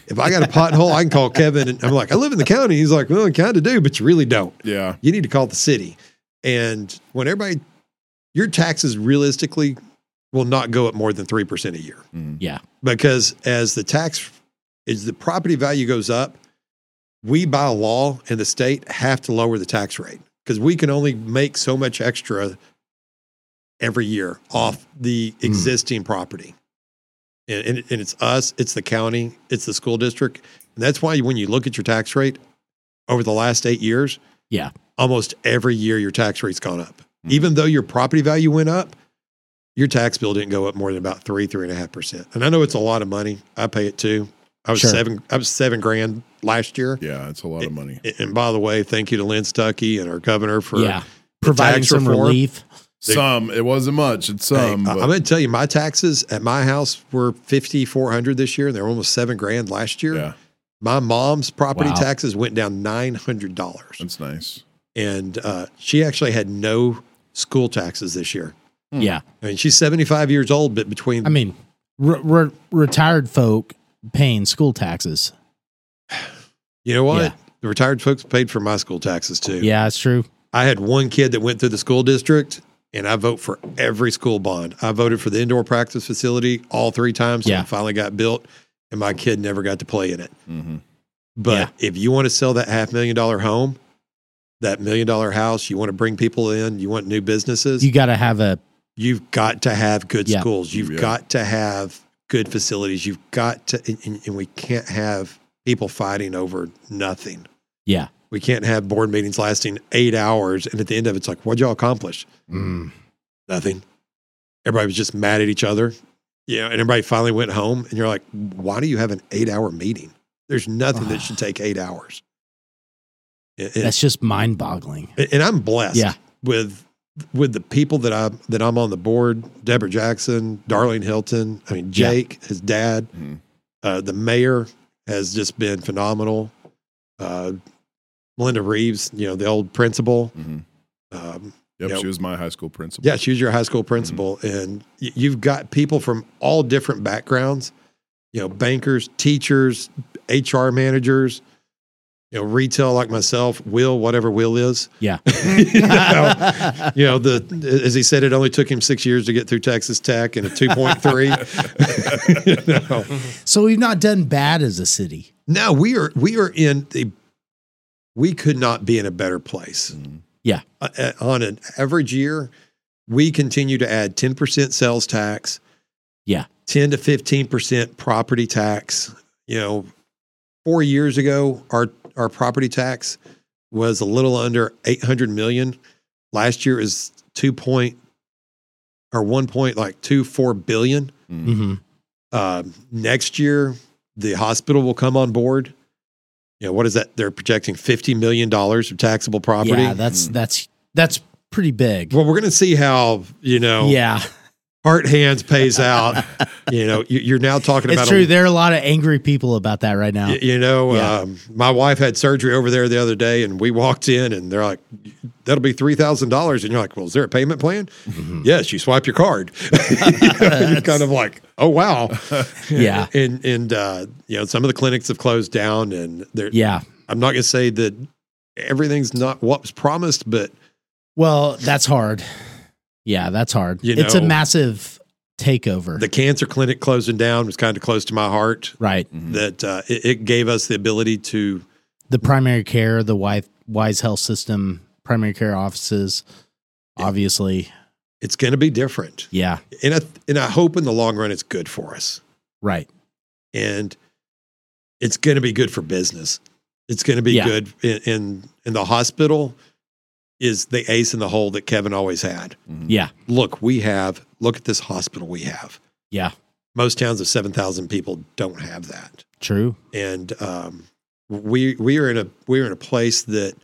[SPEAKER 5] if I got a pothole, I can call Kevin. And I'm like, I live in the county. He's like, well, I kind of do, but you really don't.
[SPEAKER 1] Yeah.
[SPEAKER 5] You need to call the city. And when everybody, your taxes realistically will not go up more than 3% a year
[SPEAKER 4] Yeah.
[SPEAKER 5] because as the tax, as the property value goes up, we by law and the state have to lower the tax rate because we can only make so much extra every year off the
[SPEAKER 4] Hmm.
[SPEAKER 5] existing property. And, and, and it's us, it's the county, it's the school district. And that's why when you look at your tax rate over the last eight years,
[SPEAKER 4] Yeah. Hmm.
[SPEAKER 5] almost every year your tax rate's gone up. Even though your property value went up, your tax bill didn't go up more than about three, three and a half percent. And I know it's a lot of money. I pay it too. I was
[SPEAKER 4] Sure.
[SPEAKER 5] seven, I was seven grand last year.
[SPEAKER 1] Yeah. It's a lot of money.
[SPEAKER 5] And by the way, thank you to Lynn Stuckey and our governor for.
[SPEAKER 4] yeah. Providing
[SPEAKER 5] tax
[SPEAKER 4] some
[SPEAKER 5] reform.
[SPEAKER 4] relief.
[SPEAKER 5] They-
[SPEAKER 1] some. It wasn't much. It's
[SPEAKER 5] Hey,
[SPEAKER 1] some.
[SPEAKER 5] I-
[SPEAKER 1] but
[SPEAKER 5] I'm going to tell you, my taxes at my house were fifty four hundred this year, and they were almost seven grand last year.
[SPEAKER 1] yeah.
[SPEAKER 5] My mom's property
[SPEAKER 4] Wow.
[SPEAKER 5] taxes went down nine hundred dollars,
[SPEAKER 1] That's nice.
[SPEAKER 5] and uh, she actually had no school taxes this year.
[SPEAKER 4] Hmm. Yeah.
[SPEAKER 5] I mean, she's seventy five years old, but between
[SPEAKER 4] I mean, re- re- retired folk paying school taxes.
[SPEAKER 5] you know what,
[SPEAKER 4] yeah.
[SPEAKER 5] the retired folks paid for my school taxes too.
[SPEAKER 4] Yeah, it's true.
[SPEAKER 5] I had one kid that went through the school district, and I vote for every school bond. I voted for the indoor practice facility all three times.
[SPEAKER 4] Yeah.
[SPEAKER 5] and it finally got built, and my kid never got to play in it.
[SPEAKER 1] Mm-hmm.
[SPEAKER 5] But if you want to sell that half million dollar home, that million dollar house, you want to bring people in, you want new businesses,
[SPEAKER 4] You got to have a
[SPEAKER 5] you, have got to have good
[SPEAKER 4] Yeah.
[SPEAKER 5] schools. You've
[SPEAKER 1] Yeah.
[SPEAKER 5] got to have good facilities. You've got to, and- and, and we can't have people fighting over nothing.
[SPEAKER 4] yeah.
[SPEAKER 5] We can't have board meetings lasting eight hours. And at the end of it, it's like, what'd y'all accomplish? Nothing. Everybody was just mad at each other. You know, and everybody finally went home. And you're like, why do you have an eight hour meeting? There's nothing
[SPEAKER 4] *sighs*
[SPEAKER 5] that should take eight hours. And, and-
[SPEAKER 4] That's just mind-boggling.
[SPEAKER 5] *laughs*
[SPEAKER 4] *laughs*
[SPEAKER 5] and I'm blessed
[SPEAKER 4] Yeah.
[SPEAKER 5] with with the people that I that I'm on the board. Deborah Jackson, Darlene Hilton. I mean,
[SPEAKER 4] Yeah.
[SPEAKER 5] Jake, his dad,
[SPEAKER 1] Mhm.
[SPEAKER 5] uh, the mayor has just been phenomenal. Uh, Melinda Reeves, you know, the old principal.
[SPEAKER 1] Mhm.
[SPEAKER 5] Um,
[SPEAKER 1] Yep,
[SPEAKER 5] Yep.
[SPEAKER 1] she was my high school principal.
[SPEAKER 5] yeah, she was your high school principal, and y- you've got people from all different backgrounds. You know, bankers, teachers, HR managers. You know, retail like myself, Will, whatever Will is.
[SPEAKER 4] Yeah.
[SPEAKER 5] *laughs* you, know, you know, the as he said, it only took him six years to get through Texas Tech and a two point three. *laughs* you know.
[SPEAKER 4] So we've not done bad as a city.
[SPEAKER 5] No, we are we are in the we could not be in a better place.
[SPEAKER 1] Mm-hmm.
[SPEAKER 4] Yeah.
[SPEAKER 5] Uh, uh, on an average year, we continue to add 10% sales tax.
[SPEAKER 4] Yeah.
[SPEAKER 5] 10 to 15% property tax. You know, 4 years ago our our property tax was a little under 800 million. Last year is 2 point or 1 point like 24 billion. Mm-hmm.
[SPEAKER 4] hmm
[SPEAKER 5] Uh, next year, the hospital will come on board. You know, what is that? They're projecting $50 million of taxable property. Mm.
[SPEAKER 4] Yeah, that's that's that's pretty big.
[SPEAKER 5] well, we're going to see how, you know,
[SPEAKER 4] Yeah,
[SPEAKER 5] Heart Hands pays
[SPEAKER 4] *laughs*
[SPEAKER 5] out. you know, you, you're now talking
[SPEAKER 4] it's
[SPEAKER 5] about,
[SPEAKER 4] true.
[SPEAKER 5] a,
[SPEAKER 4] there are a lot of angry people about that right now.
[SPEAKER 5] y- you know,
[SPEAKER 4] Yeah.
[SPEAKER 5] um, my wife had surgery over there the other day and we walked in and they're like, that'll be $3,000. And you're like, well, is there a payment plan?
[SPEAKER 4] Mm-hmm. Mm.
[SPEAKER 5] Yes, you swipe your card. *laughs* you are kind of like, oh, wow.
[SPEAKER 4] *laughs* Yeah,
[SPEAKER 5] And, and, uh, you know, some of the clinics have closed down and they're,
[SPEAKER 4] yeah,
[SPEAKER 5] I'm not going to say that everything's not what was promised, but
[SPEAKER 4] Well, that's hard. Yeah, that's hard.
[SPEAKER 5] You
[SPEAKER 4] it's a
[SPEAKER 5] know-
[SPEAKER 4] massive takeover.
[SPEAKER 5] the cancer clinic closing down was kind of close to my heart.
[SPEAKER 4] right.
[SPEAKER 1] Mm-hmm.
[SPEAKER 5] That uh, it, it gave us the ability to
[SPEAKER 4] The primary care, the Wise, Wise Health System, primary care offices, obviously.
[SPEAKER 5] it's going to be different,
[SPEAKER 4] Yeah,
[SPEAKER 5] and I and I hope in the long run it's good for us,
[SPEAKER 4] right.
[SPEAKER 5] and it's going to be good for business. It's going to be
[SPEAKER 4] Yeah.
[SPEAKER 5] good in, in in the hospital. Is the ace in the hole that Kevin always had?
[SPEAKER 1] Mm-hmm.
[SPEAKER 4] Yeah,
[SPEAKER 5] Look, we have. Look at this hospital we have.
[SPEAKER 4] yeah.
[SPEAKER 5] Most towns of seven thousand people don't have that.
[SPEAKER 4] True.
[SPEAKER 5] and um, we we are in a we are in a place that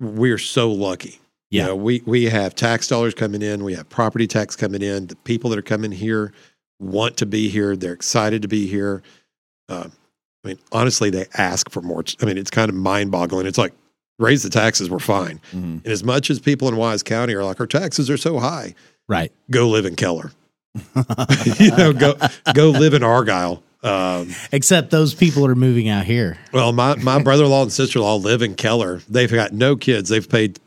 [SPEAKER 5] we're so lucky.
[SPEAKER 4] Yeah.
[SPEAKER 5] You know, we we have tax dollars coming in, we have property tax coming in. The people that are coming here want to be here. They're excited to be here. Um, I mean, honestly, they ask for more. I mean, it's kind of mind boggling. It's like raise the taxes, we're fine.
[SPEAKER 1] Mhm.
[SPEAKER 5] And as much as people in Wise County are like, our taxes are so high,
[SPEAKER 4] Right.
[SPEAKER 5] go live in Keller. *laughs* you know, go go live in Argyle. Um,
[SPEAKER 4] *laughs* Except those people are moving out here.
[SPEAKER 5] well, my,
[SPEAKER 4] *laughs*
[SPEAKER 5] my brother in law and sister in law live in Keller. They've got no kids. They've paid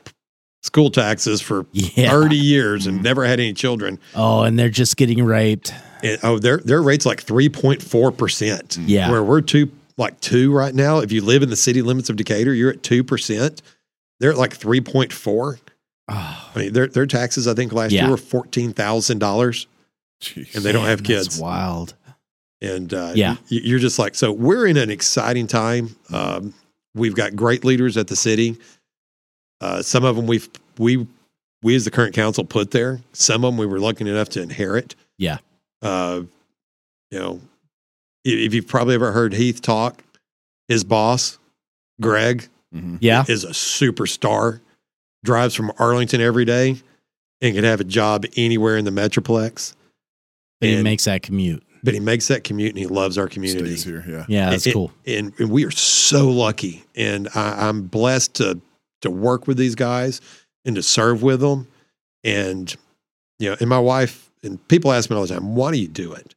[SPEAKER 5] school taxes for
[SPEAKER 4] Yeah. Mm-hmm.
[SPEAKER 5] 30 years and never had any children.
[SPEAKER 4] Oh, and they're just getting raped.
[SPEAKER 5] And, oh, their their rate's like 3.4%.
[SPEAKER 4] Yeah.
[SPEAKER 5] Where we're two like two right now. If you live in the city limits of Decatur, you're at two percent. They're at like 3.4.
[SPEAKER 4] Oh,
[SPEAKER 5] I mean, their their taxes, I think last
[SPEAKER 4] Yeah.
[SPEAKER 5] year were fourteen thousand dollars
[SPEAKER 1] Jeez.
[SPEAKER 5] and they don't have
[SPEAKER 4] man,
[SPEAKER 5] kids.
[SPEAKER 4] That's wild.
[SPEAKER 5] And uh,
[SPEAKER 4] Yeah.
[SPEAKER 5] y- you're just like, so we're in an exciting time. Um, we've got great leaders at the city. Uh, some of them we've, we, we as the current council put there, some of them we were lucky enough to inherit.
[SPEAKER 4] Yeah.
[SPEAKER 5] Uh, you know, i- if you've probably ever heard Heath talk, his boss, Greg,
[SPEAKER 1] Mhm.
[SPEAKER 4] Yeah.
[SPEAKER 5] is a superstar, drives from Arlington every day and can have a job anywhere in the Metroplex.
[SPEAKER 4] But he
[SPEAKER 5] And-
[SPEAKER 4] makes that commute.
[SPEAKER 5] But he makes that commute and he loves our community.
[SPEAKER 1] Stays here. Yeah.
[SPEAKER 4] Yeah, that's
[SPEAKER 5] And-
[SPEAKER 4] cool.
[SPEAKER 5] And, and we are so lucky, and I, I'm blessed to to work with these guys and to serve with them. And you know, and my wife and people ask me all the time, "Why do you do it?"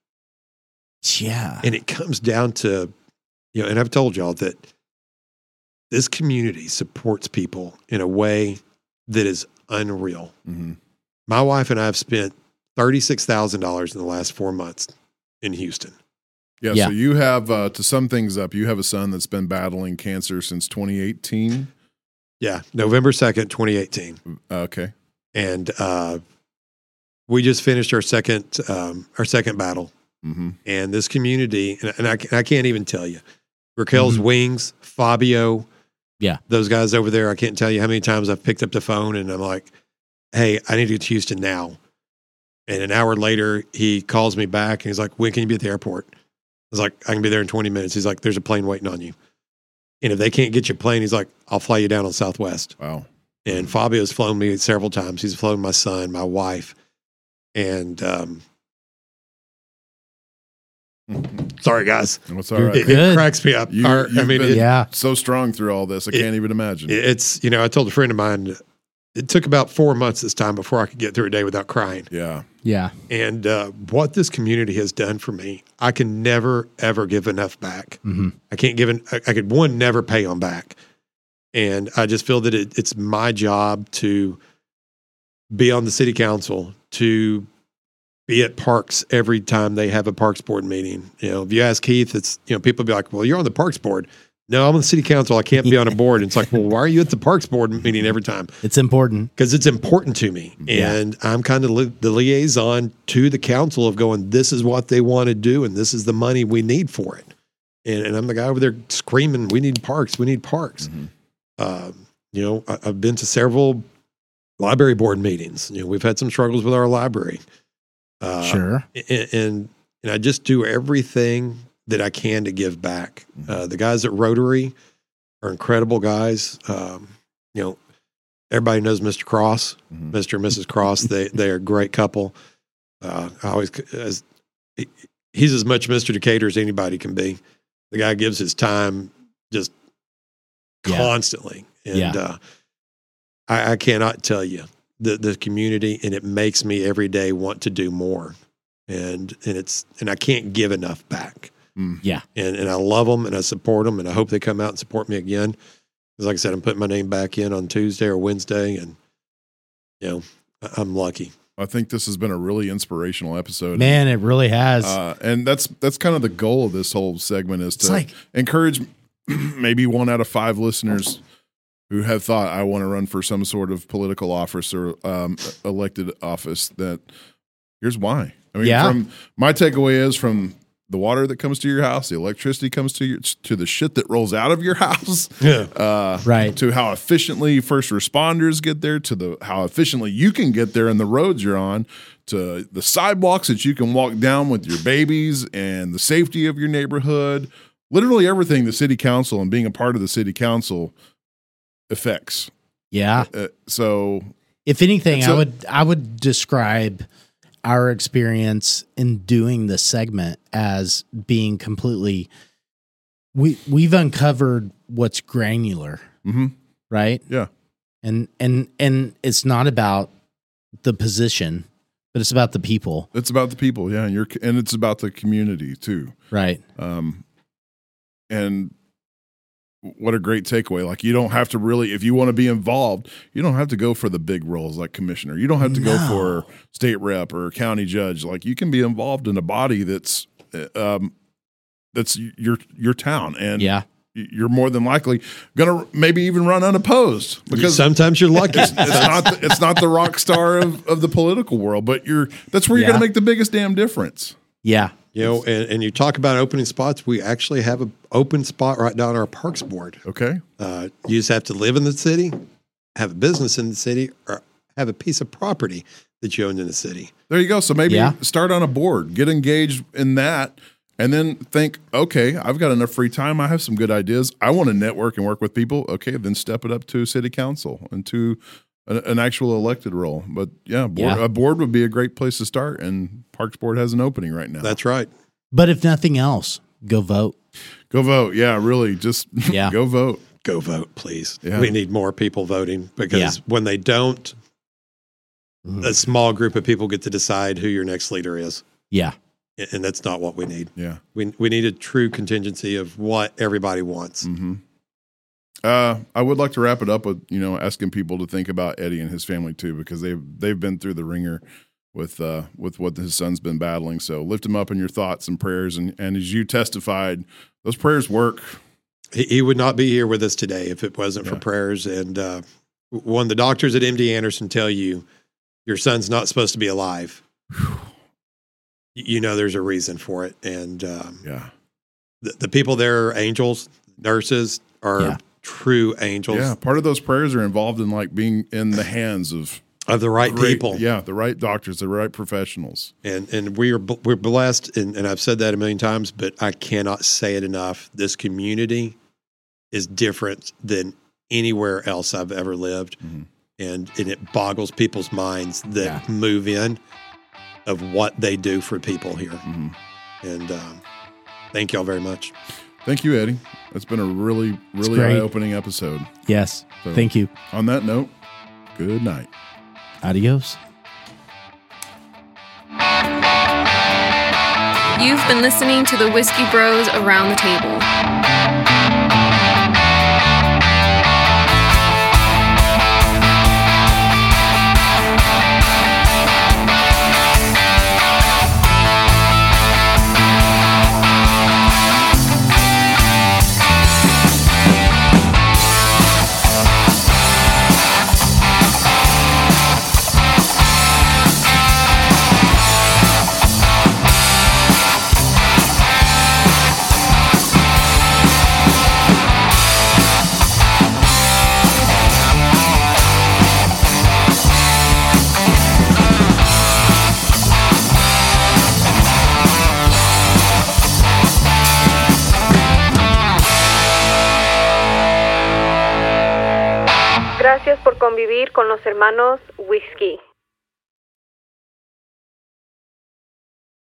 [SPEAKER 4] Yeah.
[SPEAKER 5] And it comes down to you know, and I've told y'all that this community supports people in a way that is unreal.
[SPEAKER 1] hmm
[SPEAKER 5] My wife and I have spent thirty six thousand dollars in the last four months in Houston.
[SPEAKER 1] yeah.
[SPEAKER 4] Yeah.
[SPEAKER 1] So you have uh, to sum things up. You have a son that's been battling cancer since 2018.
[SPEAKER 5] Yeah, November second, twenty eighteen.
[SPEAKER 1] Uh, Okay.
[SPEAKER 5] and uh, we just finished our second um, our second battle.
[SPEAKER 1] Mm-hmm.
[SPEAKER 5] And this community, and, and I, ca- I can't even tell you, Raquel's wings, Fabio,
[SPEAKER 4] Yeah.
[SPEAKER 5] those guys over there. I can't tell you how many times I've picked up the phone and I'm like, "Hey, I need to get to Houston now." And an hour later, he calls me back and he's like, "When can you be at the airport?" I was like, "I can be there in 20 minutes." He's like, "There's a plane waiting on you." And if they can't get you a plane, he's like, "I'll fly you down on Southwest."
[SPEAKER 1] Wow.
[SPEAKER 5] And Fabio's flown me several times. He's flown my son, my wife, and um, sorry guys,
[SPEAKER 1] What's all
[SPEAKER 4] You're
[SPEAKER 1] Mm-hmm. right.
[SPEAKER 5] it,
[SPEAKER 4] Good.
[SPEAKER 5] it cracks me up.
[SPEAKER 1] You-
[SPEAKER 5] Our- I
[SPEAKER 1] you've
[SPEAKER 5] mean,
[SPEAKER 1] been-
[SPEAKER 5] it-
[SPEAKER 4] yeah.
[SPEAKER 1] So strong through all this, I
[SPEAKER 5] It-
[SPEAKER 1] can't even imagine.
[SPEAKER 5] it's you know, I told a friend of mine, it took about four months this time before I could get through a day without crying.
[SPEAKER 1] yeah.
[SPEAKER 4] Yeah.
[SPEAKER 5] And uh, what this community has done for me, I can never ever give enough back.
[SPEAKER 4] hmm
[SPEAKER 5] I can't give an, I, I could one never pay them back. And I just feel that it, it's my job to be on the city council, to be at parks every time they have a parks board meeting. You know, if you ask Keith, it's, you know, people be like, well, you're on the parks board. No, I'm on the city council. I can't be on a board. And it's like, well, why are you at the parks board meeting every time?
[SPEAKER 4] It's important.
[SPEAKER 5] Because it's important to me.
[SPEAKER 4] Yeah.
[SPEAKER 5] And I'm kind of li- the liaison to the council of going, this is what they want to do, and this is the money we need for it. And, and I'm the guy over there screaming, we need parks, we need parks.
[SPEAKER 1] Mhm.
[SPEAKER 5] Um, you know, I, I've been to several library board meetings. You know, we've had some struggles with our library. Uh,
[SPEAKER 4] sure.
[SPEAKER 5] and, and and I just do everything that I can to give back.
[SPEAKER 4] Mm-hmm.
[SPEAKER 5] Uh, the guys at Rotary are incredible guys. Um, you know, everybody knows Mr. Cross,
[SPEAKER 4] Mm-hmm.
[SPEAKER 1] Mhm.
[SPEAKER 5] Mr. and Mrs. Cross. They they are a great couple. Uh, I always c- as he- he's as much Mr. Decatur as anybody can be. The guy gives his time just
[SPEAKER 4] Yeah.
[SPEAKER 5] constantly, and
[SPEAKER 4] Yeah.
[SPEAKER 5] uh, I, I cannot tell you the the community, and it makes me every day want to do more and and it's and I can't give enough back.
[SPEAKER 1] Mm.
[SPEAKER 4] Yeah.
[SPEAKER 5] And, and I love them and I support them and I hope they come out and support me again. 'Cause like I said, I'm putting my name back in on Tuesday or Wednesday and, you know, I- I'm lucky.
[SPEAKER 1] I think this has been a really inspirational episode.
[SPEAKER 4] Man, it really has.
[SPEAKER 1] Uh, and that's that's kind of the goal of this whole segment is
[SPEAKER 4] It's
[SPEAKER 1] to
[SPEAKER 4] like-
[SPEAKER 1] encourage *clears throat* maybe one out of five listeners who have thought I want to run for some sort of political office or um, elected office. That here's why. I mean,
[SPEAKER 4] Yeah.
[SPEAKER 1] from my takeaway is from the water that comes to your house, the electricity comes to your to the shit that rolls out of your *laughs* house.
[SPEAKER 5] Yeah.
[SPEAKER 1] Uh,
[SPEAKER 4] Right.
[SPEAKER 1] to how efficiently first responders get there to the how efficiently you can get there and the roads you're on to the sidewalks that you can walk down with your babies and the safety of your neighborhood literally everything the city council and being a part of the city council affects
[SPEAKER 4] yeah.
[SPEAKER 1] Uh, so
[SPEAKER 4] If anything,
[SPEAKER 1] It's
[SPEAKER 4] I
[SPEAKER 1] a-
[SPEAKER 4] would I would describe our experience in doing this segment as being completely we we've uncovered what's granular,
[SPEAKER 1] mhm.
[SPEAKER 4] right?
[SPEAKER 1] Yeah.
[SPEAKER 4] And and and it's not about the position, but it's about the people,
[SPEAKER 1] it's about the people yeah and you're and it's about the community too
[SPEAKER 4] right?
[SPEAKER 1] Um, and what a great takeaway! Like you don't have to really, if you want to be involved, you don't have to go for the big roles like commissioner. You don't have to go
[SPEAKER 4] No.
[SPEAKER 1] for state rep or county judge. Like you can be involved in a body that's, uh, um, that's your your town, and
[SPEAKER 4] yeah.
[SPEAKER 1] y- you're more than likely gonna maybe even run unopposed because
[SPEAKER 4] *laughs*
[SPEAKER 5] sometimes you're
[SPEAKER 1] *laughs*
[SPEAKER 5] lucky.
[SPEAKER 1] it's not the, it's not the rock star of, of the political world, but you're that's where you're
[SPEAKER 4] Yeah.
[SPEAKER 1] gonna make the biggest damn difference.
[SPEAKER 4] Yeah.
[SPEAKER 5] You know, and, and you talk about opening spots. We actually have an open spot right now on our parks board.
[SPEAKER 1] Okay,
[SPEAKER 5] Uh, you just have to live in the city, have a business in the city, or have a piece of property that you own in the city.
[SPEAKER 1] There you go. So maybe
[SPEAKER 4] Yeah.
[SPEAKER 1] start on a board, get engaged in that, and then think, okay, I've got enough free time. I have some good ideas. I want to network and work with people. Okay, then step it up to city council and to an, an actual elected role. But yeah, board,
[SPEAKER 4] Yeah.
[SPEAKER 1] a board would be a great place to start. And Parks Board has an opening right now.
[SPEAKER 5] That's right.
[SPEAKER 4] But if nothing else, go vote.
[SPEAKER 1] go vote. Yeah, really, just *laughs*
[SPEAKER 4] Yeah.
[SPEAKER 1] go vote.
[SPEAKER 5] Go vote, please.
[SPEAKER 1] Yeah.
[SPEAKER 5] We need more people voting because
[SPEAKER 4] Yeah.
[SPEAKER 5] when they don't,
[SPEAKER 4] Mhm.
[SPEAKER 1] Hmm.
[SPEAKER 5] a small group of people get to decide who your next leader is.
[SPEAKER 4] Yeah.
[SPEAKER 5] A- And that's not what we need.
[SPEAKER 1] Yeah.
[SPEAKER 5] We, we need a true contingency of what everybody wants.
[SPEAKER 1] Mm-hmm. Uh, I would like to wrap it up with you know asking people to think about Eddie and his family too because they've they've been through the ringer with uh, with what his son's been battling. So lift him up in your thoughts and prayers, and and as you testified, those prayers work.
[SPEAKER 5] he, he would not be here with us today if it wasn't for
[SPEAKER 1] Yeah.
[SPEAKER 5] prayers. And uh, when the doctors at MD Anderson tell you your son's not supposed to be alive, y- you know there's a reason for it. And um,
[SPEAKER 1] Yeah,
[SPEAKER 5] the, the people there are angels, nurses are
[SPEAKER 4] Yeah.
[SPEAKER 5] true angels
[SPEAKER 1] yeah. Part of those prayers are involved in like being in the hands of
[SPEAKER 5] of the right
[SPEAKER 1] great-
[SPEAKER 5] people.
[SPEAKER 1] Yeah, the right doctors, the right professionals.
[SPEAKER 5] And and we are bl- we're blessed, and, and I've said that a million times, but I cannot say it enough. This community is different than anywhere else I've ever lived,
[SPEAKER 1] Mhm.
[SPEAKER 5] and and it boggles people's minds that
[SPEAKER 4] Yeah.
[SPEAKER 5] move in of what they do for people here.
[SPEAKER 1] Mhm.
[SPEAKER 5] And um, thank y'all very much.
[SPEAKER 1] Thank you, Eddie. It's been a really really
[SPEAKER 4] great.
[SPEAKER 1] eye opening episode.
[SPEAKER 4] Yes.
[SPEAKER 1] So-
[SPEAKER 4] Thank you.
[SPEAKER 1] On that note, good night.
[SPEAKER 4] Adios.
[SPEAKER 7] You've been listening to the Whiskey Bros Around the Table.
[SPEAKER 2] Gracias por convivir con los hermanos Whiskey.